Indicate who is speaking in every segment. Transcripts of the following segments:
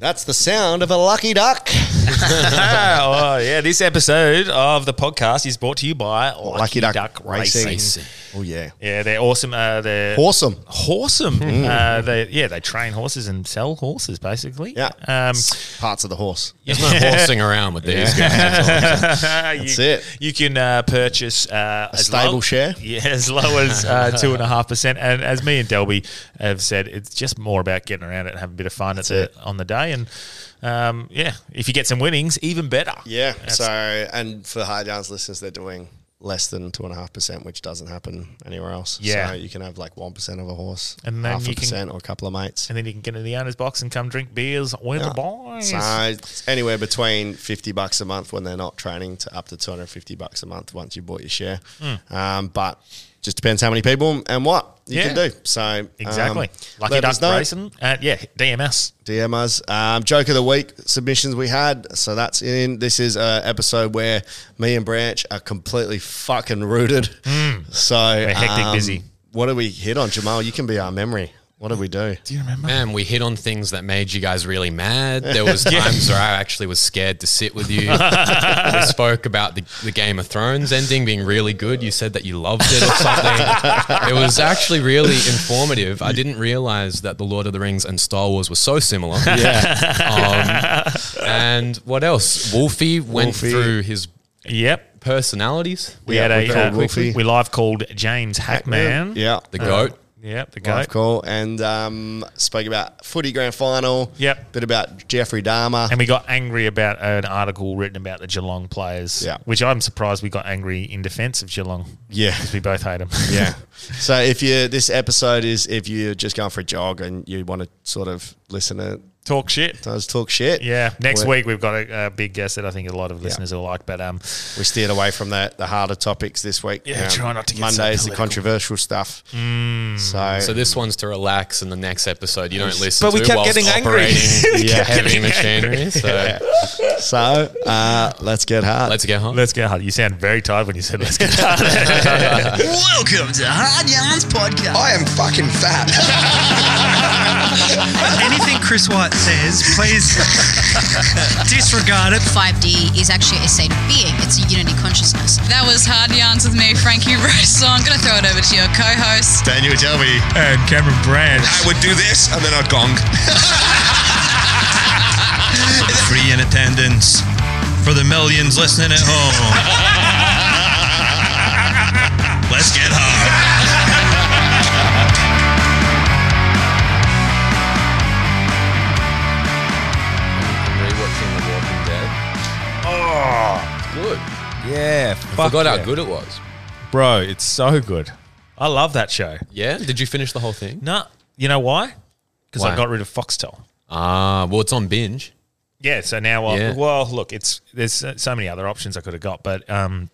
Speaker 1: That's the sound of a lucky duck.
Speaker 2: well, Oh, yeah, this episode of the podcast is brought to you by Lucky,
Speaker 1: Lucky
Speaker 2: Duck,
Speaker 1: Duck
Speaker 2: Racing.
Speaker 1: Racing. Oh yeah,
Speaker 2: Yeah, they're awesome. Uh, they're
Speaker 1: awesome.
Speaker 2: Horsesome.
Speaker 1: Hmm.
Speaker 2: Uh, they, yeah, they train horses and sell horses, basically.
Speaker 1: Yeah.
Speaker 2: Um,
Speaker 1: Parts of the horse.
Speaker 3: There's no horsing around with these guys.
Speaker 2: That's you,
Speaker 1: it.
Speaker 2: You can uh, purchase uh, a
Speaker 1: stable share?
Speaker 2: Yeah, as low as uh, two and a half percent. And as me and Delby have said, it's just more about getting around it and having a bit of fun at the,
Speaker 1: it.
Speaker 2: on the day. And um, yeah, if you get some winnings, even better.
Speaker 1: Yeah.
Speaker 2: That's-
Speaker 1: so, and for the High Downs listeners, they're doing less than two and a half percent, which doesn't happen anywhere else.
Speaker 2: Yeah.
Speaker 1: So you can have like one percent of a horse,
Speaker 2: And then
Speaker 1: half a
Speaker 2: you can-
Speaker 1: percent, or a couple of mates.
Speaker 2: and then you can get into the owner's box and come drink beers with the boys.
Speaker 1: So it's anywhere between fifty bucks a month when they're not training to up to two hundred fifty bucks a month once you bought your share.
Speaker 2: Hmm.
Speaker 1: Um, but just depends how many people and what you
Speaker 2: Yeah.
Speaker 1: can do. So
Speaker 2: Exactly.
Speaker 1: um,
Speaker 2: Lucky
Speaker 1: let
Speaker 2: Duck
Speaker 1: us know.
Speaker 2: Racing. Uh, yeah, DMS.
Speaker 1: DM us. Um, joke of the week submissions we had. So that's in. This is an episode where me and Branch are completely fucking rooted. So
Speaker 2: Hmm. hectic
Speaker 1: um,
Speaker 2: busy.
Speaker 1: What did we hit on, Jamal? You can be our memory. What did we do?
Speaker 2: Do you remember?
Speaker 3: Man, we hit on things that made you guys really mad. There was times where I actually was scared to sit with you. we spoke about the, the Game of Thrones ending being really good. You said that you loved it or something. it was actually really informative. I didn't realize that The Lord of the Rings and Star Wars were so similar. Yeah. Um, and what else? Wolfie went
Speaker 1: Wolfie.
Speaker 3: through his
Speaker 2: Yep.
Speaker 3: personalities.
Speaker 2: We
Speaker 1: Yeah, we
Speaker 2: had a
Speaker 1: called
Speaker 2: uh, we,
Speaker 1: Wolfie.
Speaker 2: we live called James Hackman.
Speaker 1: Yeah.
Speaker 3: The goat.
Speaker 2: Yep, the
Speaker 1: Live
Speaker 2: goat.
Speaker 1: call and um, spoke about footy grand final.
Speaker 2: Yep.
Speaker 1: Bit about Jeffrey Dahmer.
Speaker 2: And we got angry about an article written about the Geelong players,
Speaker 1: Yeah.
Speaker 2: which I'm surprised we got angry in defence of Geelong.
Speaker 1: Yeah.
Speaker 2: Because we both hate them.
Speaker 1: yeah. So if you this episode is if you're just going for a jog and you want to sort of listen to
Speaker 2: Talk shit.
Speaker 1: us talk shit.
Speaker 2: Yeah. Next
Speaker 1: we're-
Speaker 2: week, we've got a, a big guest that I think a lot of listeners will like. But um,
Speaker 1: We steered away from the, the harder topics this week.
Speaker 2: Yeah, try not to get so
Speaker 1: Monday is the
Speaker 2: political.
Speaker 1: controversial stuff.
Speaker 2: Hmm.
Speaker 1: So,
Speaker 3: So this one's to relax, and the next episode you don't listen
Speaker 2: But we
Speaker 3: to
Speaker 2: kept
Speaker 3: whilst
Speaker 2: getting angry.
Speaker 3: operating
Speaker 2: We
Speaker 3: yeah,
Speaker 2: kept
Speaker 3: heavy
Speaker 2: getting angry.
Speaker 3: machinery. So
Speaker 1: so uh, let's get hard.
Speaker 3: let's get home.
Speaker 2: let's get hard. You sound very tired when you said let's get hard.
Speaker 4: Welcome to Hard Yarns Podcast.
Speaker 5: I am fucking fat.
Speaker 6: Anything Chris White says, please disregard it.
Speaker 7: 5D is actually a state of being. It's a unity consciousness. That was Hard Yarns with me, Frankie Rose. So I'm going to throw it over to your co-host.
Speaker 5: Daniel Delby.
Speaker 6: And Cameron Brand.
Speaker 5: I would do this and then I'd gong.
Speaker 6: Free in attendance for the millions listening at home.
Speaker 5: Let's get hard.
Speaker 3: I'm rewatching The Walking Dead. Oh, good.
Speaker 2: yeah.
Speaker 3: I forgot how good it was.
Speaker 2: Bro, it's so good. I love that show.
Speaker 3: Yeah, did you finish the whole thing?
Speaker 2: No, you know why? Because I
Speaker 3: Why?
Speaker 2: got rid of Foxtel.
Speaker 3: Ah, well, it's on binge.
Speaker 2: Yeah, so now I
Speaker 3: Yeah.
Speaker 2: well, look, it's there's uh, so many other options I could have got, but um,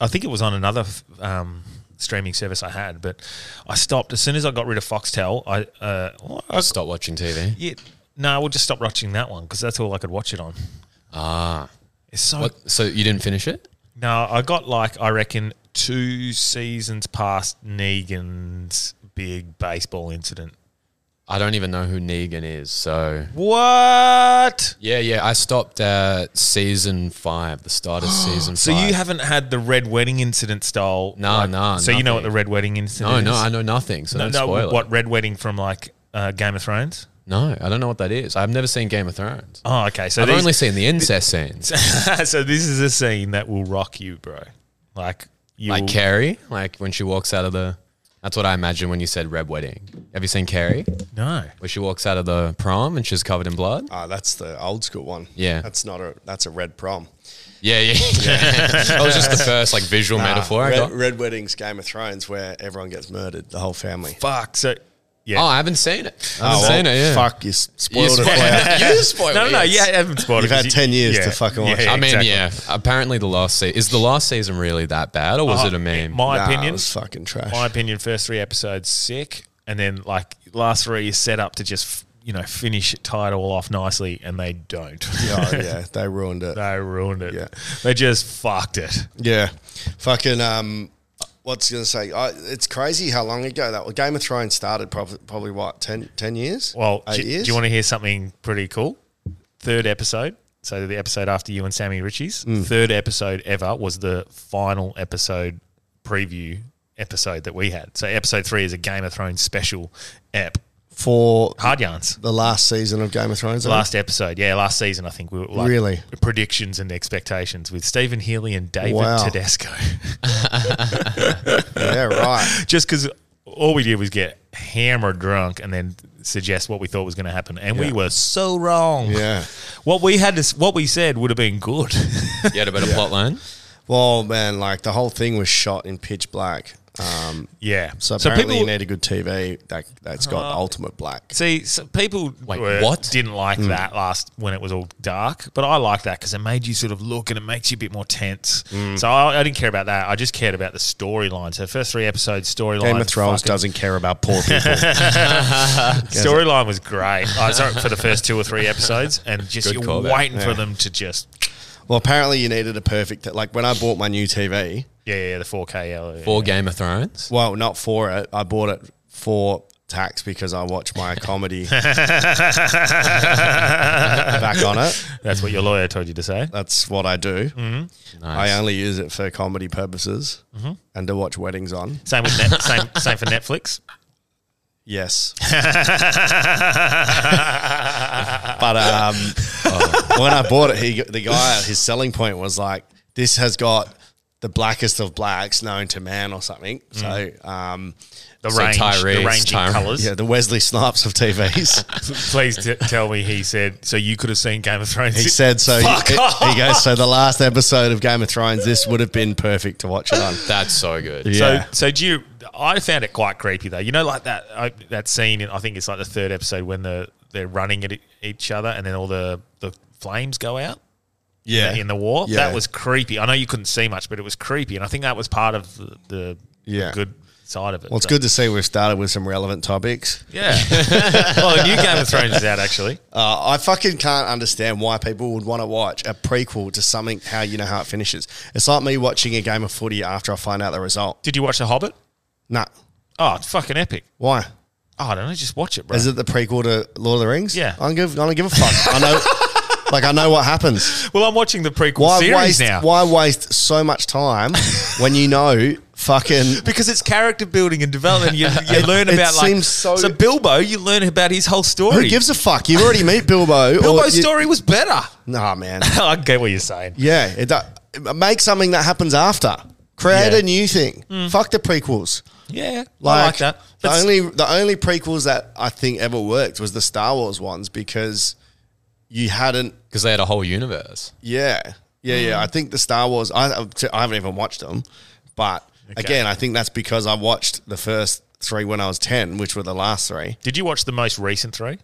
Speaker 2: I think it was on another f- um, streaming service I had, but I stopped as soon as I got rid of Foxtel. I, uh, well, I
Speaker 3: Stop watching TV.
Speaker 2: yeah, no, we'll just stop watching that one because that's all I could watch it on. Ah, it's so
Speaker 3: What? So you didn't finish it?
Speaker 2: no. I got like I reckon two seasons past Negan's big baseball incident.
Speaker 3: I don't even know who Negan is. So
Speaker 2: What?
Speaker 3: yeah, yeah, I stopped at season five, the start of season
Speaker 2: So
Speaker 3: five.
Speaker 2: you haven't had the red wedding incident style?
Speaker 3: Nah, nah,
Speaker 2: So you know what the
Speaker 3: nothing.
Speaker 2: red wedding incident?
Speaker 3: No,
Speaker 2: is?
Speaker 3: no, I know nothing. So
Speaker 2: No,
Speaker 3: don't
Speaker 2: no,
Speaker 3: spoil
Speaker 2: what
Speaker 3: it.
Speaker 2: red wedding from like uh, Game of Thrones?
Speaker 3: No, I don't know what that is. I've never seen Game of Thrones.
Speaker 2: Oh, okay. So
Speaker 3: I've
Speaker 2: these-
Speaker 3: only seen the incest scenes,
Speaker 2: so this is a scene that will rock you, bro. Like you.
Speaker 3: like
Speaker 2: will-
Speaker 3: Carrie, like when she walks out of the. That's what I imagine when you said red wedding. Have you seen Carrie?
Speaker 2: no.
Speaker 3: where she walks out of the prom and she's covered in blood.
Speaker 1: oh, that's the old school one.
Speaker 3: Yeah.
Speaker 1: That's not a that's a red prom.
Speaker 3: Yeah, yeah. that was just the first like visual metaphor I
Speaker 1: Ah, Red,
Speaker 3: got.
Speaker 1: red weddings, Game of Thrones, where everyone gets murdered, the whole family.
Speaker 2: Fuck. So yeah.
Speaker 3: Oh, I haven't seen it. I haven't
Speaker 1: Oh, well,
Speaker 3: seen it. Yeah.
Speaker 1: Fuck, you s-
Speaker 3: You
Speaker 1: spoiled it.
Speaker 3: spoiled
Speaker 1: for you.
Speaker 3: it. You spoiled
Speaker 2: no, no,
Speaker 3: it,
Speaker 2: no. Yeah,
Speaker 3: yes.
Speaker 2: I haven't spoiled
Speaker 1: You've
Speaker 2: it
Speaker 1: had
Speaker 2: 'cause
Speaker 1: 10 years to fucking watch it.
Speaker 3: I mean,
Speaker 2: exactly.
Speaker 3: yeah. Apparently, the last se- is the last season really that bad, or was
Speaker 2: Oh,
Speaker 3: it a meme?
Speaker 2: My
Speaker 1: Nah, it
Speaker 2: opinion.
Speaker 1: was fucking trash.
Speaker 2: My opinion. First three episodes, sick, and then like last three is set up to just you know finish tie it all off nicely, and they don't.
Speaker 1: oh, yeah, they ruined it.
Speaker 2: they ruined it.
Speaker 1: Yeah.
Speaker 2: They just fucked it.
Speaker 1: Yeah, fucking um, what's going to say? I, it's crazy how long ago that Game of Thrones started. Probably, probably what 10, 10 years?
Speaker 2: Well,
Speaker 1: eight
Speaker 2: do,
Speaker 1: years.
Speaker 2: do you want to hear something pretty cool? Third episode. So the episode after you and Sammy Ritchie's third episode ever was the final episode preview episode that we had. So episode three is a Game of Thrones special ep.
Speaker 1: for
Speaker 2: Hard yarns.
Speaker 1: the last season of Game of Thrones? I
Speaker 2: Last episode, yeah, last season I think we were like
Speaker 1: Really?
Speaker 2: predictions and expectations with Stephen Healy and David
Speaker 1: Wow.
Speaker 2: Tedesco.
Speaker 1: think? yeah, right.
Speaker 2: Just because all we did was get hammered drunk and then suggest what we thought was going to happen, and we
Speaker 1: Yeah.
Speaker 2: were so wrong.
Speaker 1: Yeah.
Speaker 2: What we had to, s- what we said would have been good.
Speaker 3: You had a better plot line.
Speaker 1: Well, man, like the whole thing was shot in pitch black. Um,
Speaker 2: yeah.
Speaker 1: so apparently
Speaker 2: people Uh-huh.
Speaker 1: you need a good TV that that's got ultimate black.
Speaker 2: see so people
Speaker 3: Wait,
Speaker 2: were-
Speaker 3: what?
Speaker 2: didn't like
Speaker 1: Hmm.
Speaker 2: that last when it was all dark, but I like that because it made you sort of look and it makes you a bit more tense.
Speaker 1: Hmm.
Speaker 2: So I, I didn't care about that. I just cared about the storyline. So first three episodes storyline.
Speaker 1: Game of Thrones
Speaker 2: fucking-
Speaker 1: doesn't care about poor people.
Speaker 2: storyline was great. I sorry for the first two or three episodes, and just
Speaker 3: Good
Speaker 2: you're
Speaker 3: callback.
Speaker 2: waiting for them to just
Speaker 1: well, apparently you needed a perfect like when I bought my new TV.
Speaker 2: yeah, yeah the 4K. yeah,
Speaker 3: Four Game of Thrones.
Speaker 1: Well, not for it. I bought it for tax because I watch my comedy back on it.
Speaker 2: That's what your lawyer told you to say.
Speaker 1: That's what I do.
Speaker 3: Nice.
Speaker 1: I only use it for comedy purposes and to watch weddings on.
Speaker 2: Same with net, same same for Netflix.
Speaker 1: Yes. but um, when I bought it, he, the guy, his selling point was like, this has got the blackest of blacks known to man or something. So, um,
Speaker 2: The
Speaker 3: So
Speaker 2: range, the
Speaker 3: Tyrese,
Speaker 2: ranging
Speaker 3: Tyre-
Speaker 2: colors.
Speaker 1: yeah, the Wesley Snipes of TVs.
Speaker 2: Please t- tell me he said, so you could have seen Game of Thrones.
Speaker 1: He said so.
Speaker 2: Fuck
Speaker 1: he,
Speaker 2: off.
Speaker 1: he goes, so the last episode of Game of Thrones, this would have been perfect to watch it on.
Speaker 3: That's so good.
Speaker 2: So,
Speaker 1: Yeah.
Speaker 2: so do you, I found it quite creepy though. You know, like that I, that scene. In, I think it's like the third episode when the they're running at e- each other, and then all the the flames go out.
Speaker 1: Yeah.
Speaker 2: in the war.
Speaker 1: Yeah.
Speaker 2: That was creepy. I know you couldn't see much, but it was creepy, and I think that was part of the, the
Speaker 1: Yeah.
Speaker 2: good side of it.
Speaker 1: well, it's
Speaker 2: So-
Speaker 1: good to see we've started with some relevant topics.
Speaker 2: Yeah. well, the new Game of Thrones is out actually.
Speaker 1: Uh, I fucking can't understand why people would want to watch a prequel to something how you know how it finishes. It's like me watching a game of footy after I find out the result.
Speaker 2: Did you watch The Hobbit?
Speaker 1: Nah,
Speaker 2: Oh, it's fucking epic.
Speaker 1: why?
Speaker 2: Oh, I don't know. Just watch it, bro.
Speaker 1: Is it the prequel to Lord of the Rings?
Speaker 2: Yeah.
Speaker 1: I don't give, I don't give a fuck. I know, like I know what happens.
Speaker 2: well, I'm watching the prequel
Speaker 1: Why
Speaker 2: series
Speaker 1: waste?
Speaker 2: now.
Speaker 1: Why waste so much time when you know fucking
Speaker 2: because it's character building and development. You, you learn
Speaker 1: It
Speaker 2: about like
Speaker 1: seems so-
Speaker 2: Bilbo. You learn about his whole story.
Speaker 1: who gives a fuck? You already meet Bilbo. or
Speaker 2: Bilbo's
Speaker 1: you-
Speaker 2: story was better.
Speaker 1: Nah, man.
Speaker 2: I get what you're saying.
Speaker 1: Yeah, it, do- make something that happens after. Create
Speaker 2: Yeah.
Speaker 1: a new thing. Fuck the prequels.
Speaker 2: Yeah,
Speaker 1: Like,
Speaker 2: I like that.
Speaker 1: The
Speaker 2: But s-
Speaker 1: only the only prequels that I think ever worked was the Star Wars ones because you hadn't.
Speaker 3: Because they had a whole universe.
Speaker 1: Yeah, yeah,
Speaker 2: Mm.
Speaker 1: yeah. I think the Star Wars. I I haven't even watched them, but again, I think that's because I watched the first three when I was ten, which were the last three.
Speaker 2: did you watch the most recent three?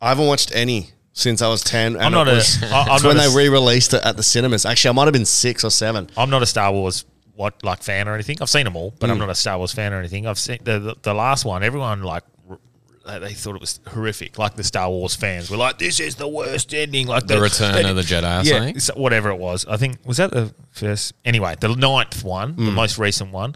Speaker 1: I haven't watched any since I was ten. And
Speaker 2: I'm not
Speaker 1: it
Speaker 2: a.
Speaker 1: was-
Speaker 2: I, I'm
Speaker 1: it's
Speaker 2: not
Speaker 1: when
Speaker 2: a
Speaker 1: they
Speaker 2: s-
Speaker 1: re-released it at the cinemas. Actually, I might have been six or seven.
Speaker 2: I'm not a Star Wars what like fan or anything. I've seen them all, but
Speaker 1: Hmm.
Speaker 2: I'm not a Star Wars fan or anything. I've seen the the, the last one. Everyone like r- like, they thought it was horrific. Like the Star Wars fans were like, "This is the worst ending." Like
Speaker 3: The Return of the Jedi or
Speaker 2: yeah,
Speaker 3: something.
Speaker 2: so whatever it was. I think was that the first. Anyway, the ninth one,
Speaker 1: Hmm.
Speaker 2: the most recent one.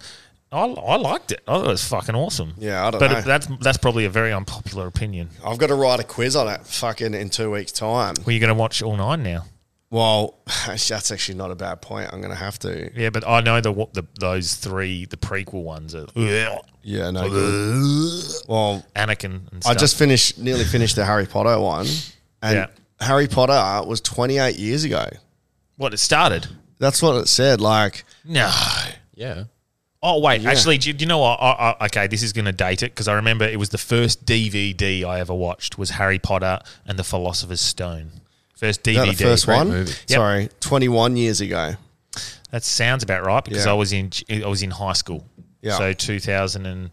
Speaker 2: I, I liked it. I thought it was fucking awesome.
Speaker 1: Yeah, I don't
Speaker 2: but
Speaker 1: know.
Speaker 2: that's that's probably a very unpopular opinion.
Speaker 1: I've got to write a quiz on it fucking in two weeks' time.
Speaker 2: Well, you're going to watch all nine now.
Speaker 1: Well, that's actually not a bad point. I'm going to have to.
Speaker 2: Yeah, but I know the what the those three the prequel ones are
Speaker 1: Yeah, no. good. Well,
Speaker 2: Anakin. And
Speaker 1: I
Speaker 2: stuff.
Speaker 1: just finished, nearly finished the Harry Potter one, and
Speaker 2: Yeah.
Speaker 1: Harry Potter was 28 years ago.
Speaker 2: what it started.
Speaker 1: That's what it said. Like,
Speaker 2: No.
Speaker 3: Yeah.
Speaker 2: Oh wait, actually, do you, do you know what? I, I, okay, this is going to date it because I remember it was the first DVD I ever watched was Harry Potter and the Philosopher's Stone. First
Speaker 1: is that
Speaker 2: DVD.
Speaker 1: the first one?
Speaker 3: movie.
Speaker 2: Yep.
Speaker 1: Sorry, 21 years ago.
Speaker 2: That sounds about right because
Speaker 1: Yeah.
Speaker 2: I was in I was in high school.
Speaker 1: Yeah.
Speaker 2: So 2000 and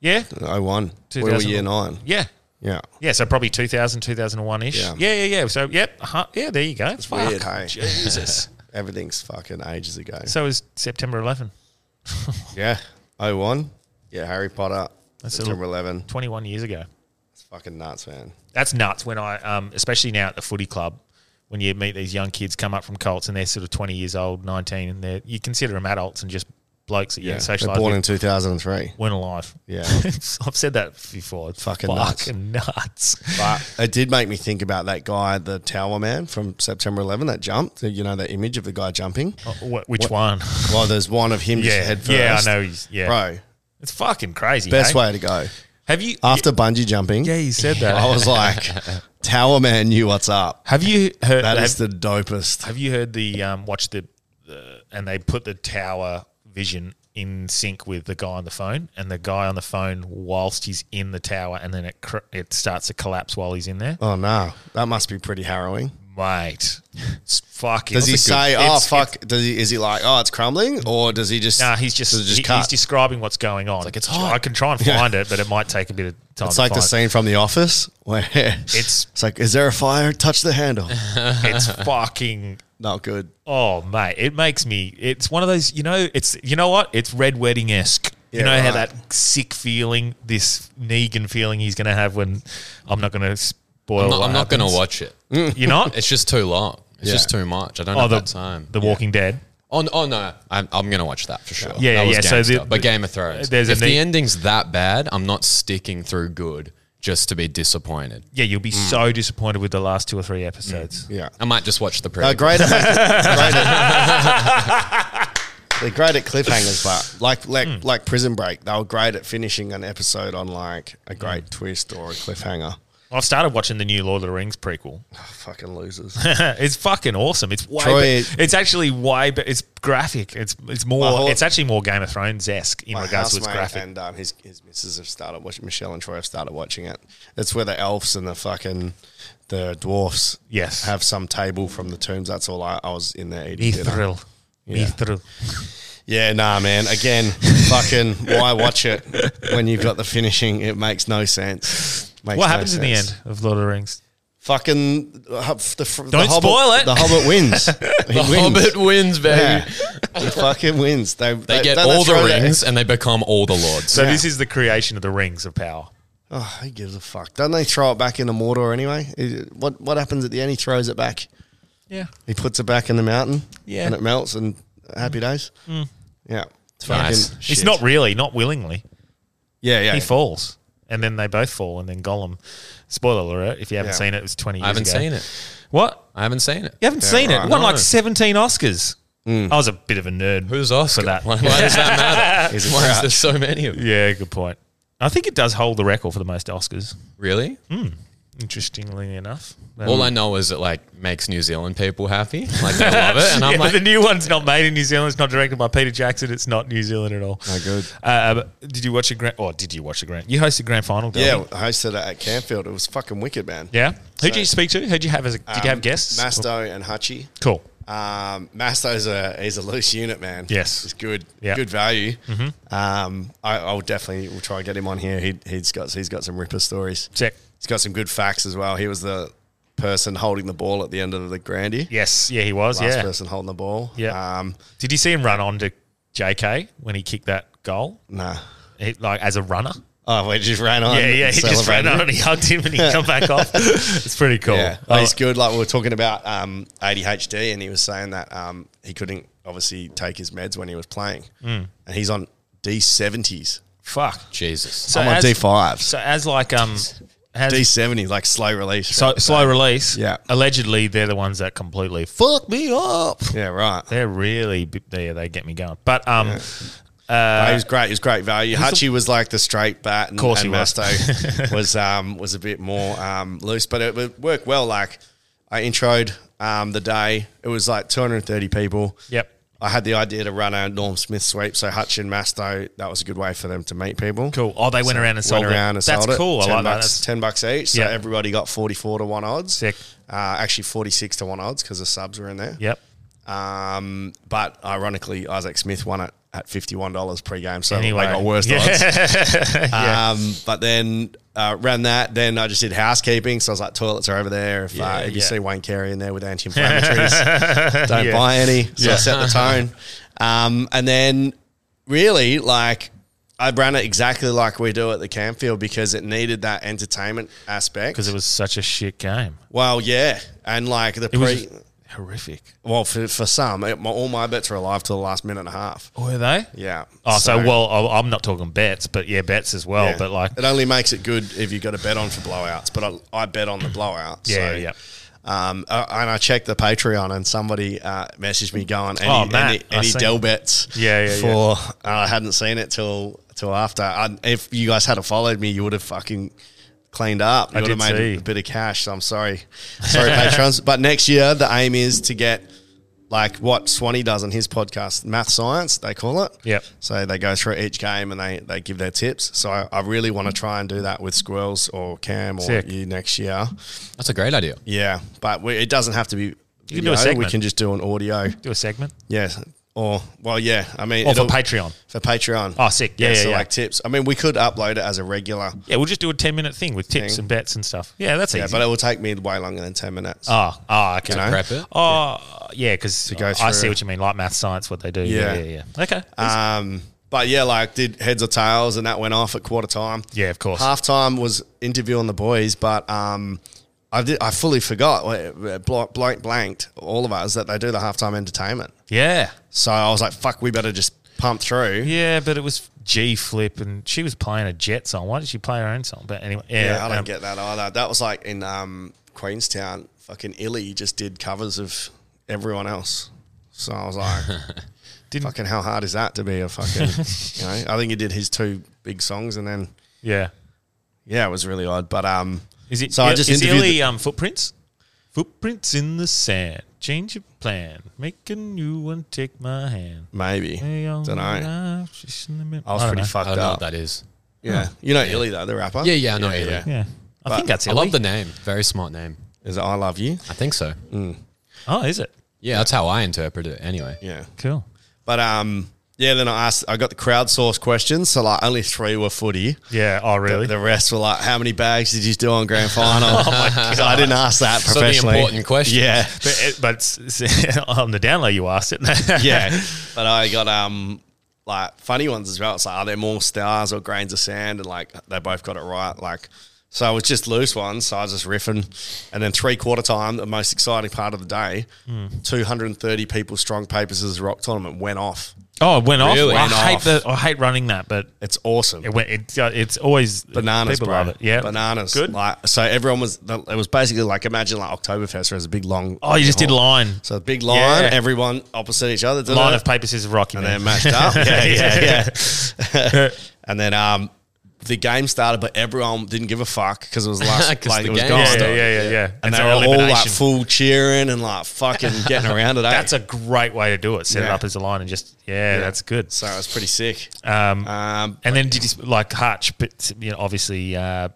Speaker 2: yeah,
Speaker 1: 01. We Oh were year
Speaker 2: 2001.
Speaker 1: nine.
Speaker 2: yeah.
Speaker 1: Yeah.
Speaker 2: Yeah, so probably 2000, 2001 ish.
Speaker 1: Yeah.
Speaker 2: Yeah. yeah, yeah, So, yep. Uh-huh. Yeah, there you go. Fuck.
Speaker 1: weird, hey?
Speaker 2: Jesus.
Speaker 1: Everything's fucking ages ago.
Speaker 2: so it was September 11,
Speaker 1: yeah. 01. Yeah, Harry Potter.
Speaker 2: That's a
Speaker 1: September 11.
Speaker 2: 21 years ago.
Speaker 1: It's fucking nuts, man.
Speaker 2: that's nuts when I, um, especially now at the footy club, when you meet these young kids come up from Colts and they're sort of 20 years old, 19, and they're, you consider them adults and just blokes that you
Speaker 1: Yeah.
Speaker 2: socialize
Speaker 1: They're born
Speaker 2: with
Speaker 1: in 2003.
Speaker 2: weren't alive.
Speaker 1: Yeah.
Speaker 2: I've said that before. It's
Speaker 1: Fucking
Speaker 2: fucking nuts.
Speaker 1: But it did make me think about that guy, the tower man from September 11 that jumped. You know, that image of the guy jumping.
Speaker 2: Wh- Which one?
Speaker 1: Well, there's one of him
Speaker 2: Oh. Yeah,
Speaker 1: just head first.
Speaker 2: yeah, I know. He's, yeah,
Speaker 1: Bro,
Speaker 2: it's fucking crazy.
Speaker 1: best
Speaker 2: hey?
Speaker 1: way to go.
Speaker 2: Have you
Speaker 1: After bungee jumping,
Speaker 2: Yeah, you said that.
Speaker 1: I was like, tower man knew what's up.
Speaker 2: Have you heard?
Speaker 1: That
Speaker 2: have,
Speaker 1: is the dopest.
Speaker 2: have you heard the um, watch the, the and they put the tower vision in sync with the guy on the phone and the guy on the phone whilst he's in the tower and then it cr- it starts to collapse while he's in there.
Speaker 1: Oh, no. That must be pretty harrowing.
Speaker 2: Mate, it's fucking.
Speaker 1: Does he
Speaker 2: it's a
Speaker 1: say,
Speaker 2: good-
Speaker 1: "Oh
Speaker 2: it's-
Speaker 1: fuck"? Does he? Is he like, "Oh, it's crumbling," or does he just?
Speaker 2: Nah, he's just,
Speaker 1: does it
Speaker 2: he- he's
Speaker 1: cut?
Speaker 2: describing what's going on.
Speaker 1: like, it's hot.
Speaker 2: I can try and
Speaker 1: Yeah.
Speaker 2: find it, but it might take a bit of time.
Speaker 1: It's
Speaker 2: to
Speaker 1: like the
Speaker 2: find it.
Speaker 1: scene from The Office where
Speaker 2: It's-
Speaker 1: it's it's like, "Is there a fire? Touch the handle."
Speaker 2: It's fucking.
Speaker 1: Not good.
Speaker 2: Oh mate, it makes me. It's one of those. You know, it's you know what? It's red wedding esque. you
Speaker 1: Yeah,
Speaker 2: know how
Speaker 1: right.
Speaker 2: that sick feeling, this Negan feeling he's going to have when I'm not going to spoil.
Speaker 3: I'm not,
Speaker 2: Oh, what
Speaker 3: I'm not going to
Speaker 2: happens.
Speaker 3: watch it.
Speaker 2: You're not.
Speaker 3: It's just too long. It's
Speaker 1: Yeah.
Speaker 3: just too much. I don't
Speaker 2: oh,
Speaker 3: have
Speaker 2: the
Speaker 3: that time.
Speaker 2: The Walking Dead.
Speaker 3: Oh, n- oh no, I'm, I'm gonna watch that for sure.
Speaker 2: Yeah,
Speaker 3: That
Speaker 2: yeah,
Speaker 3: was
Speaker 2: yeah. So
Speaker 3: GameStop.
Speaker 2: the-
Speaker 3: but Game of Thrones.
Speaker 2: there's a
Speaker 3: if the
Speaker 2: need-
Speaker 3: ending's that bad, I'm not sticking through good just to be disappointed.
Speaker 2: Yeah, you'll be
Speaker 1: Mm.
Speaker 2: so disappointed with the last two or three episodes.
Speaker 1: Yeah.
Speaker 3: I might just watch the pre.
Speaker 1: Uh, great at making, great at- they're great at cliffhangers, but like like like Prison Break, they were great at finishing an episode on like a great twist or a cliffhanger.
Speaker 2: I've started watching the new Lord of the Rings prequel.
Speaker 1: Oh, fucking losers.
Speaker 2: it's fucking awesome. It's way.
Speaker 1: Troy-
Speaker 2: be- it's actually way. Be- it's graphic. It's it's more.
Speaker 1: whole-
Speaker 2: it's actually more Game of Thrones esque in
Speaker 1: My
Speaker 2: regards to its
Speaker 1: housemate
Speaker 2: graphic.
Speaker 1: and um, his his missus have started watching. Michelle and Troy have started watching it. It's where the elves and the fucking the dwarfs
Speaker 2: Yes.
Speaker 1: have some table from the tombs. That's all I, I was in there eating dinner.
Speaker 2: Mithril. Mithril.
Speaker 1: Yeah, nah, man. Again, fucking why watch it when you've got the finishing? It makes no sense. Makes
Speaker 2: What
Speaker 1: no
Speaker 2: happens in the
Speaker 1: sense.
Speaker 2: end of Lord of the Rings?
Speaker 1: Fucking uh, the, fr- the
Speaker 2: Don't
Speaker 1: Hobbit,
Speaker 2: spoil it.
Speaker 1: The Hobbit wins. He
Speaker 3: the
Speaker 1: wins.
Speaker 3: Hobbit wins, baby.
Speaker 1: Yeah. he fucking wins. They,
Speaker 3: They get
Speaker 1: don't
Speaker 3: all the
Speaker 1: throw that-
Speaker 3: rings and they become all the lords.
Speaker 2: So this is the creation of the rings of power.
Speaker 1: Oh, he gives a fuck. Don't they throw it back into Mordor anyway? Is- What what happens at the end? He throws it back.
Speaker 2: Yeah.
Speaker 1: He puts it back in the mountain.
Speaker 2: Yeah. Mm.
Speaker 1: And it melts and happy days. Yeah. It's
Speaker 3: Nice.
Speaker 1: fucking
Speaker 2: It's
Speaker 1: shit.
Speaker 2: not really, not willingly.
Speaker 1: Yeah, yeah.
Speaker 2: He falls. And then they both fall. And then Gollum, spoiler alert, if you haven't
Speaker 1: Yeah.
Speaker 2: seen it, it was 20 years
Speaker 3: I haven't
Speaker 2: ago.
Speaker 3: seen it.
Speaker 2: What?
Speaker 3: I haven't seen it.
Speaker 2: You haven't seen it?
Speaker 1: right.
Speaker 2: Won like
Speaker 3: No.
Speaker 2: 17 Oscars. I was a bit of a nerd.
Speaker 3: Who's Oscar?
Speaker 2: For that.
Speaker 3: Why, why does that matter?
Speaker 1: He's a
Speaker 3: why is
Speaker 1: crack.
Speaker 3: there so many of them?
Speaker 2: Yeah, good point. I think it does hold the record for the most Oscars,
Speaker 3: Really?
Speaker 2: Hmm? interestingly enough.
Speaker 3: All I know is it like makes New Zealand people happy. Like they love it, and I'm
Speaker 2: yeah, but
Speaker 3: like,
Speaker 2: the new one's not made in New Zealand. It's not directed by Peter Jackson. It's not New Zealand at all.
Speaker 1: No good.
Speaker 2: Uh, but did you watch a grand? Or did you watch a grand? You hosted the grand final, didn't
Speaker 1: Yeah,
Speaker 2: you?
Speaker 1: I hosted it at Campfield. It was fucking wicked, man.
Speaker 2: Yeah. Who did you speak to? Who did you have as? A, did you have
Speaker 1: Um,
Speaker 2: guests?
Speaker 1: Masto and Hutchie.
Speaker 2: Cool.
Speaker 1: Um, Masto's a he's a loose unit, man.
Speaker 2: Yes.
Speaker 1: he's good.
Speaker 2: Yeah. Mm-hmm.
Speaker 1: good value. Um, I, I'll definitely will try and get him on here. He, he's got he's got some ripper stories.
Speaker 2: Check.
Speaker 1: He's got some good facts as well. He was the person holding the ball at the end of the grandy.
Speaker 2: Yes. Yeah, he was.
Speaker 1: Last
Speaker 2: yeah.
Speaker 1: person holding the ball.
Speaker 2: Yeah.
Speaker 1: Um,
Speaker 2: Did you see him run on to JK when he kicked that goal?
Speaker 1: nah.
Speaker 2: He, like as a runner.
Speaker 1: Oh, we just ran on.
Speaker 2: Yeah, yeah.
Speaker 1: and
Speaker 2: He just ran
Speaker 1: celebrated.
Speaker 2: on and he hugged him and he come back off. It's pretty cool.
Speaker 1: Yeah,
Speaker 2: Oh,
Speaker 1: he's good. Like we were talking about um, ADHD, and he was saying that um, he couldn't obviously take his meds when he was playing,
Speaker 2: Hmm.
Speaker 1: and he's on D seventies.
Speaker 2: fuck.
Speaker 3: Jesus.
Speaker 2: So
Speaker 1: I'm on
Speaker 2: as-
Speaker 1: D5s.
Speaker 2: So as like um, as
Speaker 1: D seventy, like slow release.
Speaker 2: So, slow release.
Speaker 1: Yeah.
Speaker 2: Allegedly, they're the ones that completely fuck me up.
Speaker 1: yeah, right.
Speaker 2: They're really b- they they get me going. But um,
Speaker 1: Uh, he was great. He was great value. Hutchie was like the straight bat, and,
Speaker 2: course
Speaker 1: and
Speaker 2: he was.
Speaker 1: Musto was um, was a bit more um, loose, but it would work well. Like I introed um, the day, it was like 230 people.
Speaker 2: Yep.
Speaker 1: I had the idea to run a Norm Smith sweep, so Hutch and Masto, that was a good way for them to meet people.
Speaker 2: cool. Oh, they went around and sold
Speaker 1: went around
Speaker 2: it.
Speaker 1: and
Speaker 2: That's
Speaker 1: sold it.
Speaker 2: cool. I like that.
Speaker 1: bucks,
Speaker 2: That's-
Speaker 1: Ten bucks each. So
Speaker 2: Yeah.
Speaker 1: everybody got forty-four to one odds.
Speaker 2: Sick.
Speaker 1: Uh, actually, forty-six to one odds because the subs were in there.
Speaker 2: Yep.
Speaker 1: Um, but ironically, Isaac Smith won it at fifty-one dollars pre-game, so
Speaker 2: Anyway,
Speaker 1: they got worse odds.
Speaker 2: yeah.
Speaker 1: Um, but then uh, ran that. Then I just did housekeeping, so I was like, toilets are over there. If,
Speaker 2: Yeah,
Speaker 1: uh, if you
Speaker 2: yeah.
Speaker 1: see Wayne Carey in there with anti-inflammatories, don't
Speaker 2: Yeah.
Speaker 1: buy any. So I set the tone. Um, and then really, like. I ran it exactly like we do at the Campfield because it needed that entertainment aspect.
Speaker 2: Because it was such a shit game.
Speaker 1: Well, yeah, and like the
Speaker 2: It was
Speaker 1: pre,
Speaker 2: horrific.
Speaker 1: Well, for, for some, it, my, all my bets are alive till the last minute and a half.
Speaker 2: Were they?
Speaker 1: Yeah.
Speaker 2: Oh, so, well, I- I'm not talking bets, but yeah, bets as well.
Speaker 1: yeah.
Speaker 2: But like,
Speaker 1: it only makes it good if you've got a bet on for blowouts. But I, I bet on the blowouts.
Speaker 2: Yeah,
Speaker 1: so,
Speaker 2: yeah.
Speaker 1: Um, uh, and I checked the Patreon, and somebody uh, messaged me going, "Any,
Speaker 2: Oh, Matt, I
Speaker 1: any, any
Speaker 2: seen
Speaker 1: Dell
Speaker 2: it.
Speaker 1: bets?"
Speaker 2: Yeah, yeah,
Speaker 1: For
Speaker 2: yeah.
Speaker 1: and I hadn't seen it till till after. I, if you guys had have followed me, you would have fucking cleaned up. You
Speaker 2: I
Speaker 1: would have
Speaker 2: did
Speaker 1: made
Speaker 2: see.
Speaker 1: a bit of cash. So I'm sorry, sorry, Patrons. But next year, the aim is to get like what Swanee does on his podcast, Math Science, they call it.
Speaker 2: Yep.
Speaker 1: So they go through each game and they, they give their tips. So I, I really want to try and do that with Squirrels or Cam or
Speaker 2: Sick.
Speaker 1: you next year.
Speaker 3: That's a great idea.
Speaker 1: Yeah, but we, it doesn't have to be.
Speaker 2: can do a
Speaker 1: video. We
Speaker 2: segment.
Speaker 1: can just do an audio.
Speaker 2: do a segment.
Speaker 1: Yeah. Or well, yeah. I mean,
Speaker 2: Or for
Speaker 1: it'll-
Speaker 2: Patreon.
Speaker 1: For Patreon.
Speaker 2: Oh, sick. Yeah, yeah,
Speaker 1: so
Speaker 2: yeah.
Speaker 1: like tips. I mean, we could upload it as a regular.
Speaker 2: Yeah, we'll just do a 10 minute thing with tips
Speaker 1: Thing.
Speaker 2: and bets and stuff. Yeah, that's
Speaker 1: Yeah,
Speaker 2: easy.
Speaker 1: but it will take me way longer than ten minutes.
Speaker 2: Ah, ah, okay.
Speaker 1: you know?
Speaker 3: Prep it.
Speaker 2: Oh, yeah, because
Speaker 1: go
Speaker 2: I
Speaker 1: through.
Speaker 2: see what you mean, like math, science, what they do. Yeah,
Speaker 1: Yeah.
Speaker 2: yeah, yeah. Okay.
Speaker 1: Um, but yeah, like did heads or tails, and that went off at quarter time.
Speaker 2: Yeah, of course.
Speaker 1: Half time was interviewing the boys, but um, I did. I fully forgot, uh, bl- blank blanked all of us that they do the halftime entertainment.
Speaker 2: yeah.
Speaker 1: So I was like, fuck, we better just pump through.
Speaker 2: Yeah, but it was G Flip and she was playing a Jet song. Why did she play her own song? But anyway, yeah.
Speaker 1: Yeah, I don't
Speaker 2: um,
Speaker 1: get that either. That was like in um, Queenstown, fucking Illy just did covers of everyone else. So I was like,
Speaker 2: Didn't-
Speaker 1: fucking how hard is that to be a fucking, you know? I think he did his two big songs and then,
Speaker 2: Yeah.
Speaker 1: yeah, it was really odd. But um,
Speaker 2: Is it
Speaker 1: so I just
Speaker 2: is
Speaker 1: interviewed.
Speaker 2: Illy, um, footprints? Footprints in the sand. Change your plan. Make a new one. Take my hand.
Speaker 1: the- maybe.
Speaker 2: Hey,
Speaker 1: Don't know.
Speaker 2: I was
Speaker 1: I was pretty
Speaker 3: I
Speaker 1: fucked
Speaker 3: don't know
Speaker 1: up.
Speaker 3: what that is.
Speaker 1: Yeah. You know Illy, though, the rapper?
Speaker 3: Yeah, yeah, I know Illy.
Speaker 2: Yeah. I think that's
Speaker 3: I
Speaker 2: Illy.
Speaker 3: love the name. Very smart name.
Speaker 1: Is it I Love You?
Speaker 3: I think so.
Speaker 1: Mm.
Speaker 2: Oh, is it?
Speaker 3: Yeah, that's how I interpret it anyway.
Speaker 1: Yeah.
Speaker 2: Cool.
Speaker 1: But um, yeah, then I asked, I got the crowdsourced questions. So like only three were footy.
Speaker 2: Yeah. Oh, really? Oh,
Speaker 1: The rest were like, how many bags did you do on grand final? So I didn't ask that
Speaker 3: So the
Speaker 1: professionally.
Speaker 3: important question.
Speaker 1: yeah,
Speaker 2: but it- but s- s- on the down low, you asked it.
Speaker 1: yeah. But I got um like funny ones as well. It's like, are there more stars or grains of sand? And like they both got it right. Like so it was just loose ones. So I was just riffing, and then three quarter time, the most exciting part of the day, two hundred and thirty people strong papers rock tournament went off.
Speaker 2: Oh, it went off.
Speaker 3: Really?
Speaker 2: I
Speaker 3: Went
Speaker 2: hate
Speaker 1: off.
Speaker 2: the. I hate running that, but
Speaker 1: It's awesome.
Speaker 2: it went. It, uh, it's always
Speaker 1: bananas,
Speaker 2: People
Speaker 1: bro.
Speaker 2: love it. Yeah,
Speaker 1: bananas.
Speaker 2: Good.
Speaker 1: Like so, everyone was. It was basically like imagine like Oktoberfest, where it's a big long.
Speaker 2: oh, you just did line.
Speaker 1: So a big line,
Speaker 2: Yeah.
Speaker 1: everyone opposite each other.
Speaker 2: Line of paper scissors rocky
Speaker 1: and
Speaker 2: man.
Speaker 1: they're matched up. yeah, yeah, yeah. and then um, the game started, but everyone didn't give a fuck because it was the last
Speaker 3: 'Cause
Speaker 1: like
Speaker 3: the
Speaker 1: it was
Speaker 3: game
Speaker 1: gone.
Speaker 2: yeah,
Speaker 3: started.
Speaker 2: yeah, yeah, yeah, yeah.
Speaker 1: And
Speaker 2: It's
Speaker 1: they
Speaker 2: our
Speaker 1: were all like
Speaker 2: elimination.
Speaker 1: full cheering and like fucking getting around it. eh?
Speaker 2: That's a great way to do it. Set it
Speaker 1: Yeah.
Speaker 2: up as a line and just yeah, that's good.
Speaker 1: so it was pretty sick.
Speaker 2: Um,
Speaker 1: Um,
Speaker 2: and then did you sp- like Hutch? But you know, obviously, uh,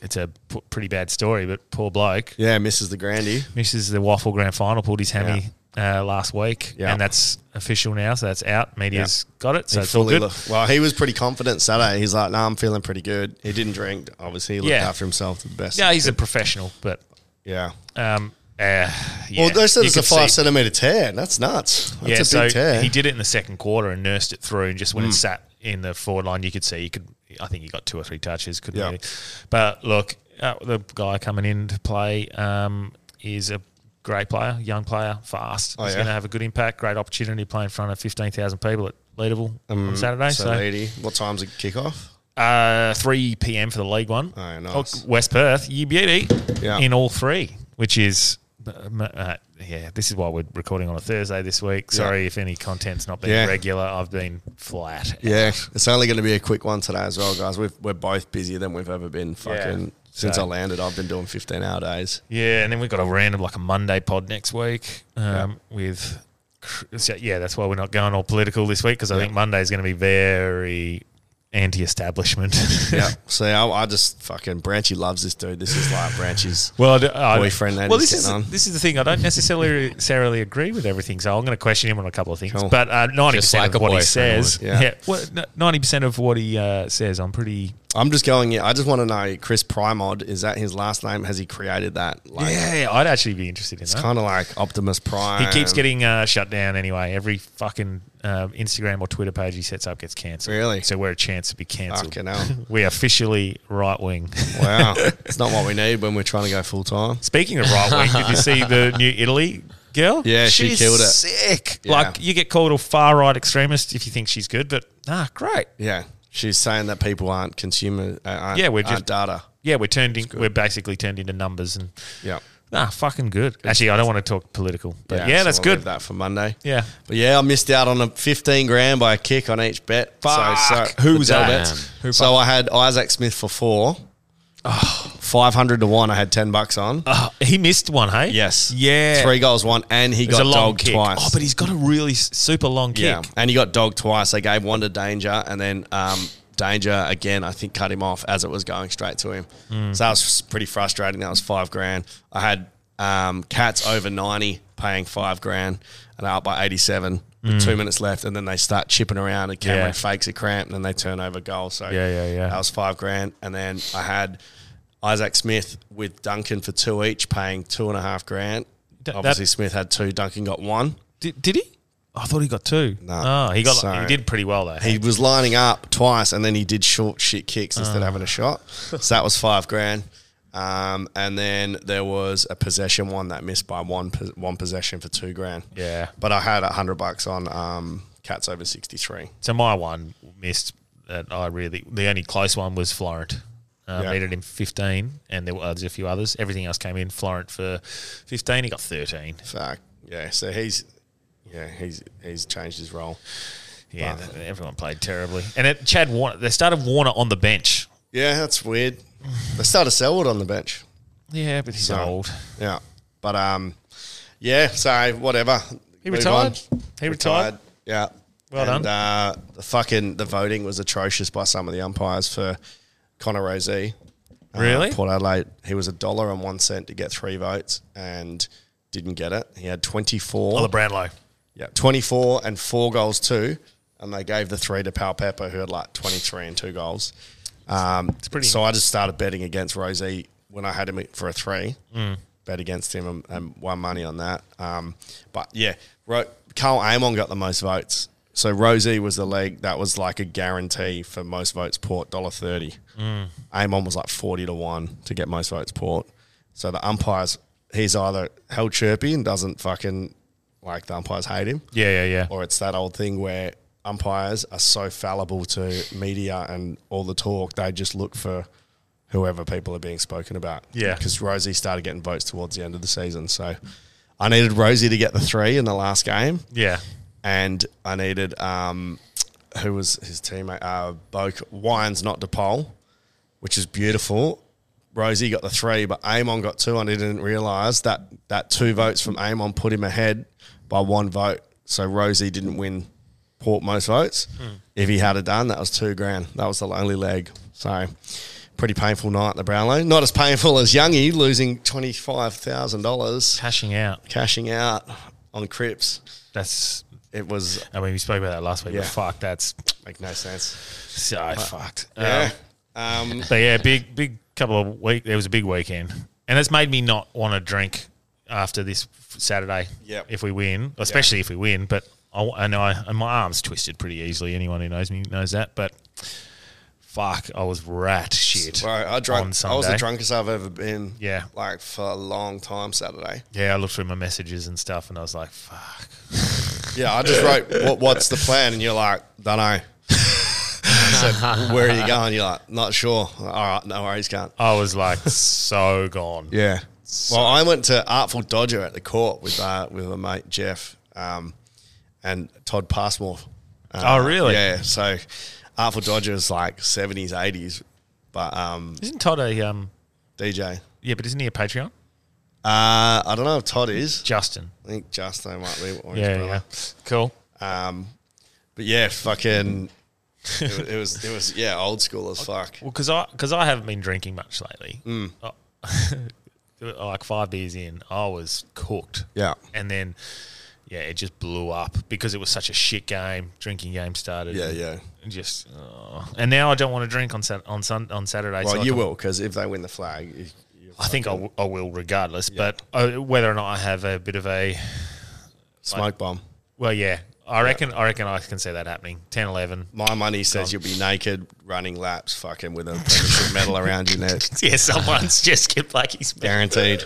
Speaker 2: it's a p- pretty bad story. But poor bloke
Speaker 1: yeah, misses the grandy.
Speaker 2: misses the waffle grand final. Pulled his hammy. Uh, last week,
Speaker 1: Yeah.
Speaker 2: and that's official now. So that's out. Media's got it. So it's all
Speaker 1: Fully
Speaker 2: good.
Speaker 1: look- well, he was pretty confident Saturday. He's like, "No, I'm feeling pretty good." He didn't drink. Obviously, he looked
Speaker 2: Yeah.
Speaker 1: after himself to the best.
Speaker 2: Yeah, he's a professional, but
Speaker 1: yeah.
Speaker 2: um, uh, yeah.
Speaker 1: Well, they said
Speaker 2: You
Speaker 1: it's a
Speaker 2: could see-
Speaker 1: five centimeter tear. That's nuts. That's
Speaker 2: Yeah,
Speaker 1: a big
Speaker 2: so
Speaker 1: tear. Mm.
Speaker 2: he did it in the second quarter and nursed it through, and just when it sat in the forward line, you could see he could. I think he got two or three touches. Couldn't
Speaker 1: Yeah.
Speaker 2: really. But look, uh, the guy coming in to play um, is a great player, young player, fast. He's
Speaker 1: Oh, yeah?
Speaker 2: going to have a good impact. Great opportunity to play in front of fifteen thousand people at Leaderville on Saturday.
Speaker 1: Mm. So,
Speaker 2: So,
Speaker 1: lady, what time's the kickoff?
Speaker 2: uh, 3 p.m. for the league one.
Speaker 1: Oh, nice.
Speaker 2: West Perth, you beauty.
Speaker 1: Yeah.
Speaker 2: In all three, which is. um, Uh, yeah, this is why we're recording on a Thursday this week. Sorry if any content's not been
Speaker 1: Yeah.
Speaker 2: regular. I've been flat.
Speaker 1: Yeah, it's only going to be a quick one today as well, guys. We've, we're both busier than we've ever been. Fucking
Speaker 2: Yeah.
Speaker 1: since
Speaker 2: So-
Speaker 1: I landed, I've been doing fifteen hour days.
Speaker 2: Yeah, and then we've got a random like a Monday pod next week um, with. So, yeah, that's why we're not going all political this week because I think Monday's going to be very anti-establishment.
Speaker 1: Yeah, see, I, I just fucking Branchy loves this dude. This is like Branchy's.
Speaker 2: Well, I d- I-
Speaker 1: Boyfriend that
Speaker 2: Well,
Speaker 1: he's
Speaker 2: this is
Speaker 1: getting on.
Speaker 2: this is the thing. I don't necessarily necessarily agree with everything, so I'm going to question him on a couple of things.
Speaker 1: Cool.
Speaker 2: But uh, ninety
Speaker 3: Just
Speaker 2: percent
Speaker 3: like
Speaker 2: of
Speaker 3: a
Speaker 2: what he
Speaker 3: boyfriend
Speaker 2: says,
Speaker 1: would. Yeah.
Speaker 2: yeah, ninety percent of what he uh, says, I'm pretty.
Speaker 1: I'm just going. Yeah, I just want to know Chris Primod. Is that his last name? Has he created that? Like,
Speaker 2: Yeah, I'd actually be interested in
Speaker 1: it's
Speaker 2: that.
Speaker 1: kind of like Optimus Prime.
Speaker 2: he keeps getting uh, shut down anyway. Every fucking um, Instagram or Twitter page he sets up gets cancelled.
Speaker 1: Really?
Speaker 2: So we're a chance to be cancelled.
Speaker 1: Fucking hell.
Speaker 2: we are officially right wing.
Speaker 1: Wow, it's not what we need when we're trying to go full time.
Speaker 2: Speaking of right wing, did you see the new Italy girl.
Speaker 1: Yeah, she
Speaker 2: she's
Speaker 1: killed it.
Speaker 2: Sick.
Speaker 1: Yeah.
Speaker 2: Like you get called a far right extremist if you think she's good, but nah, great.
Speaker 1: Yeah, she's saying that people aren't consumer. Uh, aren't,
Speaker 2: Yeah, we're
Speaker 1: aren't
Speaker 2: just-
Speaker 1: data.
Speaker 2: Yeah, we're turned in, we're basically turned into numbers and
Speaker 1: Yeah,
Speaker 2: nah, fucking good. Actually, I don't want to talk political, but yeah,
Speaker 1: so
Speaker 2: that's
Speaker 1: we'll leave
Speaker 2: good.
Speaker 1: That for Monday.
Speaker 2: Yeah.
Speaker 1: But yeah, I missed out on a 15 grand by a kick on each bet. So, so who was
Speaker 3: Damn.
Speaker 1: all bets? so I had Isaac Smith for four. 500 to 1 I had 10 bucks on.
Speaker 2: Oh, he missed one, hey?
Speaker 1: yes.
Speaker 2: Yeah.
Speaker 1: Three goals one and he
Speaker 2: It was
Speaker 1: got
Speaker 2: a long
Speaker 1: dogged
Speaker 2: kick.
Speaker 1: twice.
Speaker 2: Oh, but he's got a really s- super long kick.
Speaker 1: yeah. And he got dogged twice. They gave one to Danger and then um, Danger again I think cut him off as it was going straight to him.
Speaker 2: Hmm.
Speaker 1: So that was pretty frustrating. That was 5 grand. I had um, Cats over 90 paying 5 grand and out by 87 with 2 minutes left and then they start chipping around and Cameron
Speaker 2: Hmm. Yeah.
Speaker 1: fakes a cramp and then they turn over goal. So
Speaker 2: Yeah, yeah, yeah.
Speaker 1: That was 5 grand and then I had Isaac Smith with Duncan for two each, paying two and a half grand.
Speaker 2: D- that-
Speaker 1: Obviously, Smith had two. Duncan got one.
Speaker 2: Did, did he? I thought he got two.
Speaker 1: No.
Speaker 2: oh, he got.
Speaker 1: So-
Speaker 2: he did pretty well though.
Speaker 1: he was lining up twice and then he did short shit kicks instead of
Speaker 2: Ah.
Speaker 1: having a shot. So that was five grand. Um, and then there was a possession one that missed by one pos- one possession for two grand.
Speaker 2: Yeah.
Speaker 1: But I had a hundred bucks on um, cats over sixty three.
Speaker 2: So my one missed that I really the only close one was Florent. Uh,
Speaker 1: Yeah.
Speaker 2: Needed him fifteen, and there were there's a few others. Everything else came in. Florent for fifteen, he got thirteen.
Speaker 1: Fuck yeah. So he's yeah he's he's changed his role.
Speaker 2: Yeah, th- everyone played terribly. And it, Chad Warner, they started Warner on the bench.
Speaker 1: Yeah, that's weird. They started Selwood on the bench.
Speaker 2: Yeah, but he's
Speaker 1: So-
Speaker 2: old.
Speaker 1: Yeah, but um, yeah. So whatever.
Speaker 2: He
Speaker 1: Move
Speaker 2: retired.
Speaker 1: on.
Speaker 2: He retired.
Speaker 1: Yeah.
Speaker 2: Well
Speaker 1: and, Uh, the fucking the voting was atrocious by some of the umpires for Connor Rosie. Uh,
Speaker 2: Really?
Speaker 1: Port Adelaide. He was a dollar and one cent to get three votes and didn't get it. He had twenty four.
Speaker 2: Oliver Brownlow.
Speaker 1: yeah, twenty four and four goals too. And they gave the three to Pal Pepper, who had like twenty three and two goals. Um, it's
Speaker 2: pretty-
Speaker 1: So I just started betting against Rosie when I had him for a three. Bet against him and, and won money on that. Um, but yeah, Ro- Carl Amon got the most votes. So Rosie was the leg that was like a guarantee for most votes port dollar thirty. Amon was like forty to one to get most votes port. So the umpires, he's either held chirpy and doesn't fucking like the umpires hate him
Speaker 2: Yeah, yeah, yeah.
Speaker 1: or it's that old thing where umpires are so fallible to media and all the talk, they just look for whoever people are being spoken about.
Speaker 2: Yeah.
Speaker 1: Because Rosie started getting votes towards the end of the season. So I needed Rosie to get the three in the last game.
Speaker 2: Yeah.
Speaker 1: And I needed, um, who was his teammate? Uh, Boke Wines, not DePaul, which is beautiful. Rosie got the three, but Amon got two, and he didn't realise that that two votes from Amon put him ahead by one vote. So Rosie didn't win Port most votes. If he had it done, that was two grand. That was the only leg. So pretty painful night at the Brownlow. Not as painful as Youngie losing twenty five thousand dollars
Speaker 2: Cashing out.
Speaker 1: cashing out on Crips.
Speaker 2: That's.
Speaker 1: It was
Speaker 2: I mean, we spoke about that last week.
Speaker 1: Yeah.
Speaker 2: But fuck, that's
Speaker 1: make no sense.
Speaker 2: so fucked. Um,
Speaker 1: Yeah. Um,
Speaker 2: But yeah, big big couple of week. There was a big weekend, and it's made me not want to drink after this f- Saturday.
Speaker 1: Yep.
Speaker 2: if we win, especially if we win. But I, w- I know I, and my arms twisted pretty easily. Anyone who knows me knows that. But fuck, I was rat shit.
Speaker 1: bro, I drank. I
Speaker 2: on
Speaker 1: was the
Speaker 2: Sunday.
Speaker 1: drunkest I've ever been.
Speaker 2: Yeah.
Speaker 1: Like for a long time Saturday.
Speaker 2: Yeah, I looked through my messages and stuff, and I was like, fuck.
Speaker 1: Yeah, I just wrote, what, what's the plan? And you're like, don't know. I said, where are you going? You're like, not sure. All right, no worries, can't.
Speaker 2: I was like so gone.
Speaker 1: Yeah. Well, I went to Artful Dodger at the court with uh, with a mate Jeff um, and Todd Passmore. Uh,
Speaker 2: Oh, really?
Speaker 1: Yeah. So Artful Dodger is like seventies, eighties, but um,
Speaker 2: Isn't Todd a um?
Speaker 1: DJ.
Speaker 2: Yeah, but isn't he a Patreon?
Speaker 1: Uh, I don't know if Todd is.
Speaker 2: Justin.
Speaker 1: I think Justin might be. or his
Speaker 2: Yeah,
Speaker 1: brother.
Speaker 2: yeah. Cool.
Speaker 1: Um, but yeah, fucking. it, wa- it was it was yeah old school as fuck.
Speaker 2: Well, because I because I haven't been drinking much lately.
Speaker 1: Mm.
Speaker 2: Oh, like five beers in, I was cooked.
Speaker 1: Yeah.
Speaker 2: and then yeah, it just blew up because it was such a shit game. Drinking game started.
Speaker 1: Yeah, yeah.
Speaker 2: And just oh. and now I don't want to drink on sat- on sun- on Saturday. so I
Speaker 1: Well, you
Speaker 2: can-
Speaker 1: will because if they win the flag, you, you
Speaker 2: I think I, w- I will regardless, but uh, whether or not I have a bit of a
Speaker 1: smoke bomb.
Speaker 2: well, yeah, I reckon. I reckon I can see that happening. 10, 11.
Speaker 1: My money says you'll be naked running laps, fucking with a premiership medal around your neck,
Speaker 2: Yeah, someone's just get like he's
Speaker 1: guaranteed.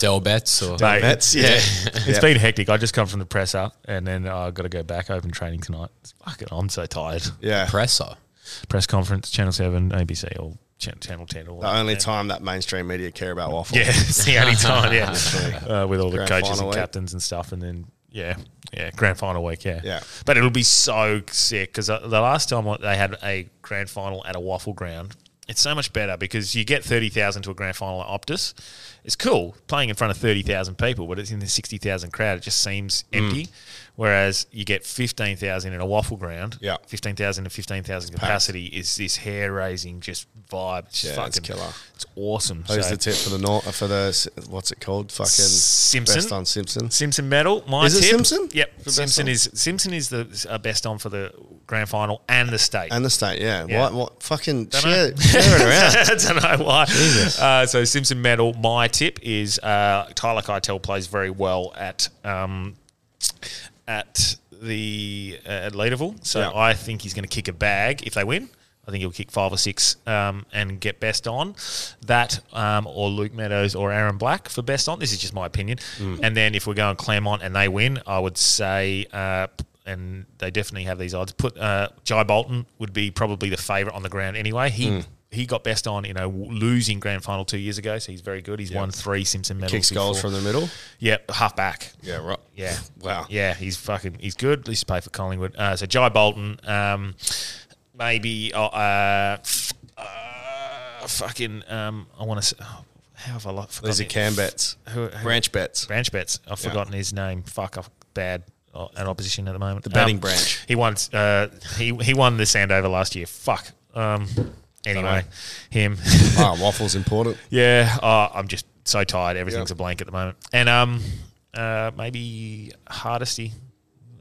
Speaker 3: Del Betts or
Speaker 2: Mate,
Speaker 1: That's yeah.
Speaker 2: It's been hectic. I just come from the presser and then I got to go back open training tonight. It's Fucking, I'm so tired.
Speaker 1: yeah.
Speaker 3: presser.
Speaker 2: Press conference, Channel Seven, ABC, or Ch- Channel Ten, or
Speaker 1: The
Speaker 2: whatever.
Speaker 1: only time that mainstream media care about waffle.
Speaker 2: Yeah, it's the only time. Yeah, uh, with all the
Speaker 1: Grand
Speaker 2: coaches
Speaker 1: final
Speaker 2: and
Speaker 1: week.
Speaker 2: captains and stuff, and then yeah, yeah, grand final week. Yeah,
Speaker 1: Yeah.
Speaker 2: But it'll be so sick because the last time what- they had a grand final at a waffle ground. It's so much better because you get thirty thousand to a grand final at Optus. It's cool playing in front of thirty thousand people, but it's in the sixty thousand crowd. It just seems
Speaker 1: Mm.
Speaker 2: empty. Whereas you get fifteen thousand in a waffle ground.
Speaker 1: Yeah.
Speaker 2: fifteen thousand to fifteen thousand capacity is this hair raising just vibe. It's just
Speaker 1: Yeah,
Speaker 2: fucking
Speaker 1: it's killer.
Speaker 2: It's awesome.
Speaker 1: Who's
Speaker 2: So-
Speaker 1: the tip for the nor- for the what's it called? Fucking
Speaker 2: Simpson?
Speaker 1: Best on Simpson.
Speaker 2: Simpson medal. My
Speaker 1: Is it
Speaker 2: tip-
Speaker 1: Simpson?
Speaker 2: Yep.
Speaker 1: For best
Speaker 2: Simpson
Speaker 1: on?
Speaker 2: is Simpson is the uh, best on for the grand final and the state.
Speaker 1: And the state, yeah.
Speaker 2: Yeah.
Speaker 1: What what fucking
Speaker 2: know.
Speaker 1: share, share it around.
Speaker 2: I don't know why. Uh, so Simpson medal. My tip is uh, Tyler Keitel plays very well at um, at the uh, at Leaderville. So
Speaker 1: Yeah.
Speaker 2: I think he's going to kick a bag if they win. I think he'll kick five or six um, and get best on that, um, or Luke Meadows or Aaron Black for best on. This is just my opinion.
Speaker 1: Hmm.
Speaker 2: And then if we're going Claremont and they win, I would say, uh, and they definitely have these odds. Put uh, Jai Bolton would be probably the favourite on the ground anyway. He
Speaker 1: Hmm.
Speaker 2: he got best on you know w- losing grand final two years ago, so he's very good. He's won three Simpson medals.
Speaker 1: Kicks goals
Speaker 2: before.
Speaker 1: from the middle.
Speaker 2: yeah half back.
Speaker 1: Yeah, right.
Speaker 2: Yeah.
Speaker 1: Wow.
Speaker 2: Yeah, he's fucking. He's good. At least he played for Collingwood. Uh, so Jai Bolton, um, maybe uh, uh, uh, fucking. Um, I want to. Oh, how have I lo- forgotten?
Speaker 1: These are
Speaker 2: it?
Speaker 1: cam bets.
Speaker 2: Who- who-
Speaker 1: Branch bets.
Speaker 2: Branch bets. I've forgotten his name. Fuck, I've bad uh, at opposition at the moment. The
Speaker 1: batting branch.
Speaker 2: He won. Uh, he he won the Sandover last year. Fuck. Um. Anyway, him.
Speaker 1: Ah, waffles important.
Speaker 2: Yeah, oh, I'm just so tired. Everything's
Speaker 1: Yeah.
Speaker 2: a blank at the moment. And um, uh, maybe Hardesty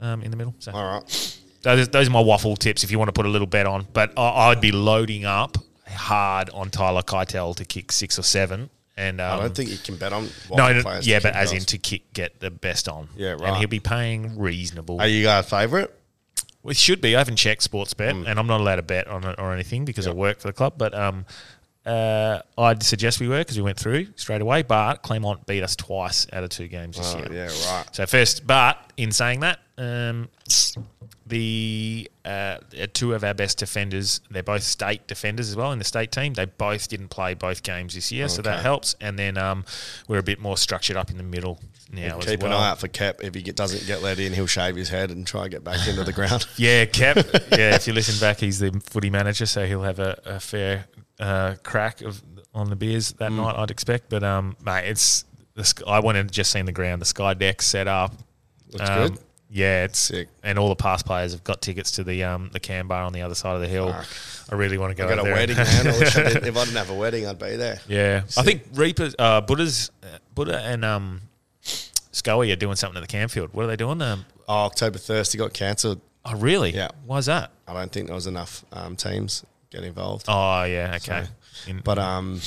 Speaker 2: um, in the middle. So
Speaker 1: All right.
Speaker 2: those, those are my waffle tips if you want to put a little bet on. But I, I'd be loading up hard on Tyler Keitel to kick six or seven. And um,
Speaker 1: I don't think you can bet on waffle
Speaker 2: no, no,
Speaker 1: players. to
Speaker 2: yeah, but
Speaker 1: kick
Speaker 2: as
Speaker 1: goals.
Speaker 2: in to kick get the best on.
Speaker 1: Yeah,
Speaker 2: And
Speaker 1: right.
Speaker 2: he'll be paying reasonable.
Speaker 1: Are you guys favourite?
Speaker 2: Well, it should be. I haven't checked sports bet,
Speaker 1: Mm.
Speaker 2: and I'm not allowed to bet on it or anything because I work for the club. But um, uh, I'd suggest we were because we went through straight away. But Claremont beat us twice out of two games this
Speaker 1: Oh,
Speaker 2: year.
Speaker 1: yeah, right.
Speaker 2: So first, but in saying that, um, the uh, two of our best defenders, they're both state defenders as well in the state team. They both didn't play both games this year, so that helps. And then um, we're a bit more structured up in the middle now. as
Speaker 1: Keep
Speaker 2: well.
Speaker 1: an eye out for Kep. If he get, doesn't get let in, he'll shave his head and try and get back into the ground.
Speaker 2: Yeah, Kep. yeah, if you listen back, he's the footy manager, so he'll have a, a fair uh, crack of on the beers
Speaker 1: Mm.
Speaker 2: that night. I'd expect, but um, mate, it's the sk- I went and just seen the ground, the sky deck set up.
Speaker 1: Looks
Speaker 2: Um,
Speaker 1: good.
Speaker 2: Yeah, it's
Speaker 1: Sick.
Speaker 2: and all the past players have got tickets to the um the can bar on the other side of the hill.
Speaker 1: Fuck.
Speaker 2: I really want to go.
Speaker 1: I got
Speaker 2: over
Speaker 1: a
Speaker 2: there
Speaker 1: wedding,
Speaker 2: and-
Speaker 1: man. I wish I didn't, if I didn't have a wedding, I'd be there.
Speaker 2: yeah, I think Reaper, uh, Buddha's, uh, Buddha and um, Scully are doing something at the Canfield. What are they doing? Um,
Speaker 1: Oh, October Thursday got cancelled.
Speaker 2: oh, really?
Speaker 1: Yeah.
Speaker 2: Why's that?
Speaker 1: I don't think there was enough um, teams get involved.
Speaker 2: Oh, yeah. Okay. In-
Speaker 1: But um,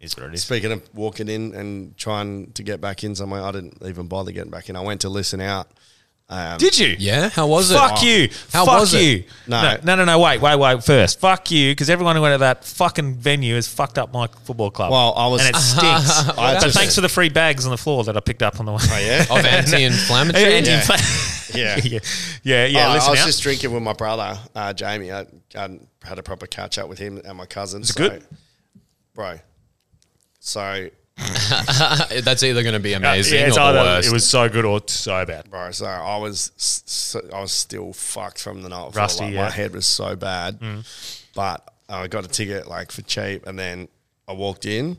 Speaker 2: is what it is.
Speaker 1: Speaking of walking in and trying to get back in somewhere, I didn't even bother getting back in. I went to listen out.
Speaker 2: Did you?
Speaker 3: Yeah, how was it? Oh.
Speaker 2: Fuck you.
Speaker 3: How
Speaker 2: Fuck
Speaker 3: was it?
Speaker 2: you.
Speaker 1: No.
Speaker 2: no, no, no, no, Wait, wait, wait. First, fuck you, because everyone who went to that fucking venue has fucked up my football club.
Speaker 1: Well, I was-
Speaker 2: and it stinks.
Speaker 1: I
Speaker 2: but
Speaker 1: just-
Speaker 2: thanks for the free bags on the floor that I picked up on the way. Oh
Speaker 1: Yeah,
Speaker 3: Of anti-inflammatory.
Speaker 2: and
Speaker 1: Yeah.
Speaker 2: infl-
Speaker 1: Yeah.
Speaker 2: yeah, yeah. yeah,
Speaker 1: I, I
Speaker 2: listen
Speaker 1: was
Speaker 2: out.
Speaker 1: just drinking with my brother uh, Jamie. I, I had a proper catch up with him and my cousin. Is
Speaker 2: it good?
Speaker 1: bro? So,
Speaker 3: That's either going to be amazing
Speaker 2: yeah,
Speaker 3: or
Speaker 2: it's
Speaker 3: the
Speaker 2: either
Speaker 3: worst.
Speaker 2: it was so good or so bad.
Speaker 1: bro, so I was, s- so, I was still fucked from the night. before.
Speaker 2: Rusty,
Speaker 1: Like,
Speaker 2: yeah. Mm.
Speaker 1: My head was so bad, but I got a ticket like for cheap, and then I walked in.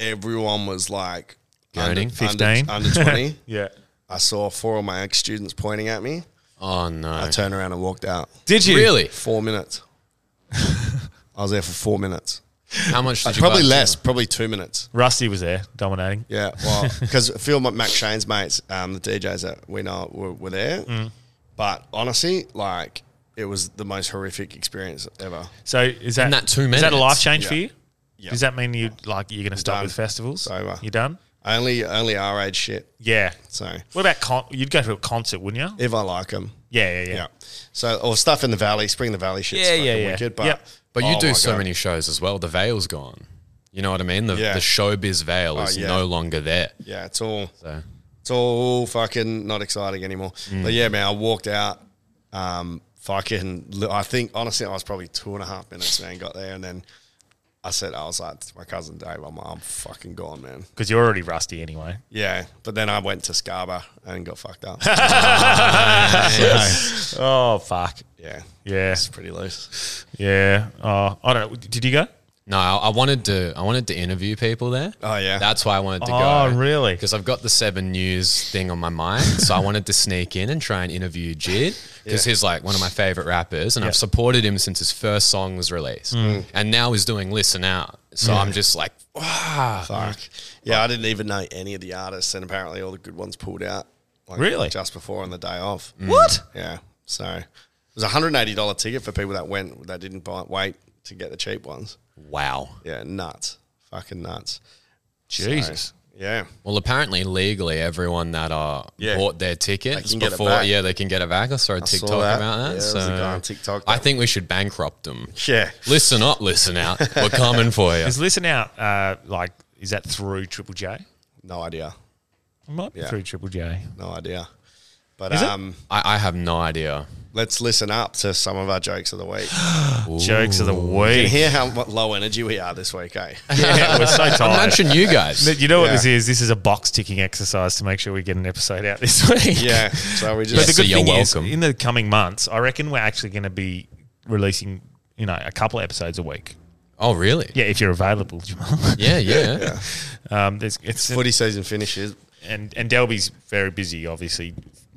Speaker 1: Everyone was like under,
Speaker 3: Goading.
Speaker 1: under-
Speaker 2: 15.
Speaker 1: under twenty.
Speaker 2: Yeah.
Speaker 1: I saw four of my ex students pointing at me.
Speaker 3: oh no!
Speaker 1: I turned around and walked out.
Speaker 2: Did you
Speaker 3: Really?
Speaker 1: Four minutes. I was there for four minutes.
Speaker 3: How much did you
Speaker 1: Uh, probably
Speaker 3: guys-
Speaker 1: less, probably two minutes.
Speaker 2: Rusty was there dominating.
Speaker 1: Yeah, well, because a few of my Mac Shane's mates, um, the DJs that we know were, were there.
Speaker 2: Mm.
Speaker 1: But honestly, like, it was the most horrific experience ever.
Speaker 2: So is that,
Speaker 3: In that two
Speaker 2: Is that a
Speaker 3: minutes.
Speaker 2: life change
Speaker 1: Yeah.
Speaker 2: for you?
Speaker 1: Yeah.
Speaker 2: Does that mean you like you're going to stop
Speaker 1: done.
Speaker 2: with festivals?
Speaker 1: It's over.
Speaker 2: You done?
Speaker 1: Only only R age shit.
Speaker 2: Yeah.
Speaker 1: So
Speaker 2: What about con- you'd go to a concert, wouldn't you?
Speaker 1: if I like them,
Speaker 2: Yeah, yeah, yeah.
Speaker 1: yeah. So or stuff in the valley, spring in the valley shit's
Speaker 2: Yeah,
Speaker 1: fucking
Speaker 2: yeah, yeah.
Speaker 1: wicked. But
Speaker 2: Yep.
Speaker 3: But you
Speaker 1: oh my
Speaker 3: do so
Speaker 1: God.
Speaker 3: many shows as well. The veil's gone. You know what I mean? The,
Speaker 1: Yeah. Oh,
Speaker 3: the showbiz veil is
Speaker 1: yeah.
Speaker 3: no longer there.
Speaker 1: Yeah, it's all
Speaker 3: So
Speaker 1: it's all fucking not exciting anymore.
Speaker 2: Mm.
Speaker 1: But yeah, man, I walked out. Um, fucking, li- I think honestly, I was probably two and a half minutes, man. Got there and then I said, I was like, to my cousin Dave, I'm, I'm fucking gone, man.
Speaker 2: Because you're already rusty anyway.
Speaker 1: Yeah, but then I went to Scarborough and got fucked up.
Speaker 2: Oh, fuck.
Speaker 1: yeah,
Speaker 2: Yeah.
Speaker 1: it's pretty loose.
Speaker 2: Yeah. Oh, I don't know. Did you go?
Speaker 3: no, I, I wanted to I wanted to interview people there.
Speaker 1: Oh, yeah.
Speaker 3: That's why I wanted to
Speaker 2: Oh,
Speaker 3: go.
Speaker 2: really?
Speaker 3: Because I've got the seven news thing on my mind. so I wanted to sneak in and try and interview Jid. Because he's like one of my favorite rappers and I've supported him since his first song was released.
Speaker 1: Mm.
Speaker 3: And now he's doing Listen Out. So I'm just like,
Speaker 2: Uh-huh.
Speaker 1: Fuck. Yeah, I didn't even know any of the artists, and apparently all the good ones pulled out. Like,
Speaker 2: Really? Mm.
Speaker 1: Just before on the day off. What? Yeah. So it was a hundred and eighty dollar ticket for people that went that didn't buy, wait to get the cheap ones.
Speaker 3: wow.
Speaker 1: Yeah, nuts. Fucking nuts.
Speaker 2: Jesus.
Speaker 1: Yeah.
Speaker 3: Well, apparently legally, everyone that uh,
Speaker 1: Yeah.
Speaker 3: bought their tickets
Speaker 1: can get it
Speaker 3: before,
Speaker 1: back.
Speaker 3: yeah, they can get it back. I saw a TikTok
Speaker 1: that.
Speaker 3: about
Speaker 1: Yeah,
Speaker 3: that.
Speaker 1: there was
Speaker 3: so
Speaker 1: a guy on TikTok
Speaker 3: I
Speaker 1: that-
Speaker 3: think we should bankrupt them.
Speaker 1: Yeah.
Speaker 3: Listen up, listen out. We're coming for you.
Speaker 2: Is Listen Out, uh, like, is that through Triple J? It
Speaker 1: No idea.
Speaker 2: might be
Speaker 1: Yeah.
Speaker 2: through Triple J.
Speaker 1: No idea. But
Speaker 2: Is it?
Speaker 1: um,
Speaker 3: I, I have no idea.
Speaker 1: let's listen up to some of our jokes of the week.
Speaker 2: Jokes of the
Speaker 1: You
Speaker 2: week.
Speaker 1: hear how what low energy we are this week, eh?
Speaker 2: yeah, we're so
Speaker 1: Oh,
Speaker 2: tired.
Speaker 3: Imagine you guys.
Speaker 2: But you know what
Speaker 1: Yeah.
Speaker 2: this is? This is a box ticking exercise to make sure we get an episode out this week.
Speaker 1: yeah. So we
Speaker 2: But
Speaker 1: just
Speaker 2: the
Speaker 3: so
Speaker 2: good
Speaker 3: you're
Speaker 2: thing is,
Speaker 3: welcome.
Speaker 2: in the coming months, I reckon we're actually going to be releasing, you know, a couple episodes a week.
Speaker 3: Oh, really?
Speaker 2: Yeah, if you're available, Jamal.
Speaker 3: Yeah, yeah.
Speaker 2: Um, there's, it's
Speaker 1: footy season finishes,
Speaker 2: and and Delby's very busy, obviously,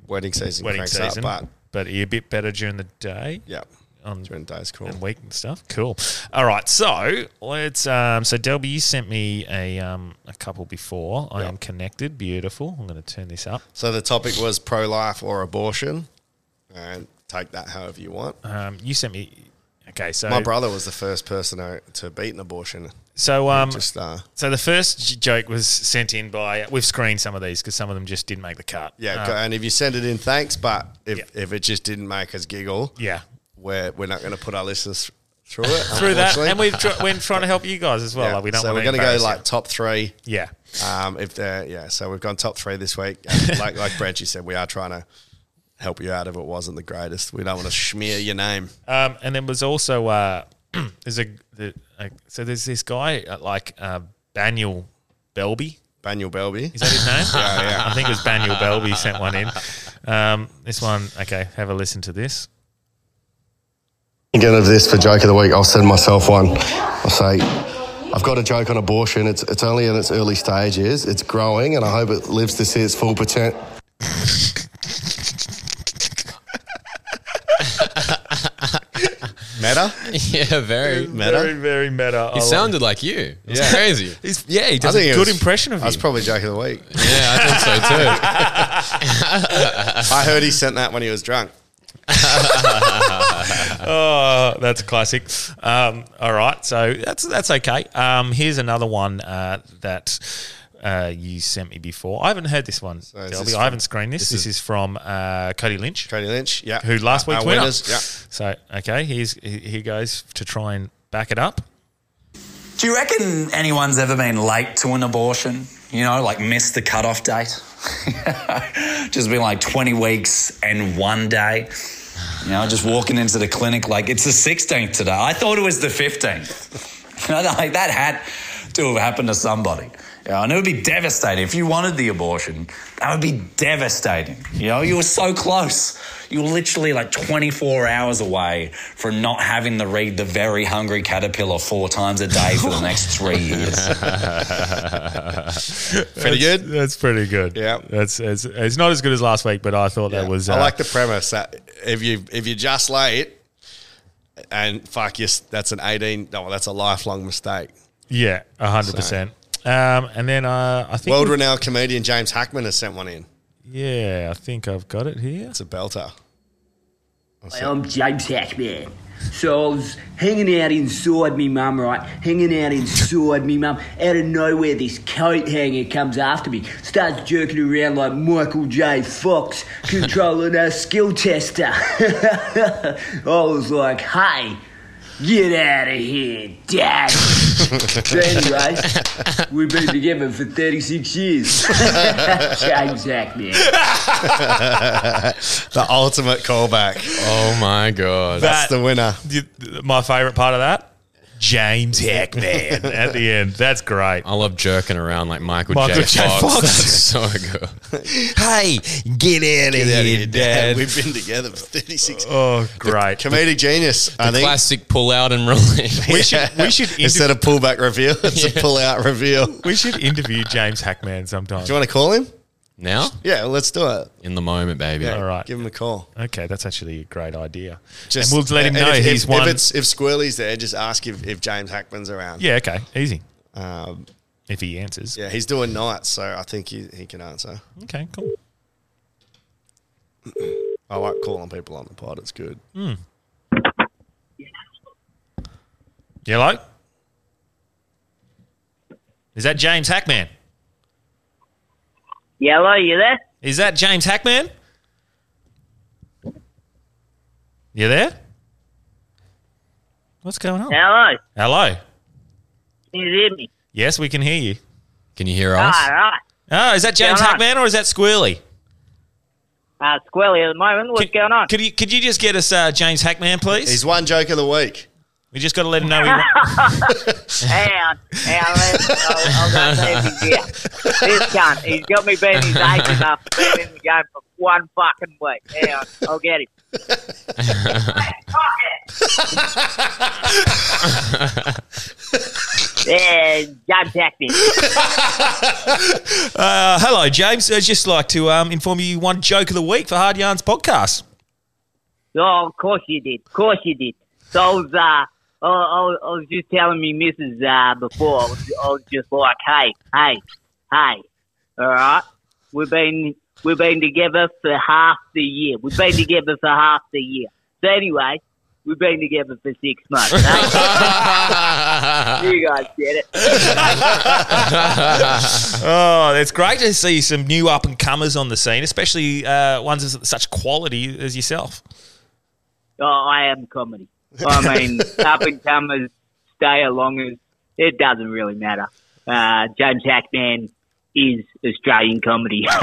Speaker 1: wedding season
Speaker 2: wedding
Speaker 1: cranks
Speaker 2: season.
Speaker 1: up, but
Speaker 2: but he a bit better during the day
Speaker 1: yeah.
Speaker 2: on
Speaker 1: During the day's cool.
Speaker 2: and week and stuff. Cool. All right, so let's. Um, so Delby, you sent me a um, a couple before. I am connected. Beautiful. I'm going to turn this up.
Speaker 1: So the topic was pro life or abortion. And take that however you want.
Speaker 2: Um, you sent me. Okay, so
Speaker 1: My brother was the first person to, to beat an abortion.
Speaker 2: So um,
Speaker 1: Just uh,
Speaker 2: so the first j- joke was sent in by. We've screened some of these because some of them just didn't make the cut.
Speaker 1: yeah,
Speaker 2: Um,
Speaker 1: go- and if you send it in, thanks. But if,
Speaker 2: Yeah.
Speaker 1: if it just didn't make us giggle,
Speaker 2: yeah.
Speaker 1: we're we're not going to put our listeners through it.
Speaker 2: Through that,
Speaker 1: unfortunately.
Speaker 2: and we've tr- we're trying to help you guys as well.
Speaker 1: Yeah.
Speaker 2: Like we don't.
Speaker 1: so
Speaker 2: want
Speaker 1: we're
Speaker 2: to
Speaker 1: going to go
Speaker 2: embarrass you.
Speaker 1: like top three.
Speaker 2: yeah.
Speaker 1: Um, if they're yeah, so we've gone top three this week. And like like Branchy said, we are trying to help you out if it wasn't the greatest. We don't want to smear your name.
Speaker 2: Um, and then was also uh, there's a, the, a so there's this guy uh, like uh, Baniel Belby.
Speaker 1: Baniel Belby.
Speaker 2: Is that his name? yeah, yeah. I think it was Baniel Belby sent one in. Um, this one, okay, have a listen to this.
Speaker 8: Thinking of this for joke of the week, I'll send myself one. I'll say, I've got a joke on abortion. It's, it's only in its early stages. It's growing, and I hope it lives to see its full potential.
Speaker 1: Meta.
Speaker 3: Yeah, very.
Speaker 2: Very, very meta.
Speaker 3: He sounded like you. It's crazy.
Speaker 2: yeah, he does
Speaker 1: I think
Speaker 2: a
Speaker 1: it
Speaker 2: good
Speaker 1: was-
Speaker 2: impression of you.
Speaker 1: That's probably joke of the week.
Speaker 3: Yeah, I think so too.
Speaker 1: I heard he sent that when he was drunk.
Speaker 2: oh, that's a classic. Um, all right, so that's that's okay. Um, here's another one uh, that uh, you sent me before. I haven't heard this one,
Speaker 1: is
Speaker 2: Delby.
Speaker 1: this
Speaker 2: I haven't screened this. This, is, from uh, Cody Lynch.
Speaker 1: Cody Lynch. Yeah.
Speaker 2: who last
Speaker 1: Our
Speaker 2: week went
Speaker 1: winners,
Speaker 2: up.
Speaker 1: Yeah.
Speaker 2: So okay, here's he- here goes to try and back it up.
Speaker 9: Do you reckon anyone's ever been late to an abortion? You know, like missed the cutoff date? just been like 20 weeks and one day. You know, just walking into the clinic like it's the 16th today. I thought it was the 15th. You know, like that had to have happened to somebody. You know, and it would be devastating. If you wanted the abortion, that would be devastating. You know, you were so close. You were literally like 24 hours away from not having to read The Very Hungry Caterpillar four times a day for the next three years.
Speaker 1: Pretty
Speaker 2: That's-
Speaker 1: good.
Speaker 2: That's pretty good.
Speaker 1: Yeah.
Speaker 2: that's it's, it's not as good as last week, but I thought that was. Uh,
Speaker 1: I like the premise that if you if you're just late and fuck yes, that's an eighteen. No, that's a lifelong mistake.
Speaker 2: yeah, hundred percent. Um, and then uh, I think
Speaker 1: World renowned comedian James Hackman has sent one in.
Speaker 2: yeah, I think I've got it here.
Speaker 1: It's a belter.
Speaker 10: I'm James Hackman. So I was hanging out inside me mum, right? Hanging out inside me mum. Out of nowhere, this coat hanger comes after me, starts jerking around like Michael J. Fox, controlling a skill tester. I was like, hey, get out of here, dad. so anyway, we've been together for 36 years. James Hackman.
Speaker 1: the ultimate callback.
Speaker 3: Oh my god.
Speaker 1: That's
Speaker 2: That-
Speaker 1: the winner.
Speaker 2: You- My favorite part of that, James Heckman at the end. That's great.
Speaker 3: I love jerking around like Michael,
Speaker 2: Michael
Speaker 3: J.
Speaker 2: J.
Speaker 3: Fox.
Speaker 2: Fox.
Speaker 3: That's so good.
Speaker 1: Hey, get out of
Speaker 3: here, Dad.
Speaker 1: We've been together for 36
Speaker 2: Oh, great.
Speaker 1: Comedic genius, I think.
Speaker 3: Classic pull out and release.
Speaker 2: we should we should
Speaker 1: Instead
Speaker 2: interview,
Speaker 1: of pullback reveal, it's a pull out reveal. Do
Speaker 2: we should interview James Hackman sometime.
Speaker 1: you want to call him?
Speaker 3: now?
Speaker 1: Yeah, let's do it.
Speaker 3: In the moment, baby.
Speaker 2: All right.
Speaker 1: Give him a call.
Speaker 2: Okay, that's actually a great idea. and we'll let him know
Speaker 1: if,
Speaker 2: he's
Speaker 1: if,
Speaker 2: won.
Speaker 1: If, it's, if Squirrely's there, just ask if, if James Hackman's around.
Speaker 2: yeah, okay, easy.
Speaker 1: Um,
Speaker 2: If he answers,
Speaker 1: yeah, he's doing nights, so I think he, he can answer.
Speaker 2: okay, cool.
Speaker 1: I like calling people on the pod. It's good.
Speaker 2: Mm. You Hello, is that James Hackman?
Speaker 10: Yellow, you there?
Speaker 2: Is that James Hackman? You there? What's going on?
Speaker 10: Hello.
Speaker 2: Hello.
Speaker 10: Can you hear me?
Speaker 2: Yes, we can hear you.
Speaker 3: Can you hear us?
Speaker 10: All right.
Speaker 2: Oh, is that James
Speaker 10: Yeah, right.
Speaker 2: Hackman or is that Squirrely?
Speaker 10: Uh, squirrely at the moment. What's
Speaker 2: Could-
Speaker 10: going on?
Speaker 2: Could you could you just get us uh, James Hackman, please?
Speaker 1: He's one joke of the week.
Speaker 2: we just got to let him know. We want-
Speaker 10: Hang on. Hang on. Let's, I'll, I'll go and see if he's here. This cunt. He's got me beating his ages after being in the game for one fucking week. Hang on. I'll get him. yeah, James Hackney.
Speaker 2: uh, hello, James. I'd just like to um, inform you you won joke of the week for Hard Yarns podcast.
Speaker 10: Oh, of course you did. Of course you did. So I was, uh, I, I, was- I was just telling me missus uh, before. I was, I was just like, hey, hey, hey, all right. We've been we've been together for half the year. We've been together for half the year. So anyway, we've been together for six months. eh? you guys get it.
Speaker 2: Oh, it's great to see some new up and comers on the scene, especially uh, ones of such quality as yourself.
Speaker 10: Oh, I am comedy. I mean, up and comers, stay alongers, it doesn't really matter. Uh, James Hackman is Australian comedy.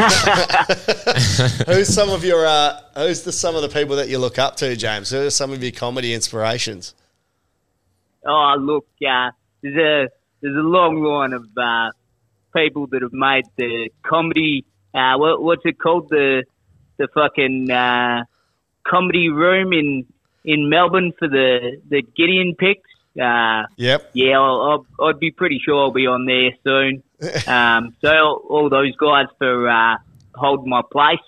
Speaker 1: Who's some of your uh, Who's the some of the people that you look up to, James? Who are some of your comedy inspirations?
Speaker 10: oh, look, uh, there's a there's a long line of uh, people that have made the comedy. Uh, what, what's it called? The the fucking uh, comedy room in in Melbourne for the the Gideon picks. Uh,
Speaker 1: Yep.
Speaker 10: yeah, I'll, I'll, I'd be pretty sure I'll be on there soon. Um, so all, all those guys for uh, holding my place,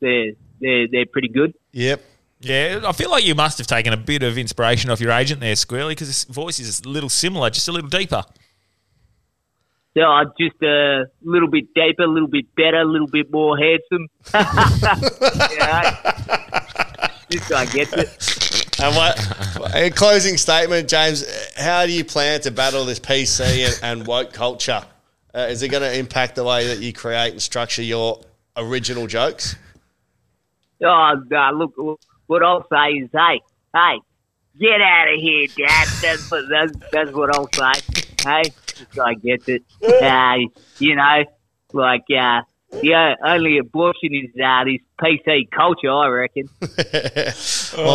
Speaker 10: they're they're, they're pretty good.
Speaker 1: Yep.
Speaker 2: Yeah, I feel like you must have taken a bit of inspiration off your agent there, Squirrely, because his voice is a little similar, just a little deeper.
Speaker 10: So I'm just a little bit deeper, a little bit better, a little bit more handsome. You know? this guy gets it.
Speaker 1: And what? a closing statement, James. How do you plan to battle this PC and, and woke culture? Uh, is it going to impact the way that you create and structure your original jokes?
Speaker 10: Oh, nah, look, what I'll say is, hey, hey, get out of here, Dad. That's what, that's, that's what I'll say. Hey, this guy gets it. Uh, you know, like, uh, the o- only abortion is uh, this PC culture, I reckon.
Speaker 1: Well,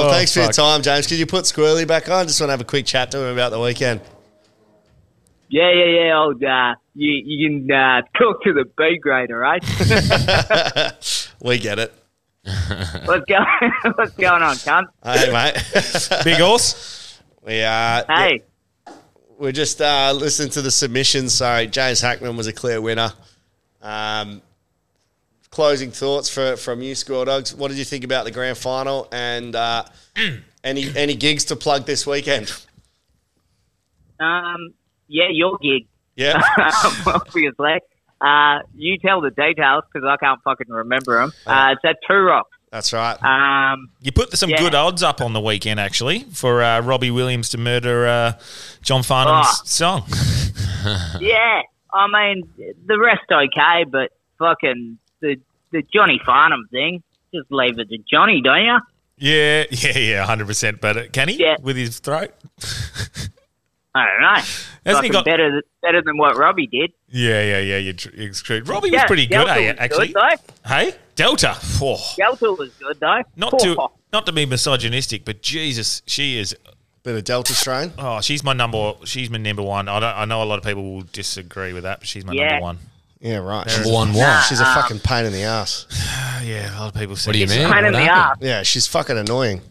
Speaker 2: Oh,
Speaker 1: thanks for your
Speaker 2: fuck.
Speaker 1: time, James. Could you put Squirrely back on? Just want to have a quick chat to him about the weekend.
Speaker 10: Yeah, yeah, yeah. Old, uh, you, you can uh, talk to the B grader, right?
Speaker 1: We get it.
Speaker 10: What's going What's going on, cunt?
Speaker 1: Hey, mate.
Speaker 2: Big horse.
Speaker 1: we uh,
Speaker 10: Hey,
Speaker 1: we just uh, listened to the submissions. So James Hackman was a clear winner. Um, closing thoughts for, from you, Squirrel Dogs. What did you think about the grand final and uh, any any gigs to plug this weekend?
Speaker 10: um, yeah, your gig,
Speaker 1: Yeah,
Speaker 10: obviously. Uh, you tell the details because I can't fucking remember them. Uh, it's at Two Rocks.
Speaker 1: That's right.
Speaker 10: Um,
Speaker 2: You put some
Speaker 10: yeah.
Speaker 2: good odds up on the weekend, actually, for uh, Robbie Williams to murder uh, John Farnham's
Speaker 10: Oh.
Speaker 2: song.
Speaker 10: yeah, I mean the rest okay, but fucking the the Johnny Farnham thing, just leave it to Johnny, don't you?
Speaker 2: Yeah, yeah, yeah, hundred percent. But uh, can he with his throat?
Speaker 10: I don't know. Fucking
Speaker 2: he got-
Speaker 10: better th- better than what Robbie did?
Speaker 2: Yeah, yeah, yeah. You're, tr- it's true. Robbie
Speaker 10: Yeah,
Speaker 2: was pretty good,
Speaker 10: Delta
Speaker 2: eh,
Speaker 10: was
Speaker 2: actually.
Speaker 10: Good, though.
Speaker 2: hey, Delta. Phew.
Speaker 10: Delta was good though.
Speaker 2: Not to not to be misogynistic, but Jesus, she is
Speaker 1: bit of Delta strain.
Speaker 2: Oh, she's my number. She's my number one. I don't. I know a lot of people will disagree with that, but she's my
Speaker 10: Yeah.
Speaker 2: number one.
Speaker 1: Yeah, right.
Speaker 2: Number one what?
Speaker 1: She's a
Speaker 2: Nah, um,
Speaker 1: fucking pain in the ass.
Speaker 2: Oh, yeah, a lot of people say.
Speaker 3: What do you mean? Pain in What the happened?
Speaker 1: Yeah, she's fucking annoying.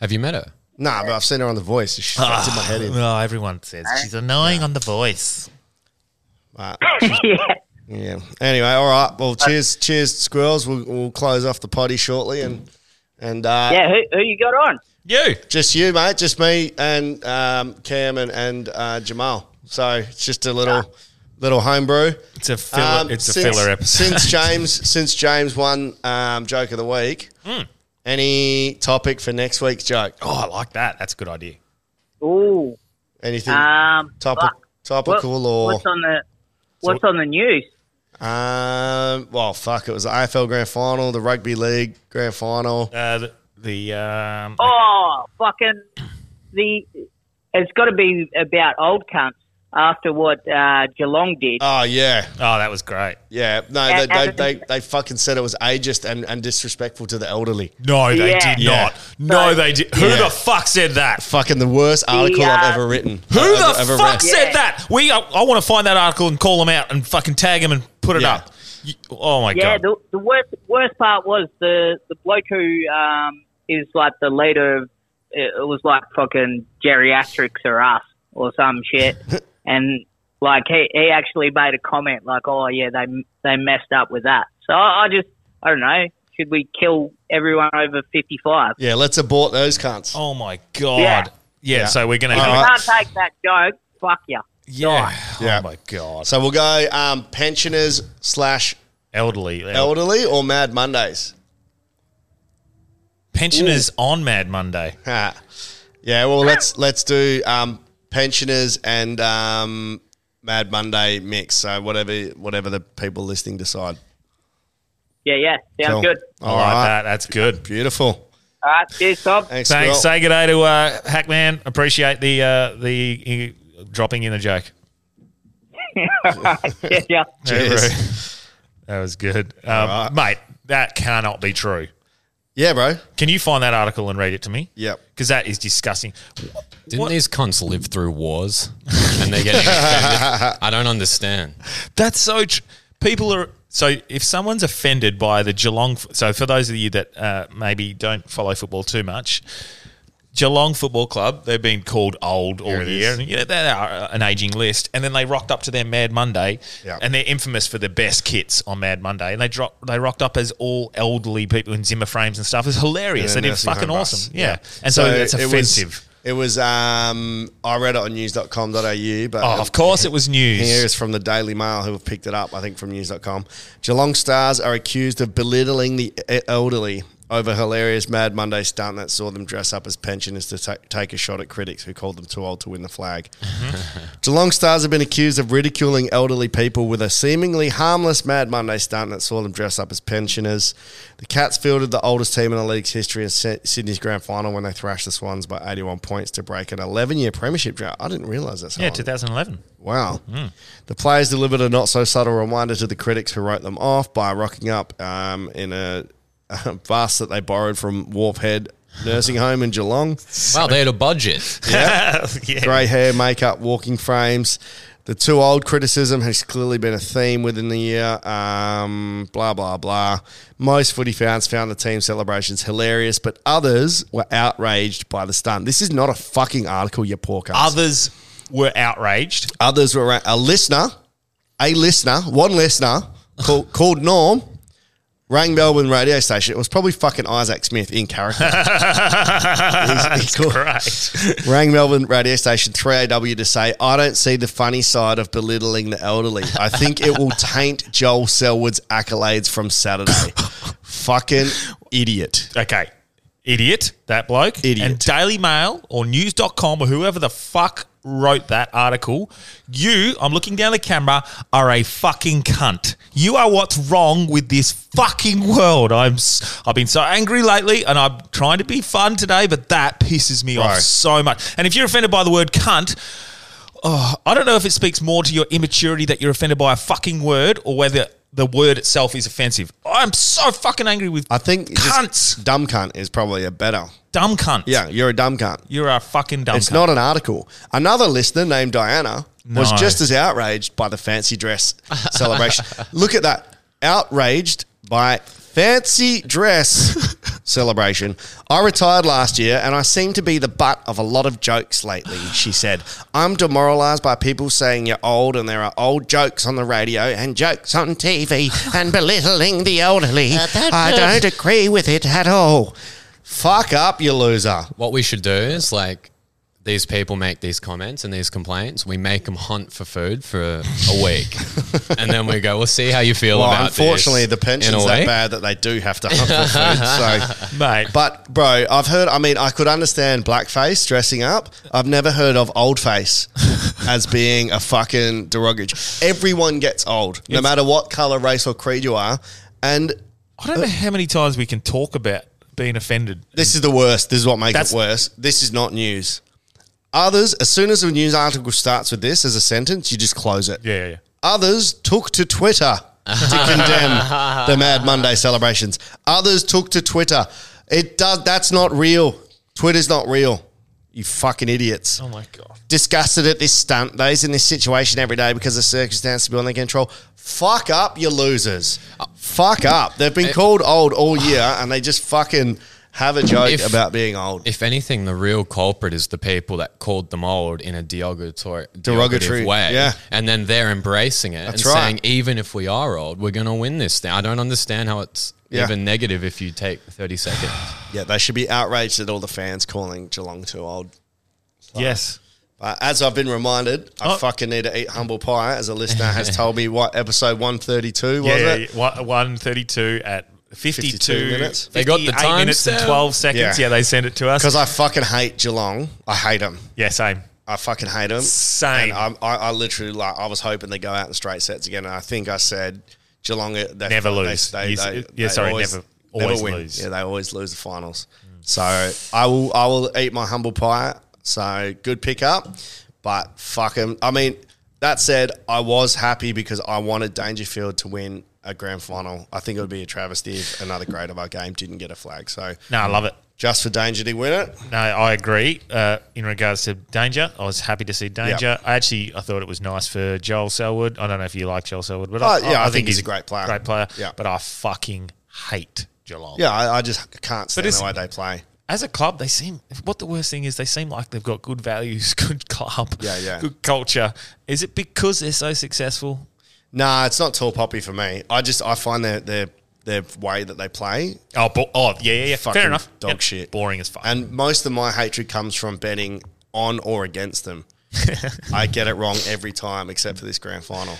Speaker 3: Have you met her?
Speaker 1: Nah, but I've seen her on The Voice. She's fucked in my head. in.
Speaker 2: No, everyone says she's annoying on the voice.
Speaker 10: yeah.
Speaker 1: Yeah. Anyway, all right. Well, cheers, cheers, squirrels. We'll, we'll close off the potty shortly, and and uh,
Speaker 10: yeah, who, who you got on?
Speaker 2: You.
Speaker 1: Just you, mate. Just me and um, Cam and, and uh, Jamal. So it's just a little little homebrew. Um,
Speaker 2: It's a filler- it's a filler episode.
Speaker 1: Since James since James won um, joke of the week,
Speaker 2: Hmm.
Speaker 1: any topic for next week's joke?
Speaker 2: Oh, I like that. That's a good idea.
Speaker 10: Ooh.
Speaker 1: Anything
Speaker 10: Um,
Speaker 1: topi-
Speaker 10: fuck.
Speaker 1: topical
Speaker 10: What-
Speaker 1: or
Speaker 10: what's on the what's on the news?
Speaker 1: um, well, fuck. It was the AFL grand final, the rugby league grand final.
Speaker 2: Uh, the the um,
Speaker 10: Oh, fucking the it's got to be about old cunts after what uh, Geelong did.
Speaker 1: Oh yeah.
Speaker 2: Oh, that was great.
Speaker 1: Yeah. No,
Speaker 10: And-
Speaker 1: they, they,
Speaker 10: and-
Speaker 1: they, they fucking said it was ageist and, and disrespectful to the elderly.
Speaker 2: No, they Yeah. did not. No, they did- who the fuck said that?
Speaker 1: Fucking the worst article I've
Speaker 2: uh,
Speaker 1: ever written.
Speaker 2: Who
Speaker 1: I've
Speaker 2: the
Speaker 1: ever- ever read.
Speaker 2: fuck said that? We, I, I want to find that article and call them out and fucking tag them and put it up. You- oh my
Speaker 10: yeah,
Speaker 2: god!
Speaker 10: the, the worst worst part was the the bloke who um, is like the leader of it it was like fucking geriatrics or us or some shit, and like he he actually made a comment like, oh yeah, they they messed up with that. So I, I just I don't know. Should we kill everyone over fifty five?
Speaker 1: Yeah, let's abort those cunts.
Speaker 2: Oh my god!
Speaker 10: Yeah.
Speaker 2: Yeah, so we're gonna
Speaker 10: If
Speaker 1: All
Speaker 10: you
Speaker 1: right.
Speaker 10: can't take that joke, fuck you.
Speaker 2: Yeah.
Speaker 1: Yeah.
Speaker 2: Oh my god.
Speaker 1: So we'll go um, pensioners slash
Speaker 2: elderly,
Speaker 1: elderly or Mad Mondays.
Speaker 2: Pensioners on Mad Monday.
Speaker 1: yeah. Well, let's let's do um, pensioners and um, Mad Monday mix. So whatever whatever the people listening decide.
Speaker 10: Yeah, yeah, sounds
Speaker 1: Cool.
Speaker 10: good.
Speaker 1: All right.
Speaker 2: that. That's good.
Speaker 1: Beautiful.
Speaker 10: All right, cheers, Tom.
Speaker 1: Thanks,
Speaker 2: Thanks. Say good day to uh, Hackman. Appreciate the uh, the uh, dropping in a joke.
Speaker 10: yeah, yeah.
Speaker 2: Yeah, bro. That was good, um, mate. That cannot be true.
Speaker 1: Yeah, bro.
Speaker 2: Can you find that article and read it to me?
Speaker 1: Yep.
Speaker 2: Because that is disgusting.
Speaker 3: Didn't these cunts live through wars and they're getting offended? I don't understand.
Speaker 2: That's so. Tr- people are so. If someone's offended by the Geelong, so for those of you that uh, maybe don't follow football too much, Geelong Football Club, they've been called old all
Speaker 11: it
Speaker 2: year.
Speaker 11: is.
Speaker 2: And, yeah, they are an aging list, and then they rocked up to their Mad Monday,
Speaker 11: Yeah.
Speaker 2: and they're infamous for the best kits on Mad Monday, and they drop they rocked up as all elderly people in Zimmer frames and stuff. It's hilarious.
Speaker 1: And
Speaker 2: they
Speaker 1: a
Speaker 2: did
Speaker 1: nursing
Speaker 2: fucking
Speaker 1: home bus.
Speaker 2: awesome. Yeah. and so, that's
Speaker 1: it was-
Speaker 2: offensive.
Speaker 1: It was, um, I read it on news.com.au, but
Speaker 2: Oh, of course it was news.
Speaker 1: Here is from the Daily Mail, who have picked it up, I think, from news.com. Geelong stars are accused of belittling the e, elderly over hilarious Mad Monday stunt that saw them dress up as pensioners to ta- take a shot at critics who called them too old to win the flag. Geelong Stars have been accused of ridiculing elderly people with a seemingly harmless Mad Monday stunt that saw them dress up as pensioners. The Cats fielded the oldest team in the league's history in Sy- Sydney's grand final when they thrashed the Swans by 81 points to break an 11 year premiership drought. I didn't realise that's
Speaker 2: yeah, 2011.
Speaker 1: Wow. The players delivered a not so subtle reminder to the critics who wrote them off by rocking up um, in a, a bus that they borrowed from Wharf Head Nursing Home in Geelong.
Speaker 3: Wow, they had a budget.
Speaker 1: Yeah.
Speaker 2: Yeah.
Speaker 1: Grey hair, makeup, walking frames. The too old criticism has clearly been a theme within the year. Um, blah, blah, blah. Most footy fans found the team celebrations hilarious, but others were outraged by the stunt. This is not a fucking article, you poor cunt.
Speaker 2: Others were outraged.
Speaker 1: Others were ra- a listener, a listener, one listener called, called Norm. Rang Melbourne radio station. It was probably fucking Isaac Smith in character.
Speaker 2: That's great.
Speaker 1: Rang Melbourne radio station 3AW to say, I don't see the funny side of belittling the elderly. I think it will taint Joel Selwood's accolades from Saturday. fucking idiot.
Speaker 2: Okay. Idiot, that bloke. Idiot. And Daily Mail or news.com or whoever the fuck wrote that article, you, I'm looking down the camera, are a fucking cunt. You are what's wrong with this fucking world. I'm s- I've been so angry lately and I'm trying to be fun today, but that pisses me off
Speaker 12: Right.
Speaker 2: so much. And if you're offended by the word cunt, oh, I don't know if it speaks more to your immaturity that you're offended by a fucking word or whether the word itself is offensive. I'm so fucking angry with.
Speaker 1: I think cunts. dumb cunt is probably a better.
Speaker 2: Dumb cunt.
Speaker 1: Yeah, you're a dumb cunt.
Speaker 2: You're a fucking dumb
Speaker 1: it's
Speaker 2: cunt.
Speaker 1: not an article. Another listener named Diana was
Speaker 2: No.
Speaker 1: just as outraged by the fancy dress celebration. Look at that. Outraged by fancy dress celebration. I retired last year and I seem to be the butt of a lot of jokes lately, she said. I'm demoralized by people saying you're old and there are old jokes on the radio and jokes on TV and belittling the elderly. I don't agree with it at all. Fuck up, you loser.
Speaker 3: What we should do is like these people make these comments and these complaints. We make them hunt for food for a week, and then we go, "We'll see how you feel
Speaker 1: well,
Speaker 3: about this
Speaker 1: unfortunately, the
Speaker 3: in a
Speaker 1: pension's that
Speaker 3: week."
Speaker 1: bad that they do have to hunt for food. So,
Speaker 2: mate.
Speaker 1: But bro, I've heard. I mean, I could understand blackface dressing up. I've never heard of old face as being a fucking derogatory. Everyone gets old, no
Speaker 2: It's-
Speaker 1: matter what color, race, or creed you are. And
Speaker 2: I don't know how many times we can talk about being offended.
Speaker 1: This is the worst. This is what makes
Speaker 2: That's-
Speaker 1: it worse. This is not news. Others, as soon as a news article starts with this as a sentence, you just close it.
Speaker 2: Yeah, yeah.
Speaker 1: Others took to Twitter to condemn the Mad Monday celebrations. Others took to Twitter. It does. That's not real. Twitter's not real. You fucking idiots. Oh
Speaker 2: my god.
Speaker 1: Disgusted at this stunt. Those in this situation every day because the circumstances beyond their control. Fuck up, you losers. Uh, Fuck up. They've
Speaker 3: Eh.
Speaker 1: been called old all year, and they just fucking have a joke
Speaker 3: If-
Speaker 1: about being old.
Speaker 3: If anything, the real culprit is the people that called them old in a derogatory,
Speaker 1: Derogatory,
Speaker 3: derogatory way.
Speaker 1: yeah.
Speaker 3: And then they're embracing it
Speaker 1: That's
Speaker 3: and
Speaker 1: right.
Speaker 3: saying, even if we are old, we're going to win this thing. I don't understand how it's
Speaker 1: Yeah.
Speaker 3: even negative if you take 30 seconds.
Speaker 1: Yeah, they should be outraged at all the fans calling Geelong too old. So-
Speaker 2: Yes.
Speaker 1: But Uh, as I've been reminded, I fucking need to eat humble pie, as a listener has told me what episode 132 was
Speaker 2: yeah,
Speaker 1: it?
Speaker 2: yeah, one thirty-two at 52,
Speaker 1: 52 minutes.
Speaker 2: They got the time minutes and
Speaker 1: timestamp.
Speaker 2: twelve seconds. Yeah, they sent it to us
Speaker 1: Because I fucking hate Geelong. I hate them.
Speaker 2: Yeah, same.
Speaker 1: I fucking hate them.
Speaker 2: Same.
Speaker 1: And I'm, I, I literally like I was hoping they go out in straight sets again. And I think I said Geelong uh, they
Speaker 2: Never
Speaker 1: they-
Speaker 2: lose.
Speaker 1: They,
Speaker 2: You s-
Speaker 1: they, they
Speaker 2: yeah, sorry, never- always lose.
Speaker 1: Yeah, they always lose the finals. So I will I will eat my humble pie. So good pick up, but fuck 'em. I mean, that said, I was happy because I wanted Dangerfield to win a grand final. I think it would be a travesty if another great of our game didn't get a flag. So
Speaker 2: No, I love it.
Speaker 1: Just for Danger to win it.
Speaker 2: No, I agree. Uh, in regards to danger, I was happy to see danger.
Speaker 1: Yeah.
Speaker 2: I actually I thought it was nice for Joel Selwood. I don't know if you like Joel Selwood, but
Speaker 1: Oh,
Speaker 2: I,
Speaker 1: yeah, I think he's a great player.
Speaker 2: Great player.
Speaker 1: Yeah.
Speaker 2: But I fucking hate Geelong.
Speaker 1: Yeah, I, I just can't stand
Speaker 2: it's-
Speaker 1: the way they play.
Speaker 2: As a club, they seem what the worst thing is they seem like they've got good values, good club,
Speaker 1: Yeah, yeah.
Speaker 2: good culture. Is it because they're so successful?
Speaker 1: Nah, it's not tall poppy for me. I just I find their their their way that they play.
Speaker 2: Oh, bo- oh yeah, yeah, yeah.
Speaker 1: Fucking
Speaker 2: Fair enough.
Speaker 1: Dog
Speaker 2: Yep.
Speaker 1: shit.
Speaker 2: Boring as fuck.
Speaker 1: And most of my hatred comes from betting on or against them. I get it wrong every time, except for this grand final.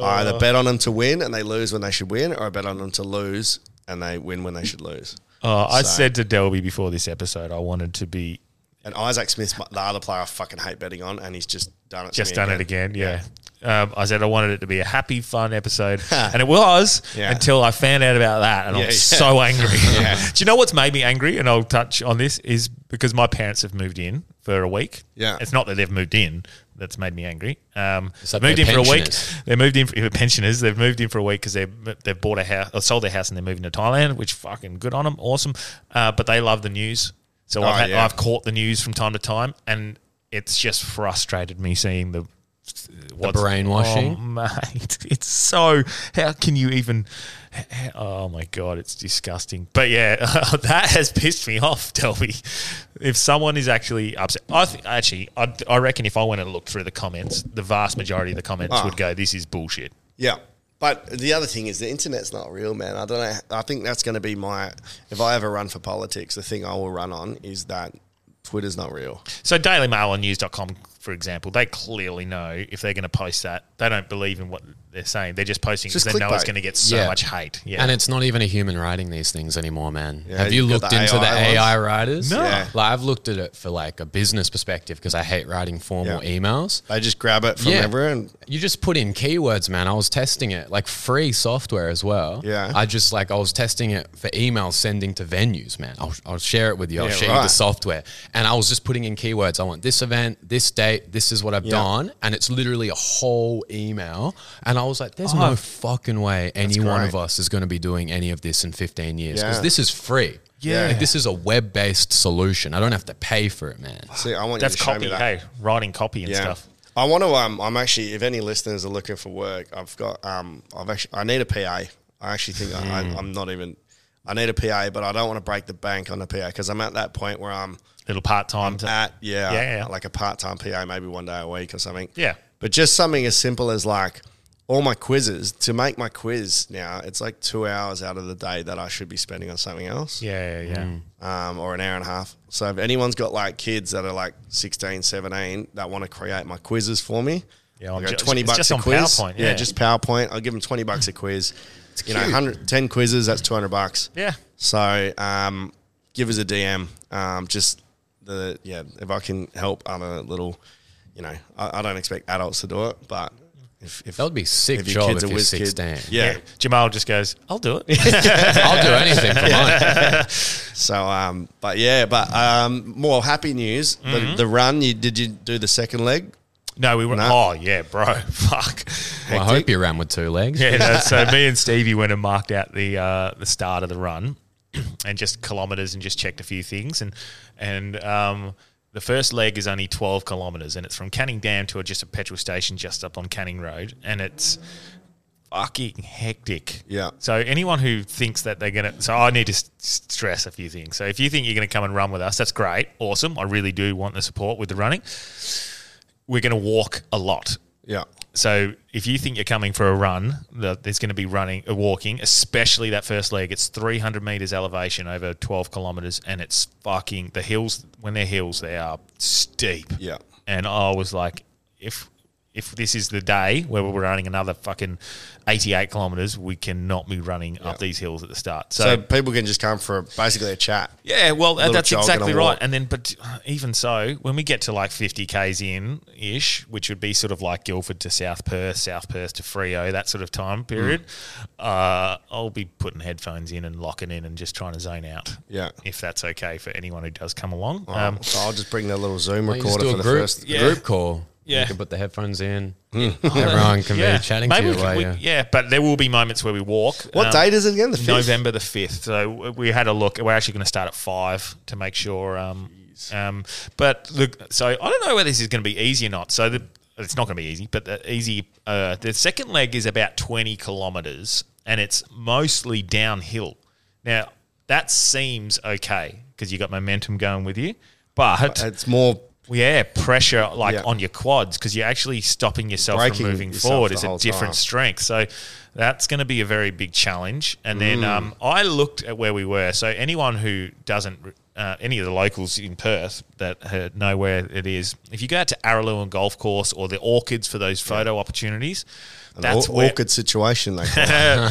Speaker 1: I either
Speaker 2: Oh.
Speaker 1: bet on them to win and they lose when they should win, or I bet on them to lose and they win when they should lose.
Speaker 2: Oh, I
Speaker 1: So-
Speaker 2: said to Delby before this episode, I wanted to be
Speaker 1: And Isaac Smith, the other player, I fucking hate betting on, and he's just done it. to
Speaker 2: just
Speaker 1: me
Speaker 2: done it again. Yeah. Um, I said I wanted it to be a happy, fun episode, and it was
Speaker 1: Yeah.
Speaker 2: until I found out about that, and
Speaker 1: Yeah,
Speaker 2: I'm
Speaker 1: yeah.
Speaker 2: so angry.
Speaker 1: Yeah.
Speaker 2: Do you know what's made me angry? And I'll touch on this is because my parents have moved in for a week.
Speaker 1: Yeah.
Speaker 2: it's not that they've moved in that's made me angry. Um,
Speaker 3: It's like
Speaker 2: moved in
Speaker 3: they're
Speaker 2: for a week.
Speaker 3: pensioners.
Speaker 2: They moved in for pensioners. They've moved in for a week because they they've bought a house, or sold their house, and they're moving to Thailand, which fucking good on them, awesome. Uh, but they love the news, so
Speaker 1: Oh,
Speaker 2: I've, had,
Speaker 1: yeah.
Speaker 2: I've caught the news from time to time, and it's just frustrated me seeing the what's-
Speaker 3: brainwashing?
Speaker 2: Oh, mate, it's so. How can you even? h- Oh my god, it's disgusting. But yeah, that has pissed me off, Delby. If someone is actually upset, I th- actually, I, I reckon if I went and looked through the comments, the vast majority of the comments
Speaker 1: Ah.
Speaker 2: would go, "This is bullshit."
Speaker 1: Yeah. But the other thing is the internet's not real, man. I don't know. I think that's going to be my if I ever run for politics, the thing I will run on is that Twitter's not real.
Speaker 2: So Daily Mail and News.com for example, they clearly know if they're going to post that, they don't believe in what they're saying. They're just posting because they know it's going to get so much hate. Yeah.
Speaker 3: And it's not even a human writing these things anymore, man.
Speaker 2: Yeah,
Speaker 3: Have you
Speaker 2: you've got
Speaker 3: looked
Speaker 2: the
Speaker 3: into the
Speaker 2: AI
Speaker 3: AI
Speaker 2: ones.
Speaker 3: writers?
Speaker 2: No. Yeah.
Speaker 3: Like, I've looked at it for like a business perspective because I hate writing formal emails.
Speaker 1: They just grab it from everyone.
Speaker 3: You just put in keywords, man. I was testing it, like free software as well.
Speaker 1: Yeah.
Speaker 3: I just like, I was testing it for emails sending to venues, man. I'll, I'll share it with you. I'll
Speaker 1: Yeah,
Speaker 3: share you the
Speaker 1: right.
Speaker 3: software. And I was just putting in keywords. I want this event, this date, this is what I've
Speaker 1: Yeah.
Speaker 3: done. And it's literally a whole email. And I was like, there's
Speaker 1: Oh,
Speaker 3: no
Speaker 1: I've-
Speaker 3: fucking way any one
Speaker 1: great.
Speaker 3: of us is going to be doing any of this in 15 years because
Speaker 1: Yeah.
Speaker 3: this is free.
Speaker 1: Yeah.
Speaker 3: Like, this is a web based solution. I don't have to pay for it, man.
Speaker 1: See, I want
Speaker 2: That's
Speaker 1: you to show
Speaker 2: copy,
Speaker 1: me that.
Speaker 2: hey, writing copy and
Speaker 1: Yeah.
Speaker 2: stuff.
Speaker 1: I want to. Um, I'm actually. If any listeners are looking for work, I've got. Um, I've actually. I need a PA. I actually think I, I,
Speaker 2: Mm.
Speaker 1: I'm not even. I need a PA, but I don't want to break the bank on the PA because I'm at that point where I'm
Speaker 2: little part time.
Speaker 1: At yeah,
Speaker 2: Yeah, yeah, yeah.
Speaker 1: like a part time PA, maybe one day a week or something.
Speaker 2: Yeah.
Speaker 1: but just something as simple as like all my quizzes. To make my quiz now, it's like two hours out of the day that I should be spending on something else.
Speaker 2: Yeah, yeah, yeah.
Speaker 1: Um, or an hour and a half. So if anyone's got like kids that are like 16, 17 that want to create my quizzes for me,
Speaker 2: Yeah,
Speaker 1: I'll
Speaker 2: I'm
Speaker 1: go
Speaker 2: ju-
Speaker 1: 20
Speaker 2: it's
Speaker 1: bucks
Speaker 2: just
Speaker 1: a
Speaker 2: on
Speaker 1: quiz.
Speaker 2: PowerPoint, yeah.
Speaker 1: just PowerPoint. I'll give them 20 bucks a quiz. you know,
Speaker 2: cute.
Speaker 1: 100, 10 quizzes, that's 200 bucks.
Speaker 2: Yeah.
Speaker 1: So um, give us a DM. Um, just the, yeah, if I can help other little, you know, I, I don't expect adults to do it, but if, if that would
Speaker 3: be sick
Speaker 1: if your
Speaker 3: job
Speaker 1: kids
Speaker 3: if
Speaker 1: are
Speaker 3: you're
Speaker 1: whiz kid-
Speaker 3: 16.
Speaker 1: Yeah.
Speaker 2: Yeah. Jamal just goes, I'll do it.
Speaker 3: I'll do anything for
Speaker 1: Yeah.
Speaker 3: mine.
Speaker 1: so, um, but yeah, but um, more happy news. The,
Speaker 3: Mm-hmm.
Speaker 2: Mhm.
Speaker 1: the run, you did you do the second leg?
Speaker 2: No, we were. Oh yeah, bro. Fuck.
Speaker 3: Well, I hope you ran with two legs.
Speaker 2: Yeah, no, so me and Stevie went and marked out the uh, the start of the run, and just kilometers, and just checked a few things, and and um, the first leg is only twelve kilometers, and it's from Canning Dam to just a petrol station just up on Canning Road, and it's fucking hectic.
Speaker 1: Yeah.
Speaker 2: So anyone who thinks that they're gonna, so I need to s- stress a few things. So if you think you're gonna come and run with us, that's great, awesome. I really do want the support with the running. We're gonna walk a lot.
Speaker 1: Yeah.
Speaker 2: So if you think you're coming for a run, the- there's going to be running, uh, walking, especially that first leg. It's 300 meters elevation over 12 kilometers, and it's fucking the hills. When they're hills, they are steep.
Speaker 1: Yeah.
Speaker 2: And I was like, if if this is the day where we're running another fucking 88 kilometers, we cannot be running up these hills at the start.
Speaker 1: So,
Speaker 2: So,
Speaker 1: people can just come for basically a chat.
Speaker 2: yeah, well,
Speaker 1: A little
Speaker 2: that's
Speaker 1: jog and a
Speaker 2: exactly
Speaker 1: walk.
Speaker 2: right. And then, but even so, when we get to like 50 Ks in ish, which would be sort of like Guildford to South Perth, South Perth to Frio, that sort of time period,
Speaker 1: Mm.
Speaker 2: uh, I'll be putting headphones in and locking in and just trying to zone out.
Speaker 1: Yeah.
Speaker 2: If that's okay for anyone who does come along. Um,
Speaker 1: Oh, so I'll just bring the little Zoom
Speaker 3: Um, Why don't you just
Speaker 1: recorder
Speaker 3: do
Speaker 1: for
Speaker 3: a
Speaker 1: the
Speaker 3: group-
Speaker 1: first
Speaker 3: a group call. You
Speaker 2: Yeah. Hmm.
Speaker 3: can put the headphones in.
Speaker 1: Mm.
Speaker 3: Everyone can
Speaker 2: Yeah.
Speaker 3: be chatting
Speaker 2: Maybe
Speaker 3: to
Speaker 2: we
Speaker 3: you
Speaker 2: could-
Speaker 3: while
Speaker 2: we-
Speaker 3: you're.
Speaker 2: Yeah, but there will be moments where we walk.
Speaker 3: Um,
Speaker 2: Um,
Speaker 1: What date is it again? The 5th?
Speaker 2: November the fifth. So w- we had a look. We're actually going to start at five to make sure. Um, um, but look, so I don't know whether this is going to be easy or not. So the, it's not going to be easy, but the easy. Uh, the second leg is about twenty kilometers, and it's mostly downhill. Now that seems okay because you got momentum going with you, but
Speaker 1: it's more.
Speaker 2: Yeah, pressure like
Speaker 1: Yeah.
Speaker 2: on your quads because you're actually stopping yourself
Speaker 1: Braking
Speaker 2: from moving
Speaker 1: yourself
Speaker 2: forward
Speaker 1: the
Speaker 2: is a
Speaker 1: whole
Speaker 2: different
Speaker 1: time.
Speaker 2: strength. So that's going to be a very big challenge. And then
Speaker 1: Mm.
Speaker 2: um, I looked at where we were. So anyone who doesn't, uh, any of the locals in Perth that uh, know where it is, if you go out to Araloo and Golf Course or the Orchids for those photo opportunities,
Speaker 1: An
Speaker 2: that's
Speaker 1: au-
Speaker 2: where. uh,
Speaker 1: awkward situation. They call it.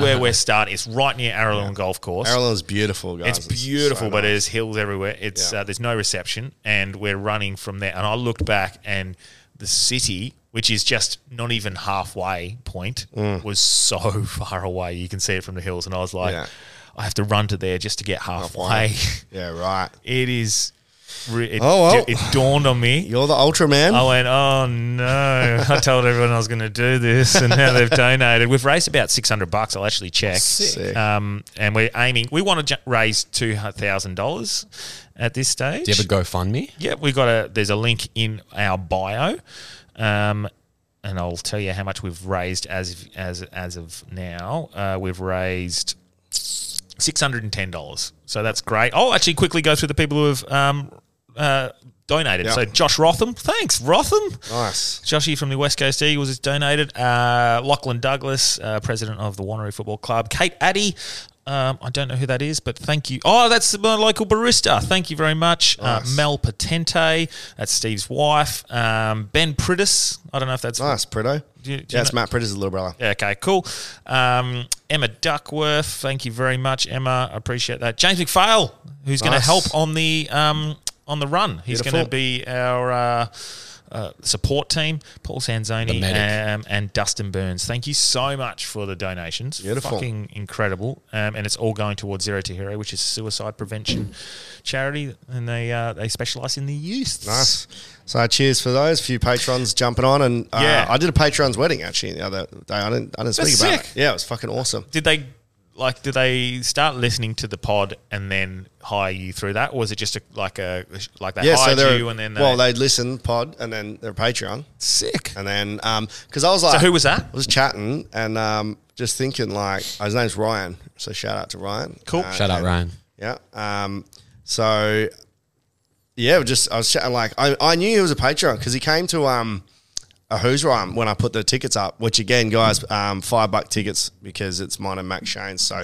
Speaker 2: where we're starting. It's right near Araloo and Golf Course.
Speaker 1: Araloo's beautiful, guys.
Speaker 2: It's
Speaker 1: It's so
Speaker 2: beautiful, but
Speaker 1: nice.
Speaker 2: there's hills everywhere. It's uh, there's no reception, and we're running from there. And I looked back, and the city, which is just not even halfway point,
Speaker 1: Mm.
Speaker 2: was so far away. You can see it from the hills, and I was like,
Speaker 1: Yeah.
Speaker 2: I have to run to there just to get halfway.
Speaker 1: yeah, right.
Speaker 2: it is. Re- it,
Speaker 1: Oh, well.
Speaker 2: it dawned on me.
Speaker 1: You're the Ultraman.
Speaker 2: I went, oh no! I told everyone I was going to do this, and now they've donated. We've raised about six hundred bucks. I'll actually check.
Speaker 1: Sick.
Speaker 2: Um, and we're aiming. We want to ju- raise two thousand dollars at this stage.
Speaker 3: Do you have a GoFundMe?
Speaker 2: Yeah, we got a. There's a link in our bio, um, and I'll tell you how much we've raised as of- as as of now. Uh, we've raised six hundred and ten dollars. So that's great. I'll actually quickly go through the people who have um, uh, donated.
Speaker 1: Yeah.
Speaker 2: So Josh Rotham, thanks Rotham.
Speaker 1: Nice.
Speaker 2: Joshy from the West Coast Eagles has donated. Uh, Lachlan Douglas, uh, president of the Wanneroo Football Club. Kate Addy. Um, I don't know who that is, but thank you. Oh, that's my local barista. Thank you very much. Uh,
Speaker 1: Nice.
Speaker 2: Mel Patente. That's Steve's wife. Um, ben Prittis. I don't know if that's
Speaker 1: nice. Prito.
Speaker 2: Do you- do you
Speaker 1: yeah, it's
Speaker 2: know-
Speaker 1: Matt Pritter's little brother.
Speaker 2: Yeah, okay, cool. Um, Emma Duckworth, thank you very much, Emma. I appreciate that. James McPhail, who's going to
Speaker 1: Nice.
Speaker 2: help on the um, on the run. He's going
Speaker 1: Beautiful.
Speaker 2: to be our uh, uh, support team. Paul Sanzoni
Speaker 3: The medic.
Speaker 2: um, and Dustin Burns. Thank you so much for the donations.
Speaker 1: Beautiful.
Speaker 2: Fucking incredible. Um, and it's all going towards Zero to Hero, which is a suicide prevention charity, and they uh, they specialise in the youth.
Speaker 1: Nice. So cheers for those few patrons jumping on, and uh,
Speaker 2: Yeah.
Speaker 1: I did a patron's wedding actually the other day. I didn't, I didn't speak
Speaker 2: That's
Speaker 1: about
Speaker 2: sick.
Speaker 1: it. Yeah, it was fucking awesome.
Speaker 2: did they like did they start listening to the pod and then hire you through that or was it just a, like a like they
Speaker 1: yeah, so
Speaker 2: hired
Speaker 1: they're
Speaker 2: you and then they,
Speaker 1: well, they'd listen pod and then their Patreon.
Speaker 2: Sick.
Speaker 1: And then because I was like,
Speaker 2: who was that?
Speaker 1: I was chatting and um, just thinking like oh, his name's Ryan. So shout out to Ryan.
Speaker 2: Cool.
Speaker 3: Shout out,
Speaker 1: and-
Speaker 3: Ryan.
Speaker 1: Yeah. Um, so yeah, we just I was chatting like I, I knew he was a Patreon because he came to um a Who's Rhyme when I put the tickets up, which again, guys, um, five buck tickets because it's mine and Mac Shane's. So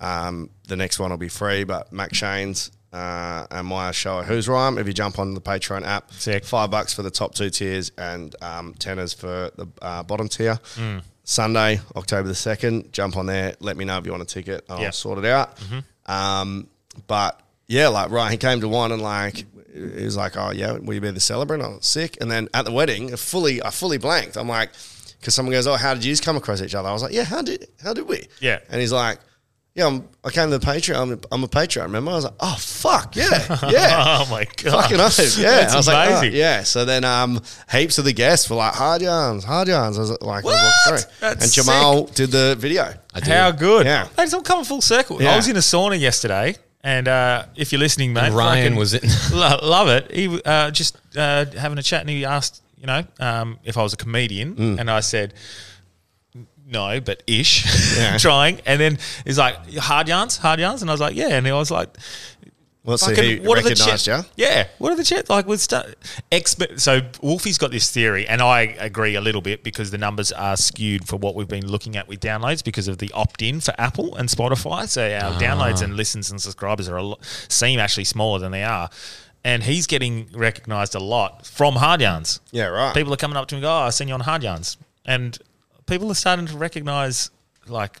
Speaker 1: um, the next one will be free, but Mac Shane's uh, and my show at Who's Rhyme. If you jump on the Patreon app, five bucks for the top two tiers and um, tenors for the uh, bottom tier.
Speaker 2: Mm.
Speaker 1: Sunday, October the 2nd, jump on there. Let me know if you want a ticket. I'll
Speaker 2: Yeah.
Speaker 1: sort it out. Um, but yeah, like Ryan he came to one and like he was like, "Oh yeah, will you be the celebrant?" I was sick, and then at the wedding, fully I fully blanked. I'm like, because someone goes, "Oh, how did you come across each other?" I was like, "Yeah, how did how did we?"
Speaker 2: Yeah.
Speaker 1: and he's like. Yeah, I'm, I came to the Patreon. I'm a, I'm a Patreon, remember? I was like, oh, fuck, yeah, yeah.
Speaker 2: Oh, my God.
Speaker 1: Fucking oath, yeah.
Speaker 2: That's
Speaker 1: I was like, oh,
Speaker 2: amazing.
Speaker 1: yeah. So then um, heaps of the guests were like, hard yarns, hard yarns. I was like, I was walking through.
Speaker 2: That's
Speaker 1: and Jamal did the video.
Speaker 2: how good
Speaker 1: Yeah.
Speaker 2: Mate, it's all coming full circle i
Speaker 1: Yeah.
Speaker 2: was in a sauna yesterday and uh, if you're listening mate
Speaker 3: And Ryan
Speaker 2: fucking
Speaker 3: was in.
Speaker 2: lo- love it he uh, just uh, having a chat and he asked you know um, if i was a comedian
Speaker 1: Mm.
Speaker 2: and i said no, but ish,
Speaker 1: Yeah.
Speaker 2: trying. And then he's like, hard yarns, hard yarns. And I was like, yeah. And I was like,
Speaker 1: Let's see
Speaker 2: Fucking-
Speaker 1: who recognised
Speaker 2: chan-
Speaker 1: you.
Speaker 2: Yeah. What are the chances? Like with stuff, expert. So Wolfie's got this theory, and I agree a little bit because the numbers are skewed for what we've been looking at with downloads because of the opt-in for Apple and Spotify. So our
Speaker 3: Ah.
Speaker 2: downloads and listens and subscribers are a lot, seem actually smaller than they are. And he's getting recognised a lot from Hard Yarns.
Speaker 1: Yeah, right.
Speaker 2: People are coming up to him and go, oh, I've seen you on Hard Yarns. And people are starting to recognise, like,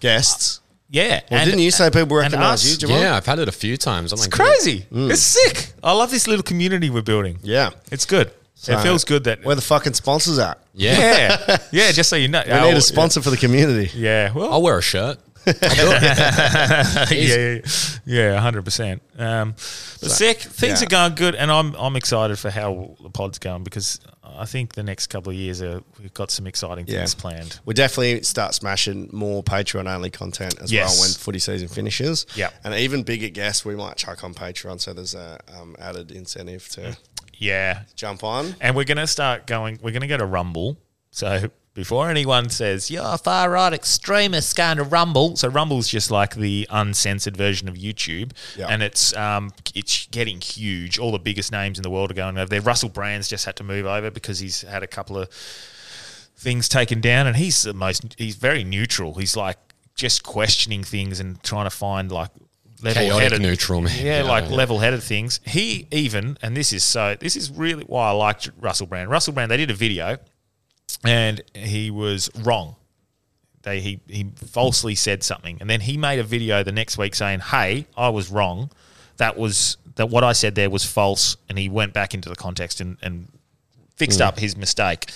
Speaker 1: guests.
Speaker 2: yeah.
Speaker 3: Well,
Speaker 2: and-
Speaker 3: didn't you say people
Speaker 2: and
Speaker 3: recognise
Speaker 2: us.
Speaker 3: you, Jamal? Yeah, I've had it a few times. I'm
Speaker 2: It's
Speaker 3: like,
Speaker 2: crazy. It's sick. I love this little community we're building.
Speaker 1: Mm. Yeah.
Speaker 2: It's good. it
Speaker 1: So-
Speaker 2: feels good that
Speaker 1: where the fucking sponsors at.
Speaker 2: Yeah. yeah. just so you know. Oh,
Speaker 1: We need a sponsor for the community.
Speaker 2: Yeah. Well, I'll
Speaker 3: wear a shirt.
Speaker 2: yeah, yeah, yeah, hundred percent. Um, but sick, things
Speaker 1: yeah.
Speaker 2: are going good, and I'm I'm excited for how the pod's going because I think the next couple of years are we've got some exciting
Speaker 1: Yeah.
Speaker 2: things planned.
Speaker 1: We'll definitely start smashing more Patreon only content as
Speaker 2: Yes.
Speaker 1: well when footy season finishes.
Speaker 2: Yep.
Speaker 1: And even bigger guests we might chuck on Patreon. So there's a um, added incentive to
Speaker 2: Yeah,
Speaker 1: jump on.
Speaker 2: and we're gonna start going. We're gonna go to Rumble. So before anyone says you're a far right extremist going to Rumble, so Rumble's just like the uncensored version of YouTube,
Speaker 1: Yeah.
Speaker 2: and it's um it's getting huge. All the biggest names in the world are going over there. Russell Brand's just had to move over because he's had a couple of things taken down, and he's the most. He's very neutral. He's like just questioning things and trying to find like. Level-headed,
Speaker 3: neutral, man.
Speaker 2: Yeah,
Speaker 3: Yeah,
Speaker 2: like
Speaker 3: yeah.
Speaker 2: level-headed things. He even, and this is so, this is really why I liked Russell Brand. Russell Brand, they did a video, and he was wrong. They he he falsely said something, and then he made a video the next week saying, "Hey, I was wrong. That was that what I said there was false." And he went back into the context and and fixed
Speaker 1: Mm.
Speaker 2: up his mistake.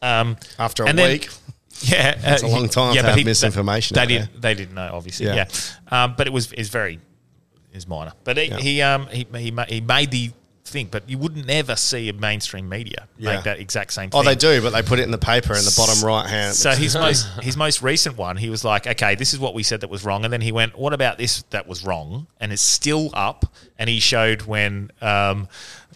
Speaker 2: Um,
Speaker 1: After a
Speaker 2: and then-
Speaker 1: week.
Speaker 2: yeah,
Speaker 1: That's a long time to
Speaker 2: but
Speaker 1: have misinformation
Speaker 2: They,
Speaker 1: out
Speaker 2: didn't. They didn't know, obviously. Yeah,
Speaker 1: Yeah.
Speaker 2: Um, but it was is very is minor. But he
Speaker 1: Yeah.
Speaker 2: he, um, he he ma- he made the thing. But you wouldn't ever see a mainstream media
Speaker 1: Yeah.
Speaker 2: make that exact same.
Speaker 1: Oh,
Speaker 2: thing.
Speaker 1: they do, but they put it in the paper in the bottom right hand.
Speaker 2: So his most his most recent one, he was like, "Okay, this is what we said that was wrong," and then he went, "What about this that was wrong?" And it's still up. And he showed when um,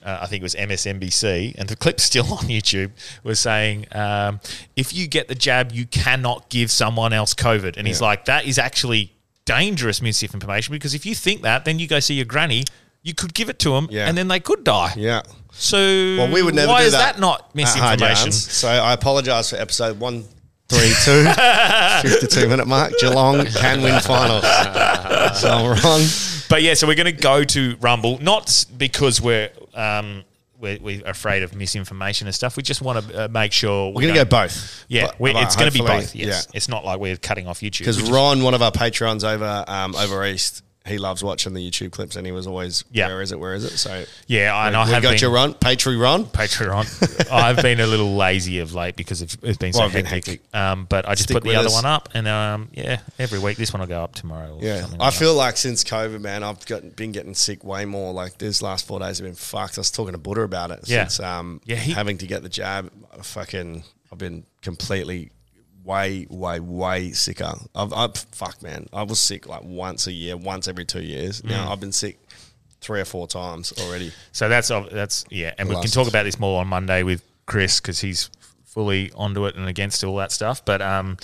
Speaker 2: uh, I think it was MSNBC, and the clip's still on YouTube, was saying, um, "If you get the jab, you cannot give someone else COVID." And he's
Speaker 1: Yeah.
Speaker 2: like, "That is actually dangerous misinformation because if you think that, then you go see your granny." You could give it to them, and then they could die.
Speaker 1: Yeah.
Speaker 2: So,
Speaker 1: Well, we would never
Speaker 2: why
Speaker 1: do
Speaker 2: is
Speaker 1: that
Speaker 2: that not
Speaker 1: at Hard
Speaker 2: misinformation?
Speaker 1: Yarns. So I apologize for episode 132, 52 minute mark. Geelong can win finals. so I'm wrong.
Speaker 2: But yeah, so we're going to go to Rumble, not s- because we're um, we're, we're afraid of misinformation and stuff. We just want to uh, make sure
Speaker 1: We're gonna
Speaker 2: don't-
Speaker 1: go both.
Speaker 2: Yeah,
Speaker 1: But-
Speaker 2: we,
Speaker 1: but
Speaker 2: it's going to be
Speaker 1: hopefully-
Speaker 2: both. Yes, it's not like we're cutting off YouTube
Speaker 1: Because
Speaker 2: We just-
Speaker 1: Ron, one of our patrons over um, over east, he loves watching the YouTube clips, and he was always,
Speaker 2: Yeah.
Speaker 1: where is it, where is it? So
Speaker 2: Yeah, I- and
Speaker 1: we,
Speaker 2: I
Speaker 1: we
Speaker 2: have
Speaker 1: got
Speaker 2: been-
Speaker 1: your Ron, Patreon,
Speaker 2: Patreon. I've been a little lazy of late because of, it's been so
Speaker 1: Well, I've been
Speaker 2: hectic. Um, but I just
Speaker 1: Stick
Speaker 2: put the
Speaker 1: with
Speaker 2: other
Speaker 1: us.
Speaker 2: one up, and um, yeah, every week this one will go up tomorrow. Or
Speaker 1: Yeah,
Speaker 2: something
Speaker 1: I
Speaker 2: like that.
Speaker 1: feel like since COVID, man, I've gotten, been getting sick way more. Like these last four days have been fucked. I was talking to Buddha about it.
Speaker 2: Yeah.
Speaker 1: since, um,
Speaker 2: Yeah, he-
Speaker 1: having to get the jab, I fucking, I've been completely, way, way, way sicker. I've, I've, fuck, man, I was sick like once a year, once every two years. Now
Speaker 2: Mm.
Speaker 1: I've been sick three or four times already.
Speaker 2: So that's ob- that's yeah, and we can
Speaker 1: Last-
Speaker 2: talk about this more on Monday with Chris because he's fully onto it and against all that stuff. But um,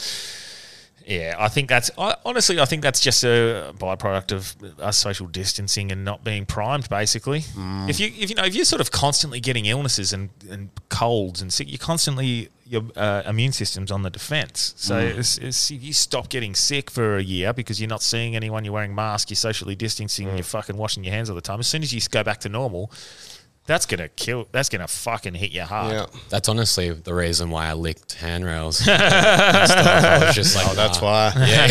Speaker 2: yeah, I think that's I, honestly, I think that's just a byproduct of us social distancing and not being primed. Basically, if you if you know if you're sort of constantly getting illnesses and, and colds and sick, you're constantly your uh, immune system's on the defense. So
Speaker 6: Mm.
Speaker 2: it's, it's, if you stop getting sick for a year because you're not seeing anyone, you're wearing masks, you're socially distancing, you're fucking washing your hands all the time. As soon as you go back to normal, that's gonna kill. That's gonna fucking hit you hard.
Speaker 3: That's honestly the reason why I licked handrails. and stuff. I was just like,
Speaker 2: Oh, that's
Speaker 3: nah.
Speaker 2: why.
Speaker 3: Yeah,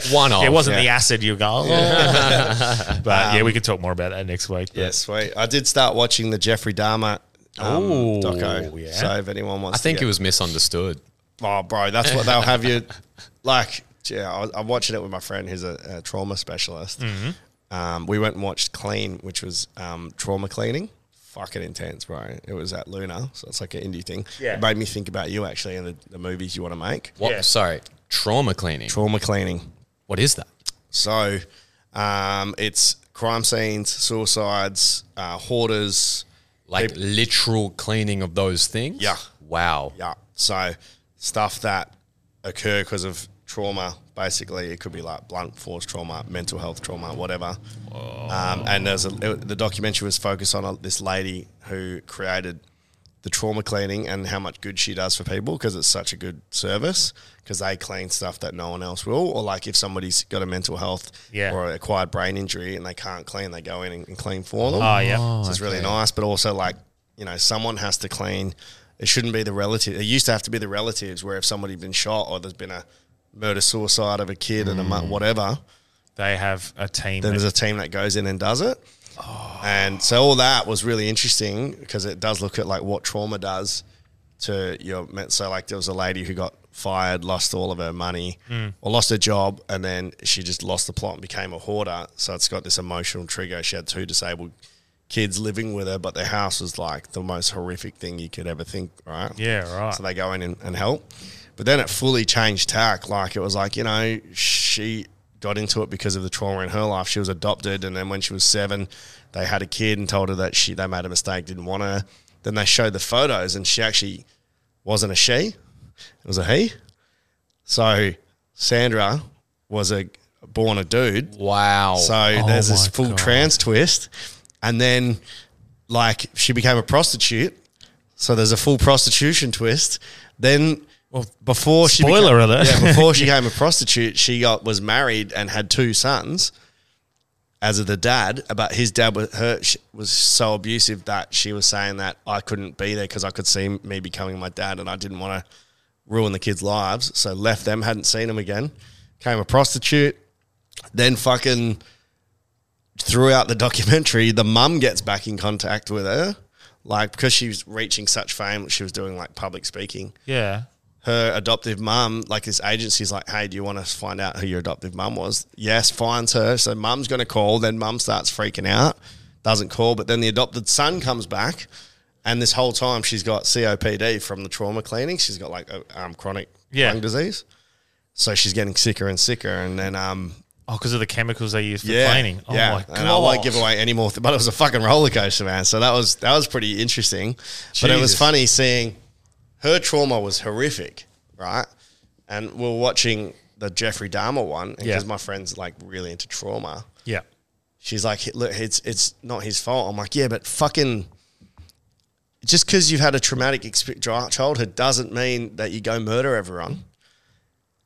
Speaker 3: yeah. One off.
Speaker 2: It wasn't the
Speaker 3: Yeah.
Speaker 2: acid you got.
Speaker 1: Yeah.
Speaker 2: but yeah,
Speaker 1: Um,
Speaker 2: we could talk more about that next week. but-
Speaker 1: Yeah, sweet. I did start watching the Jeffrey Dahmer. Um,
Speaker 2: Ooh,
Speaker 1: doco.
Speaker 2: yeah.
Speaker 1: So if anyone wants,
Speaker 3: I think
Speaker 1: to get-
Speaker 3: it was misunderstood.
Speaker 1: Oh, bro, that's what they'll have you like. Yeah, I was, I'm watching it with my friend who's a, a trauma specialist.
Speaker 3: Mhm.
Speaker 1: Um, we went and watched Clean, which was um, trauma cleaning. Fucking intense, bro. It was at Luna, so it's like an indie thing.
Speaker 3: Yeah.
Speaker 1: It made me think about you actually and the, the movies you want to make.
Speaker 3: What? Sorry, trauma cleaning.
Speaker 1: Trauma cleaning.
Speaker 3: What is that?
Speaker 1: So um, it's crime scenes, suicides, uh, hoarders.
Speaker 3: Like literal cleaning of those things?
Speaker 1: Yeah.
Speaker 3: Wow.
Speaker 1: Yeah. So stuff that occur because of trauma, basically, it could be like blunt force trauma, mental health trauma, whatever. Um, and there's a, it- the documentary was focused on a, this lady who created the trauma cleaning and how much good she does for people because it's such a good service because they clean stuff that no one else will or like if somebody's got a mental health
Speaker 2: Yeah.
Speaker 1: or acquired brain injury and they can't clean they go in and, and clean for them
Speaker 2: Oh, yeah. Oh,
Speaker 1: so it's really
Speaker 2: okay.
Speaker 1: nice but also like you know someone has to clean it shouldn't be the relative it used to have to be the relatives where if somebody's been shot or there's been a murder suicide of a kid and a
Speaker 2: Mm.
Speaker 1: mu- whatever
Speaker 2: they have a team
Speaker 1: then
Speaker 2: that-
Speaker 1: there's a team that goes in and does it and so all that was really interesting because it does look at like what trauma does to your men- so like there was a lady who got fired lost all of her money
Speaker 2: Mm.
Speaker 1: or lost her job and then she just lost the plot and became a hoarder so it's got this emotional trigger she had two disabled kids living with her but their house was like the most horrific thing you could ever think right
Speaker 2: Yeah, right.
Speaker 1: so they go in and, and help but then it fully changed tack like it was like you know she got into it because of the trauma in her life she was adopted and then when she was seven they had a kid and told her that she they made a mistake didn't want her then they showed the photos and she actually wasn't a she it was a he so Sandra was a born a dude.
Speaker 3: Wow.
Speaker 1: So
Speaker 3: Oh
Speaker 1: there's this
Speaker 3: my
Speaker 1: full
Speaker 3: God.
Speaker 1: trans twist, and then like she became a prostitute. So there's a full prostitution twist. Then before she
Speaker 2: spoiler
Speaker 1: became,
Speaker 2: alert.
Speaker 1: yeah, before she became a prostitute, she got was married and had two sons. As of the dad, but his dad was her sh- was so abusive that she was saying that I couldn't be there because I could see me becoming my dad, and I didn't want to ruin the kids' lives. So left them, hadn't seen them again. Came a prostitute, then fucking throughout the documentary, the mum gets back in contact with her, like because she was reaching such fame, she was doing like public speaking.
Speaker 2: Yeah.
Speaker 1: Her adoptive mum, like this agency's like, hey, do you want to find out who your adoptive mum was? Yes, finds her. So mum's going to call. Then mum starts freaking out, doesn't call. But then the adopted son comes back. And this whole time, she's got COPD from the trauma cleaning. She's got like a, um, chronic
Speaker 2: Yeah.
Speaker 1: lung disease. So she's getting sicker and sicker. And then um,
Speaker 2: Oh, because of the chemicals they use for
Speaker 1: yeah,
Speaker 2: cleaning. Oh
Speaker 1: yeah.
Speaker 2: my god!
Speaker 1: And I won't give away any more, th- but it was a fucking roller coaster, man. So that was that was pretty interesting. But it was
Speaker 2: Jesus.
Speaker 1: funny seeing her trauma was horrific, right? And we we're watching the Jeffrey Dahmer one because
Speaker 2: Yeah.
Speaker 1: my friend's like really into trauma.
Speaker 2: Yeah.
Speaker 1: She's like, "Look, it's it's not his fault." I'm like, "Yeah, but fucking." Just because you've had a traumatic expe- dra- childhood doesn't mean that you go murder everyone.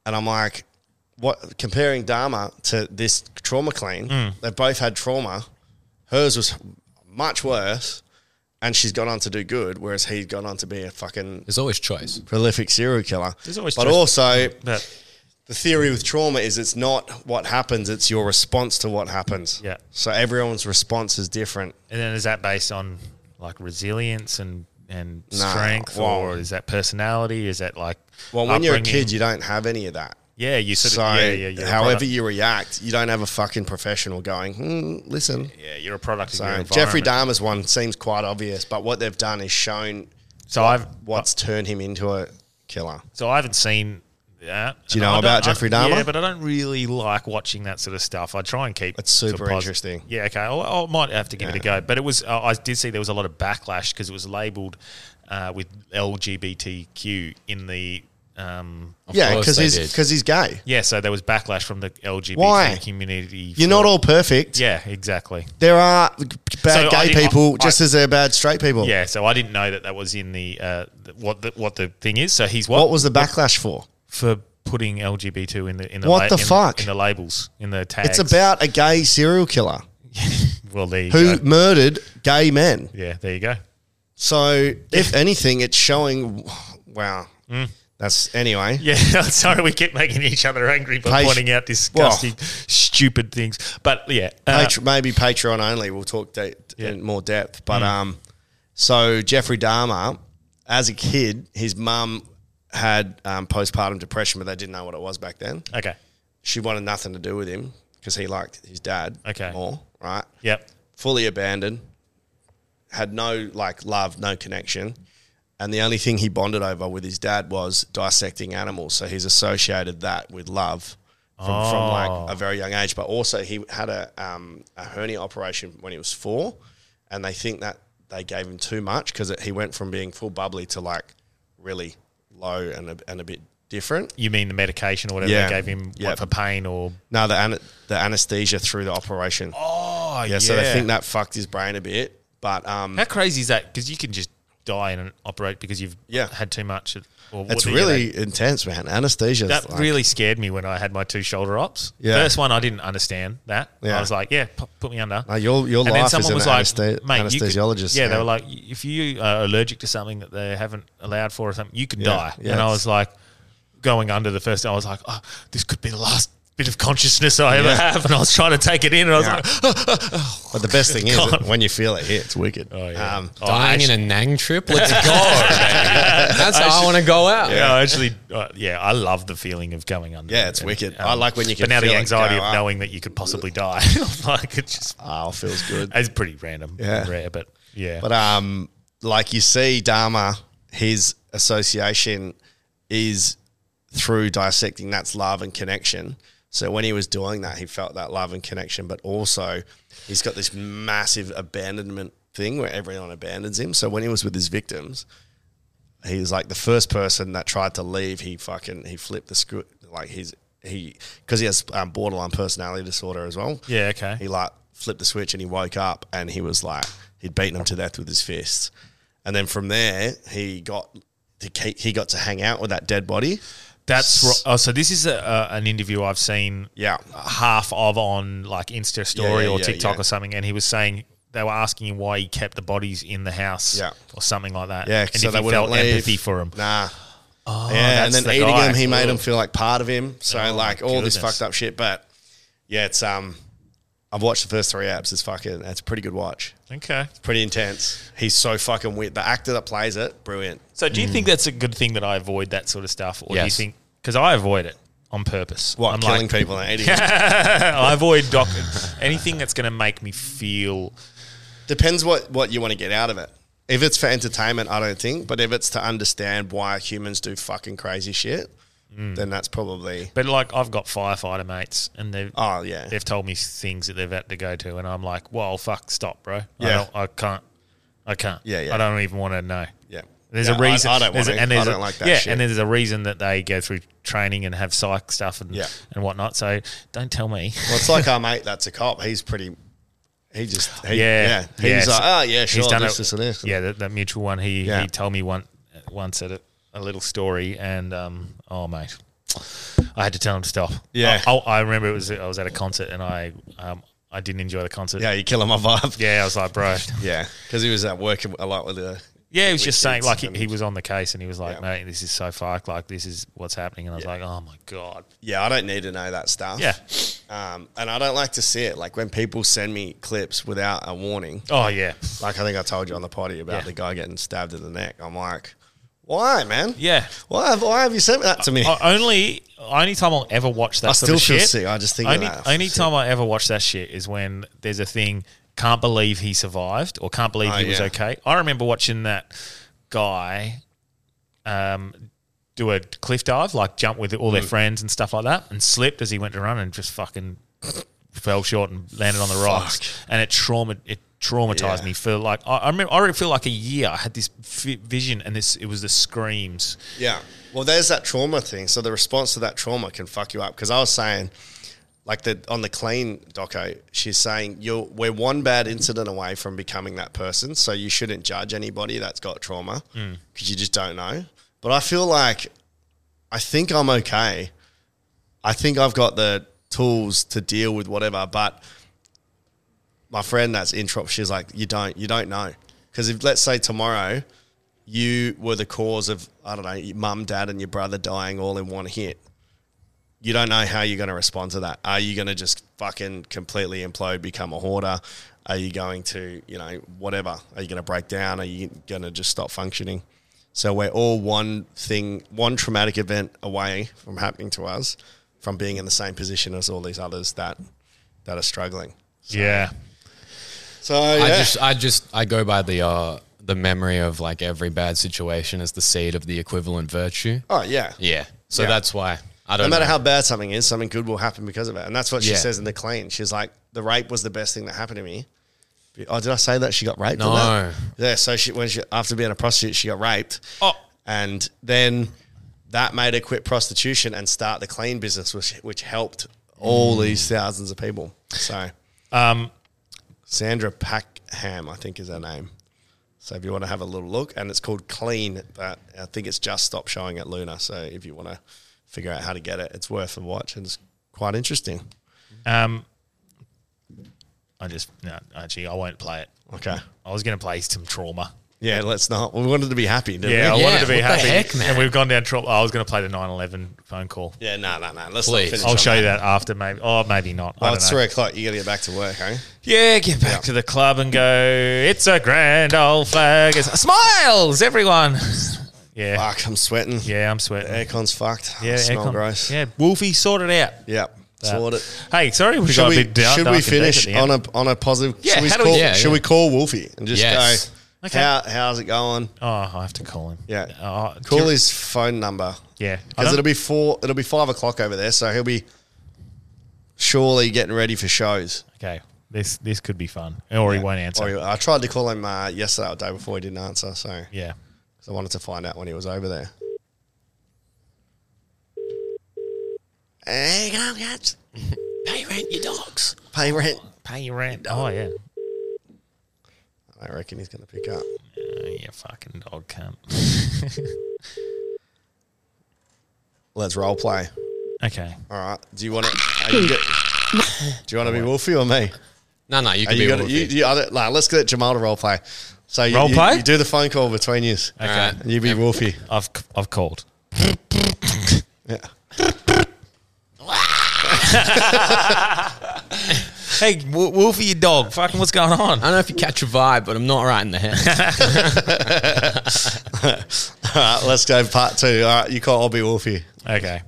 Speaker 1: And I'm like, what comparing Dharma to this trauma clean,
Speaker 2: Mm.
Speaker 1: they both had trauma. Hers was much worse, and she's gone on to do good, whereas he's gone on to be a fucking.
Speaker 3: There's always choice.
Speaker 1: Prolific serial killer.
Speaker 2: There's always
Speaker 1: but
Speaker 2: choice.
Speaker 1: also, the theory with trauma is it's not what happens; it's your response to what happens.
Speaker 2: Yeah.
Speaker 1: So everyone's response is different.
Speaker 2: And then is that based on like resilience and and
Speaker 1: Nah,
Speaker 2: strength,
Speaker 1: well-
Speaker 2: or is that personality? Is that like
Speaker 1: Well, when you're a
Speaker 2: upbringing?
Speaker 1: kid, you don't have any of that.
Speaker 2: Yeah, you sort of-
Speaker 1: so
Speaker 2: yeah, yeah, you're a
Speaker 1: however
Speaker 2: product.
Speaker 1: you react, you don't have a fucking professional going. Hmm, listen,
Speaker 2: yeah, you're a product. of your
Speaker 1: So
Speaker 2: environment.
Speaker 1: Jeffrey Dahmer's one seems quite obvious, but what they've done is shown.
Speaker 2: So I've
Speaker 1: what's
Speaker 2: Uh,
Speaker 1: turned him into a killer.
Speaker 2: So I haven't seen that.
Speaker 1: Do you
Speaker 2: And
Speaker 1: know
Speaker 2: I don't-
Speaker 1: about
Speaker 2: I-
Speaker 1: Jeffrey Dahmer?
Speaker 2: Yeah, but I don't really like watching that sort of stuff. I try and keep it's
Speaker 1: super interesting.
Speaker 2: Yeah, okay. I, I might have to give it a
Speaker 1: Yeah.
Speaker 2: go. But it was I I did see there was a lot of backlash because it was labelled uh, with LGBTQ in the. Um,
Speaker 1: yeah, because he's because he's gay.
Speaker 2: Yeah, so there was backlash from the LGBT
Speaker 1: Why?
Speaker 2: community.
Speaker 1: You're
Speaker 2: for-
Speaker 1: not all perfect.
Speaker 2: Yeah, exactly.
Speaker 1: There are bad
Speaker 2: So I
Speaker 1: gay
Speaker 2: didn't-
Speaker 1: people
Speaker 2: I-
Speaker 1: just as there are bad straight people.
Speaker 2: Yeah, so I didn't know that that was in the uh, th- what the, what the thing is. So he's
Speaker 1: What,
Speaker 2: what,
Speaker 1: was the backlash for?
Speaker 2: for putting LGBT two in the in the
Speaker 1: What the
Speaker 2: in-
Speaker 1: fuck?
Speaker 2: in the labels in the tags?
Speaker 1: It's about a gay serial killer
Speaker 2: well, there you
Speaker 1: who
Speaker 2: go.
Speaker 1: murdered gay men.
Speaker 2: Yeah, there you go.
Speaker 1: So, if anything, it's showing. Wow, that's anyway.
Speaker 2: Mm. Yeah, sorry, we keep making each other angry by
Speaker 1: Patri-
Speaker 2: pointing out
Speaker 1: Well-
Speaker 2: disgusting, stupid things. But yeah, uh,
Speaker 1: Patr maybe Patreon only. We'll talk de- in more depth. But
Speaker 2: Mm.
Speaker 1: um, so Jeffrey Dahmer, as a kid, his mum had um, postpartum depression, but they didn't know what it was back then.
Speaker 2: Okay,
Speaker 1: she wanted nothing to do with him because he liked his dad. Okay, more right.
Speaker 2: Yep.
Speaker 1: Fully abandoned, had no like love, no connection. And the only thing he bonded over with his dad was dissecting animals. So he's associated that with love from, from
Speaker 2: Oh.
Speaker 1: like a very young age. But also, he had a, um, a hernia operation when he was four. And they think that they gave him too much because he went from being full bubbly to like really low and a, and a bit different.
Speaker 2: you mean the medication or whatever
Speaker 1: Yeah.
Speaker 2: they gave him what,
Speaker 1: Yeah.
Speaker 2: for pain or
Speaker 1: No, the, ana- the anesthesia through the operation.
Speaker 2: Oh,
Speaker 1: yeah. So they
Speaker 2: yeah.
Speaker 1: think that fucked his brain a bit. But um,
Speaker 2: how crazy is that? Because you can just die and operate because you've yeah. had too much. Or
Speaker 1: it's
Speaker 2: whatever, you know.
Speaker 1: really intense, man. Anesthesia.
Speaker 2: That really scared me when I had my two shoulder ops.
Speaker 1: Yeah.
Speaker 2: First one, I didn't understand that.
Speaker 1: Yeah.
Speaker 2: I was like, yeah, p- put me under.
Speaker 1: No, your- your
Speaker 2: and
Speaker 1: life
Speaker 2: then
Speaker 1: is
Speaker 2: someone
Speaker 1: an
Speaker 2: was like,
Speaker 1: anesthe-
Speaker 2: mate, you could-
Speaker 1: anesthesiologist,
Speaker 2: yeah,
Speaker 1: yeah.
Speaker 2: they were like, if you are allergic to something that they haven't allowed for or something, you could
Speaker 1: Yeah,
Speaker 2: die.
Speaker 1: yeah,
Speaker 2: and I
Speaker 1: it's-
Speaker 2: was like, going under the first, I was like, oh, this could be the last bit of consciousness I ever
Speaker 1: Yeah.
Speaker 2: have. And I was trying to take it in and I was
Speaker 1: Yeah.
Speaker 2: like,
Speaker 1: But the best thing is
Speaker 2: God.
Speaker 1: when you feel it hit, it's wicked. Oh, yeah. um,
Speaker 3: Dying in a Nang trip? Let's go. baby. That's how I want to go out.
Speaker 2: Yeah, "Oh, I actually, uh, yeah, I love the feeling of going under.
Speaker 1: Yeah, it's wicked. I like when you
Speaker 2: But
Speaker 1: can
Speaker 2: now the
Speaker 1: feel it
Speaker 2: anxiety
Speaker 1: go
Speaker 2: of
Speaker 1: up.
Speaker 2: knowing that you could possibly die, like it just
Speaker 1: oh feels good.
Speaker 2: It's pretty random,
Speaker 1: Yeah.
Speaker 2: and rare, but yeah.
Speaker 1: But um, like you see, Dharma, his association is through dissecting. That's love and connection. So when he was doing that, he felt that love and connection. But also, he's got this massive abandonment thing where everyone abandons him. So when he was with his victims, he was like the first person that tried to leave. He fucking he flipped the script. Like he's he because he has um, borderline personality disorder as well.
Speaker 2: Yeah, okay.
Speaker 1: He like flipped the switch and he woke up and he was like he'd beaten him to death with his fists, and then from there he got to ke- he got to hang out with that dead body.
Speaker 2: That's ro- oh, so this is a, uh, an interview I've seen.
Speaker 1: Yeah,
Speaker 2: half of on like Insta story
Speaker 1: yeah,
Speaker 2: or
Speaker 1: yeah,
Speaker 2: TikTok
Speaker 1: yeah.
Speaker 2: or something, and he was saying they were asking him why he kept the bodies in the house,
Speaker 1: Yeah.
Speaker 2: or something like that.
Speaker 1: Yeah,
Speaker 2: and
Speaker 1: so
Speaker 2: if
Speaker 1: they
Speaker 2: he
Speaker 1: wouldn't
Speaker 2: felt
Speaker 1: leave.
Speaker 2: empathy for him.
Speaker 1: Nah.
Speaker 2: Oh,
Speaker 1: yeah, and
Speaker 2: that's
Speaker 1: then
Speaker 2: the
Speaker 1: eating
Speaker 2: guy.
Speaker 1: him, he made
Speaker 2: Ugh.
Speaker 1: him feel like part of him. So like all this
Speaker 2: goodness.
Speaker 1: fucked up shit. But yeah, it's um, I've watched the first three apps. It's fucking, it's a pretty good watch.
Speaker 2: Okay.
Speaker 1: It's pretty intense. He's so fucking weird. The actor that plays it, brilliant.
Speaker 2: So do you think that's a good thing that I avoid that sort of stuff, or do you
Speaker 1: Yes.
Speaker 2: think because I avoid it on purpose?
Speaker 1: What,
Speaker 2: I'm
Speaker 1: killing people and eating them?
Speaker 2: I avoid doc anything that's going to make me feel.
Speaker 1: Depends what what you want to get out of it. If it's for entertainment, I don't think. But if it's to understand why humans do fucking crazy shit,
Speaker 2: Mm.
Speaker 1: then that's probably
Speaker 2: But like I've got firefighter mates, and they've
Speaker 1: oh yeah,
Speaker 2: they've told me things that they've had to go to, and I'm like, well, fuck, stop, bro. I,
Speaker 1: Yeah.
Speaker 2: don't, I can't, I can't.
Speaker 1: Yeah, yeah.
Speaker 2: I don't even want to know.
Speaker 1: Yeah.
Speaker 2: There's
Speaker 1: Yeah,
Speaker 2: a reason.
Speaker 1: I- I don't
Speaker 2: there's a-
Speaker 1: wanna-
Speaker 2: and there's
Speaker 1: I
Speaker 2: a-
Speaker 1: don't like that
Speaker 2: Yeah,
Speaker 1: shit.
Speaker 2: and there's a reason that they go through training and have psych stuff and
Speaker 1: Yeah.
Speaker 2: and whatnot. So don't tell me.
Speaker 1: Well, it's like our mate that's a cop. He's pretty. He just he, yeah.
Speaker 2: yeah,
Speaker 1: He's
Speaker 2: yeah.
Speaker 1: like,
Speaker 2: So
Speaker 1: oh yeah, sure.
Speaker 2: He's done
Speaker 1: this,
Speaker 2: it.
Speaker 1: this, and this.
Speaker 2: Yeah, that, that mutual one. He
Speaker 1: Yeah.
Speaker 2: he told me one once at a, a little story, and um, oh mate, I had to tell him to stop.
Speaker 1: Yeah.
Speaker 2: I, I, I remember it was I was at a concert and I um, I didn't enjoy the concert.
Speaker 1: Yeah, you killing my vibe.
Speaker 2: Yeah, I was like, bro.
Speaker 1: Yeah, because he was uh, working a lot with the.
Speaker 2: Yeah, he was just saying
Speaker 1: kids
Speaker 2: like he,
Speaker 1: and-
Speaker 2: he was on the case and he was like, mate, this is so fucked. Like this is what's happening. And I was like, oh my god.
Speaker 1: Yeah, I don't need to know that stuff.
Speaker 2: Yeah.
Speaker 1: Um, and I don't like to see it. Like when people send me clips without a warning.
Speaker 2: Oh, yeah.
Speaker 1: Like I think I told you on the potty about
Speaker 2: Yeah.
Speaker 1: the guy getting stabbed in the neck. I'm like, why, man?
Speaker 2: Yeah.
Speaker 1: Why have, why have you sent that to me?
Speaker 2: I, only only time I'll ever watch that.
Speaker 1: I
Speaker 2: sort of
Speaker 1: still feel
Speaker 2: shit-
Speaker 1: sick. I just think of
Speaker 2: only,
Speaker 1: that. I feel
Speaker 2: only time I ever watch that shit is when there's a thing. Can't believe he survived, or can't believe
Speaker 1: Oh,
Speaker 2: he was
Speaker 1: yeah.
Speaker 2: okay. I remember watching that guy um, do a cliff dive, like jump with all their
Speaker 1: Mm.
Speaker 2: friends and stuff like that, and slipped as he went to run and just fucking fell short and landed on the rocks, and it trauma it traumatized
Speaker 1: Yeah.
Speaker 2: me for like I, I remember I already feel like a year I had this f- vision and this it was the screams.
Speaker 1: Yeah. Well, there's that trauma thing. So the response to that trauma can fuck you up. Because I was saying, like the on the clean doco, she's saying you're we're one bad incident away from becoming that person. So you shouldn't judge anybody that's got trauma Mm. because you just don't know. But I feel like I think I'm okay. I think I've got the tools to deal with whatever. But my friend that's in trop, she's like, you don't, you don't know. Because if let's say tomorrow you were the cause of, I don't know, your mum, dad, and your brother dying all in one hit, you don't know how you're going to respond to that. Are you going to just fucking completely implode, become a hoarder? Are you going to, you know, whatever? Are you going to break down? Are you going to just stop functioning? So we're all one thing, one traumatic event away from happening to us, from being in the same position as all these others that that are struggling.
Speaker 2: Yeah.
Speaker 1: So
Speaker 3: I
Speaker 1: yeah.
Speaker 3: just I just I go by the uh the memory of like every bad situation is the seed of the equivalent virtue.
Speaker 1: Oh, yeah.
Speaker 3: Yeah. So
Speaker 1: Yeah.
Speaker 3: that's why I don't
Speaker 1: no matter
Speaker 3: know.
Speaker 1: how bad something is, something good will happen because of it. And that's what she
Speaker 3: Yeah.
Speaker 1: says in the claim. She's like, the rape was the best thing that happened to me. Oh, did I say that she got raped? on
Speaker 3: No.
Speaker 1: that? Yeah. So she when she after being a prostitute, she got raped. Oh. And then that made her quit prostitution and start the clean business, which which helped all
Speaker 2: Mm.
Speaker 1: these thousands of people. So,
Speaker 2: um,
Speaker 1: Sandra Packham, I think is her name. So if you want to have a little look, and it's called Clean, but I think it's just stopped showing at Luna. So if you want to figure out how to get it, it's worth a watch and it's quite interesting.
Speaker 2: Um, I just no, actually I won't play it.
Speaker 1: Okay.
Speaker 2: I was going to play some trauma.
Speaker 1: Yeah, let's not. We wanted to be happy. Didn't
Speaker 2: Yeah, I
Speaker 1: we?
Speaker 2: wanted to be happy. And we've gone down trauma. I was going to play the 9/11 phone call.
Speaker 1: Yeah, no, no, no. Let's not finish
Speaker 2: I'll
Speaker 1: on
Speaker 2: show you
Speaker 1: that.
Speaker 2: that after maybe. Oh, maybe not. I
Speaker 1: Oh,
Speaker 2: don't
Speaker 1: it's
Speaker 2: know.
Speaker 1: three o'clock. You got to get back to work, eh?
Speaker 2: Yeah, get back to the club and go. It's a grand old flag. It's smiles, everyone. Yeah.
Speaker 1: Fuck, I'm sweating.
Speaker 2: Yeah, I'm sweating.
Speaker 1: aircon's fucked.
Speaker 2: Yeah,
Speaker 1: I smell
Speaker 2: aircon.
Speaker 1: gross.
Speaker 2: Yeah, Wolfie, sort it out.
Speaker 1: Yeah, sort it.
Speaker 2: Hey, sorry, we
Speaker 1: should
Speaker 2: got a
Speaker 1: we,
Speaker 2: bit down.
Speaker 1: should
Speaker 2: dark
Speaker 1: we
Speaker 2: and deep at
Speaker 1: finish
Speaker 2: the
Speaker 1: on
Speaker 2: end.
Speaker 1: a on a positive?
Speaker 2: Yeah,
Speaker 1: should we,
Speaker 2: how do we-
Speaker 1: call,
Speaker 2: yeah,
Speaker 1: should
Speaker 2: yeah.
Speaker 1: we call Wolfie and just
Speaker 2: Yes.
Speaker 1: go?
Speaker 2: Okay.
Speaker 1: How, how's it going?
Speaker 2: Oh, I have to call him.
Speaker 1: Yeah,
Speaker 2: Oh, do
Speaker 1: call
Speaker 2: you-
Speaker 1: his phone number.
Speaker 2: Yeah, I
Speaker 1: because
Speaker 2: don't-
Speaker 1: it'll be four. It'll be five o'clock over there, so he'll be surely getting ready for shows.
Speaker 2: Okay, this this could be fun. Or he won't answer.
Speaker 1: Or he- I tried to call him uh, yesterday or the day before. He didn't answer. So
Speaker 2: yeah,
Speaker 1: because I wanted to find out when he was over there. Hey, come cats. Pay rent, your dogs. Pay rent.
Speaker 2: Pay your rent. Oh yeah.
Speaker 1: I reckon he's going to pick up.
Speaker 2: Yeah, you fucking dog cunt.
Speaker 1: Let's role play.
Speaker 2: Okay.
Speaker 1: All right. Do you want to? You get, do you want to be Wolfie or me?
Speaker 3: No, no, you
Speaker 1: Are
Speaker 3: can be
Speaker 1: gonna-
Speaker 3: Wolfie.
Speaker 1: You, you, other, nah, let's get Jamal to role play. So you,
Speaker 2: Role
Speaker 1: you-
Speaker 2: play?
Speaker 1: You do the phone call between you. Okay.
Speaker 2: right.
Speaker 1: And you be Wolfie.
Speaker 2: I've I've called.
Speaker 1: yeah.
Speaker 2: hey, w- Wolfie, your dog. Fucking, what's going on? I
Speaker 3: don't know if you catch a vibe, but I'm not right in the head.
Speaker 1: All right, let's go part two. All right, you call. I'll be Wolfie.
Speaker 2: Okay.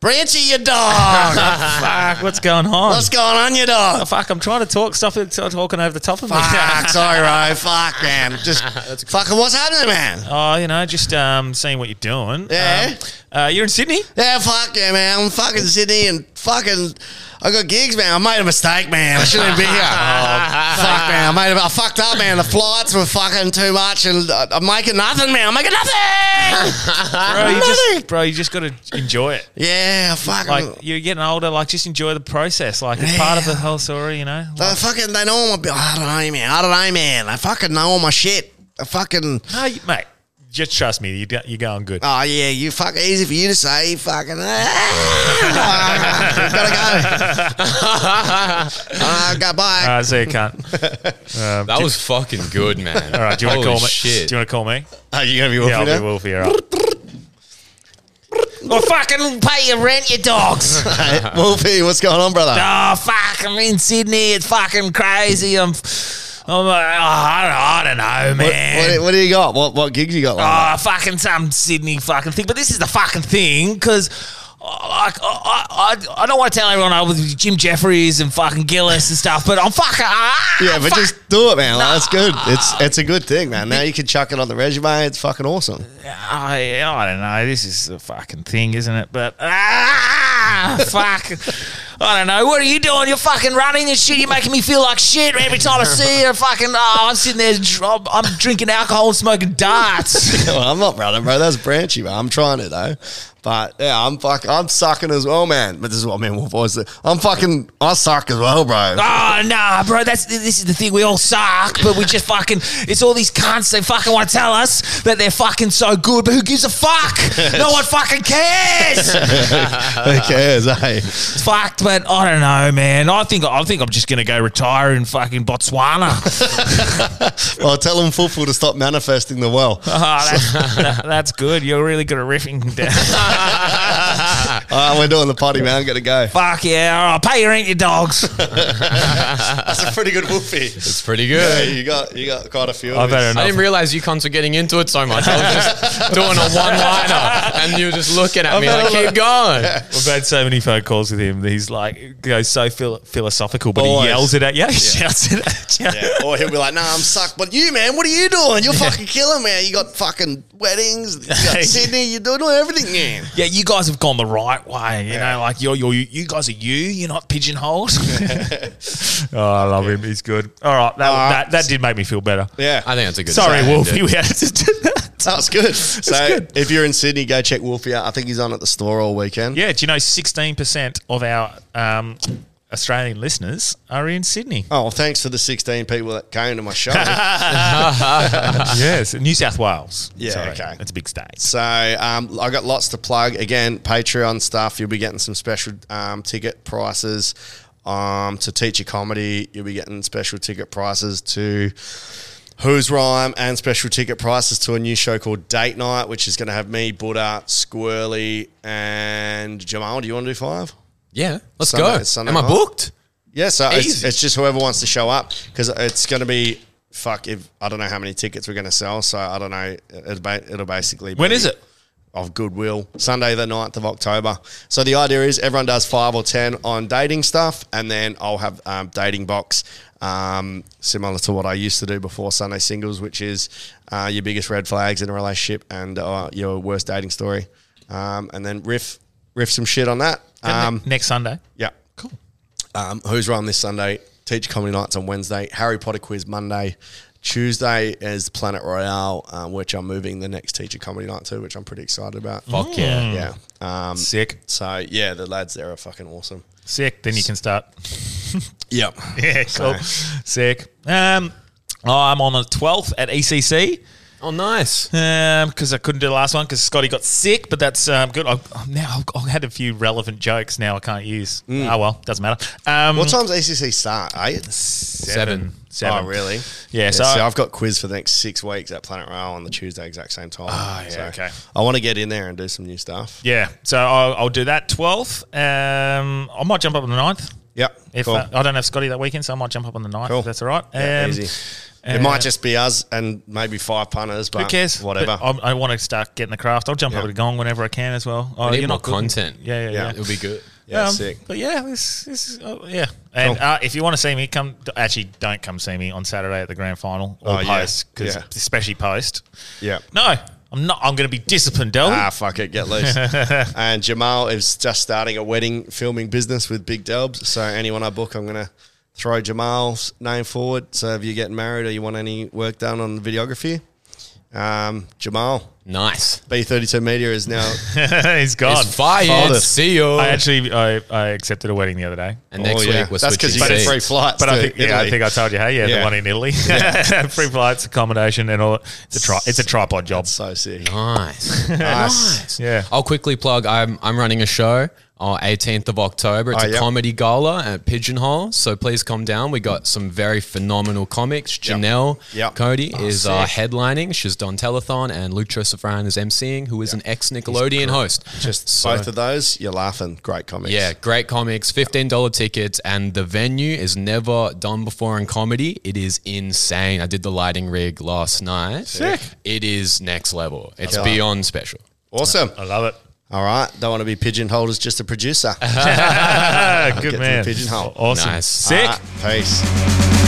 Speaker 12: Branchy, your
Speaker 2: Oh,
Speaker 12: dog.
Speaker 2: fuck, what's going on?
Speaker 12: What's
Speaker 1: going on, your dog?
Speaker 2: Oh, fuck, I'm trying to talk. Stop it, stop talking over the top of me.
Speaker 12: Fuck,
Speaker 1: sorry, bro. Fuck, man. Just fucking, what's happening, man?
Speaker 2: Oh, you know, just um, seeing what you're doing.
Speaker 1: Yeah.
Speaker 2: Um, uh, you're in Sydney?
Speaker 1: Yeah, fuck yeah, man. I'm fucking Sydney and fucking. I got gigs, man. I made a mistake, man. I shouldn't be here. Oh, fuck, man. I made. A, I fucked up, man. The flights were fucking too much, and I- I'm making nothing, man. I'm making nothing.
Speaker 2: Bro, you just, bro, you just got to enjoy it.
Speaker 1: Yeah, fucking-
Speaker 2: Like, you're getting older. Like, just enjoy the process. Like, it's part of the whole story, you know?
Speaker 1: I uh, fucking. They know all my. I don't know, man. I don't know, man. I fucking know all my shit. I fucking.
Speaker 2: No, you- mate. Just trust me, you go- you're going good.
Speaker 1: Oh yeah, you fuck easy for you to say. Fucking Uh,
Speaker 2: All right, see you, cunt. Um,
Speaker 3: That
Speaker 2: do-
Speaker 3: was fucking good, man.
Speaker 2: All right, do you want to
Speaker 3: Holy
Speaker 2: call me?
Speaker 3: shit.
Speaker 2: Do you want to call me?
Speaker 1: Are Uh, you gonna be
Speaker 2: Yeah,
Speaker 1: Wolfie
Speaker 2: I'll
Speaker 1: now?
Speaker 2: be Wolfie. All right.
Speaker 12: Well, fucking pay your rent, you dogs.
Speaker 1: Hey, Wolfie, what's going on, brother?
Speaker 12: Oh fuck! I'm in Sydney. It's fucking crazy. I'm, I'm. Uh, I, don't, I don't know, man.
Speaker 1: What, what do you got? What what gigs you got? Like
Speaker 12: Oh, fucking some Sydney fucking thing. But this is the fucking thing because. Like uh, I, I, I don't want to tell everyone I was with Jim Jeffries and fucking Gillis and stuff, but I'm fucking ah,
Speaker 1: Yeah, but just do it, man. Like, that's good. It's it's a good thing, man. Now you can chuck it on the resume. It's fucking awesome.
Speaker 2: I, I don't know. This is the fucking thing, isn't it? But
Speaker 12: ah, fuck. I don't know. What are you doing? You're fucking running and shit. You're making me feel like shit every time I see you. Fucking, oh, I'm sitting there. dr- I'm- I'm drinking alcohol and smoking darts.
Speaker 1: well, I'm not running, bro. That's branchy, man. I'm trying it though. But yeah, I'm fuck. I'm sucking as well, man. But this is what I mean. Wolf always. said. I'm fucking. I suck as well, bro.
Speaker 12: Oh nah, bro. That's this is the thing. We all suck, but we just fucking. It's all these cunts. They fucking want to tell us that they're fucking so good, but who gives a fuck? No one fucking cares.
Speaker 1: Who cares, eh?
Speaker 12: It's fucked, but I don't know, man. I think I think I'm just gonna go retire in fucking Botswana.
Speaker 1: Well, tell them Fufu to stop manifesting the well.
Speaker 12: Oh, that's, that- that's good. You're really good at riffing.
Speaker 1: All right, we're doing the potty, man. I'm gonna go.
Speaker 12: Fuck yeah! All right, pay your rent, you dogs.
Speaker 1: that's a pretty good Wolfie.
Speaker 3: It's pretty good.
Speaker 1: Yeah, you got you got quite a few.
Speaker 3: I
Speaker 1: of these.
Speaker 3: didn't realize you cons were getting into it so much. I was just doing a one-liner, and you were just looking at
Speaker 2: I've
Speaker 3: me
Speaker 2: had
Speaker 3: like,
Speaker 2: a
Speaker 3: "Keep
Speaker 2: look-
Speaker 3: going."
Speaker 2: We've had so many phone calls with him. that He's like goes so phil- philosophical, but
Speaker 1: Boys.
Speaker 2: he yells it at you. He shouts it at you.
Speaker 1: Yeah, Or he'll be like, nah, I'm sucked. But you, man, what are you doing? You're fucking killing, man. You got fucking weddings. You got Sydney. You're doing everything, man.
Speaker 12: Yeah, you guys have gone the right way. You know, like you're, you're you guys are you. You're not pigeonholed.
Speaker 2: Oh, I love him. He's good. All right, that, that that did make me feel better.
Speaker 1: Yeah.
Speaker 3: I think that's a good.
Speaker 2: Sorry,
Speaker 3: sign,
Speaker 2: Wolfie.
Speaker 3: dude.
Speaker 2: We had to do that.
Speaker 1: That's good. so if you're in Sydney, go check Wolfie out. I think he's on at the store all weekend.
Speaker 2: Yeah, do you know sixteen percent of our um, Australian listeners are in Sydney?
Speaker 1: Oh, well, thanks for the 16 people that came to my show.
Speaker 2: yes, New South Wales.
Speaker 1: Yeah,
Speaker 2: Sorry.
Speaker 1: okay.
Speaker 2: It's a big state.
Speaker 1: So um, I got lots to plug. Again, Patreon stuff. You'll be getting some special um, ticket prices um, to teacher comedy. You'll be getting special ticket prices to Who's Rhyme and special ticket prices to a new show called Date Night, which is going to have me, Buddha, Squirrely, and Jamal. Do you want to do five?
Speaker 3: Yeah, let's
Speaker 1: Sunday-
Speaker 3: go.
Speaker 1: it's Sunday
Speaker 3: Am I
Speaker 1: night.
Speaker 3: booked?
Speaker 1: Yeah, so it's,
Speaker 3: Easy.
Speaker 1: it's just whoever wants to show up because it's going to be fuck. If I don't know how many tickets we're going to sell, so I don't know. It'll, ba- it'll basically
Speaker 2: When
Speaker 1: be
Speaker 2: is it?
Speaker 1: Of Goodwill, Sunday the 9th of October. So the idea is everyone does five or ten on dating stuff, and then I'll have um, dating box um, similar to what I used to do before Sunday singles, which is uh, your biggest red flags in a relationship and uh, your worst dating story, um, and then riff riff some shit on that. Um,
Speaker 2: Next Sunday.
Speaker 1: yeah. Cool. Um, who's run this Sunday? Teacher Comedy Nights on Wednesday. Harry Potter Quiz Monday. Tuesday is Planet Royale, um, which I'm moving the next Teacher Comedy Night to, which I'm pretty excited about.
Speaker 2: Fuck
Speaker 3: Hmm.
Speaker 2: yeah.
Speaker 1: Yeah. Um,
Speaker 2: Sick.
Speaker 1: So, yeah, the lads there are fucking awesome.
Speaker 2: Sick. Then you can start.
Speaker 1: Yep.
Speaker 2: Yeah, cool. Sick. Um, I'm on the 12th at E ECC.
Speaker 3: Oh, nice.
Speaker 2: Because um, I couldn't do the last one because Scotty got sick, but that's um, good. I've, I've now I've, I've had a few relevant jokes now I can't use.
Speaker 1: Mm.
Speaker 2: Oh, well, doesn't matter. Um,
Speaker 1: what time's ACC start? Eight?
Speaker 3: Seven.
Speaker 2: Seven.
Speaker 1: Oh, really?
Speaker 2: Yeah, so-
Speaker 1: I've got quiz for the next six weeks at Planet Royale on the Tuesday exact same time. Oh,
Speaker 2: Ah, yeah, okay.
Speaker 1: I want to get in there and do some new stuff.
Speaker 2: Yeah, so I'll, I'll do that. 12th. Um, I might jump up on the 9th.
Speaker 1: Yep.
Speaker 2: If
Speaker 1: cool.
Speaker 2: uh, I don't have Scotty that weekend, so I might jump up on the 9th
Speaker 1: Cool.
Speaker 2: if that's all right.
Speaker 1: Yeah,
Speaker 2: Um,
Speaker 1: easy.
Speaker 2: uh,
Speaker 1: it might just be us and maybe five punters, but
Speaker 2: Who cares?
Speaker 1: Whatever.
Speaker 2: But um, I'm- I, want to start getting the craft. I'll jump
Speaker 1: Yeah.
Speaker 2: over to Gong whenever I can as well. Oh,
Speaker 3: I need
Speaker 2: you're
Speaker 3: more
Speaker 2: not good.
Speaker 3: content.
Speaker 2: Yeah, yeah, yeah.
Speaker 3: It'll be good.
Speaker 1: yeah,
Speaker 2: Um,
Speaker 1: sick.
Speaker 2: But yeah, this, this is, oh, yeah. And
Speaker 1: Cool.
Speaker 2: uh, if you want to see me, come. Actually, don't come see me on Saturday at the grand final or
Speaker 1: Oh, yeah.
Speaker 2: post, 'cause-
Speaker 1: Yeah.
Speaker 2: especially post.
Speaker 1: Yeah.
Speaker 2: No, I'm not. I'm going to be disciplined, Del.
Speaker 1: Ah, fuck it, get loose. and Jamal is just starting a wedding filming business with Big Delbs. So anyone I book, I'm gonna throw Jamal's name forward. So if you're getting married or you want any work done on the videography, Um, Jamal.
Speaker 3: Nice.
Speaker 1: B32 Media is now.
Speaker 2: He's gone.
Speaker 1: It's fired. See you.
Speaker 2: I actually I, I accepted a wedding the other day.
Speaker 1: And next Oh, yeah. week we're That's 'cause switching you get
Speaker 2: it's-
Speaker 1: free flights
Speaker 2: But
Speaker 1: to
Speaker 2: I think yeah, I
Speaker 1: Italy.
Speaker 2: think I told you, hey, yeah,
Speaker 1: Yeah.
Speaker 2: the one in Italy,
Speaker 1: Yeah.
Speaker 2: free flights, accommodation, and all. It's a tri- it's a tripod job.
Speaker 1: so sick.
Speaker 3: Nice.
Speaker 2: Nice. Yeah.
Speaker 3: I'll quickly plug. I'm I'm running a show on 18th of October. It's
Speaker 2: Oh,
Speaker 3: a
Speaker 2: yep.
Speaker 3: comedy gala at Pigeonhole. So please come down. We got some very phenomenal comics. Janelle
Speaker 1: Yep.
Speaker 3: Cody
Speaker 1: Oh,
Speaker 3: is uh,
Speaker 1: sick.
Speaker 3: headlining. She's done telethon, and Luke Safran is emceeing, who is an ex Nickelodeon host.
Speaker 1: Just
Speaker 3: So-
Speaker 1: both of those, you're laughing. Great comics.
Speaker 3: Yeah, great comics, fifteen dollar tickets, and the venue is never done before in comedy. It is insane. I did the lighting rig last night.
Speaker 1: Sick.
Speaker 3: It is next level. It's
Speaker 1: Killer.
Speaker 3: beyond special.
Speaker 1: Awesome.
Speaker 2: I love it.
Speaker 1: All right. Don't want to be pigeonholed as just a producer.
Speaker 2: Ah, Good
Speaker 1: Get to the
Speaker 2: man.
Speaker 1: Pigeonhole. Ah,
Speaker 2: Awesome. Sick.
Speaker 1: All right, peace.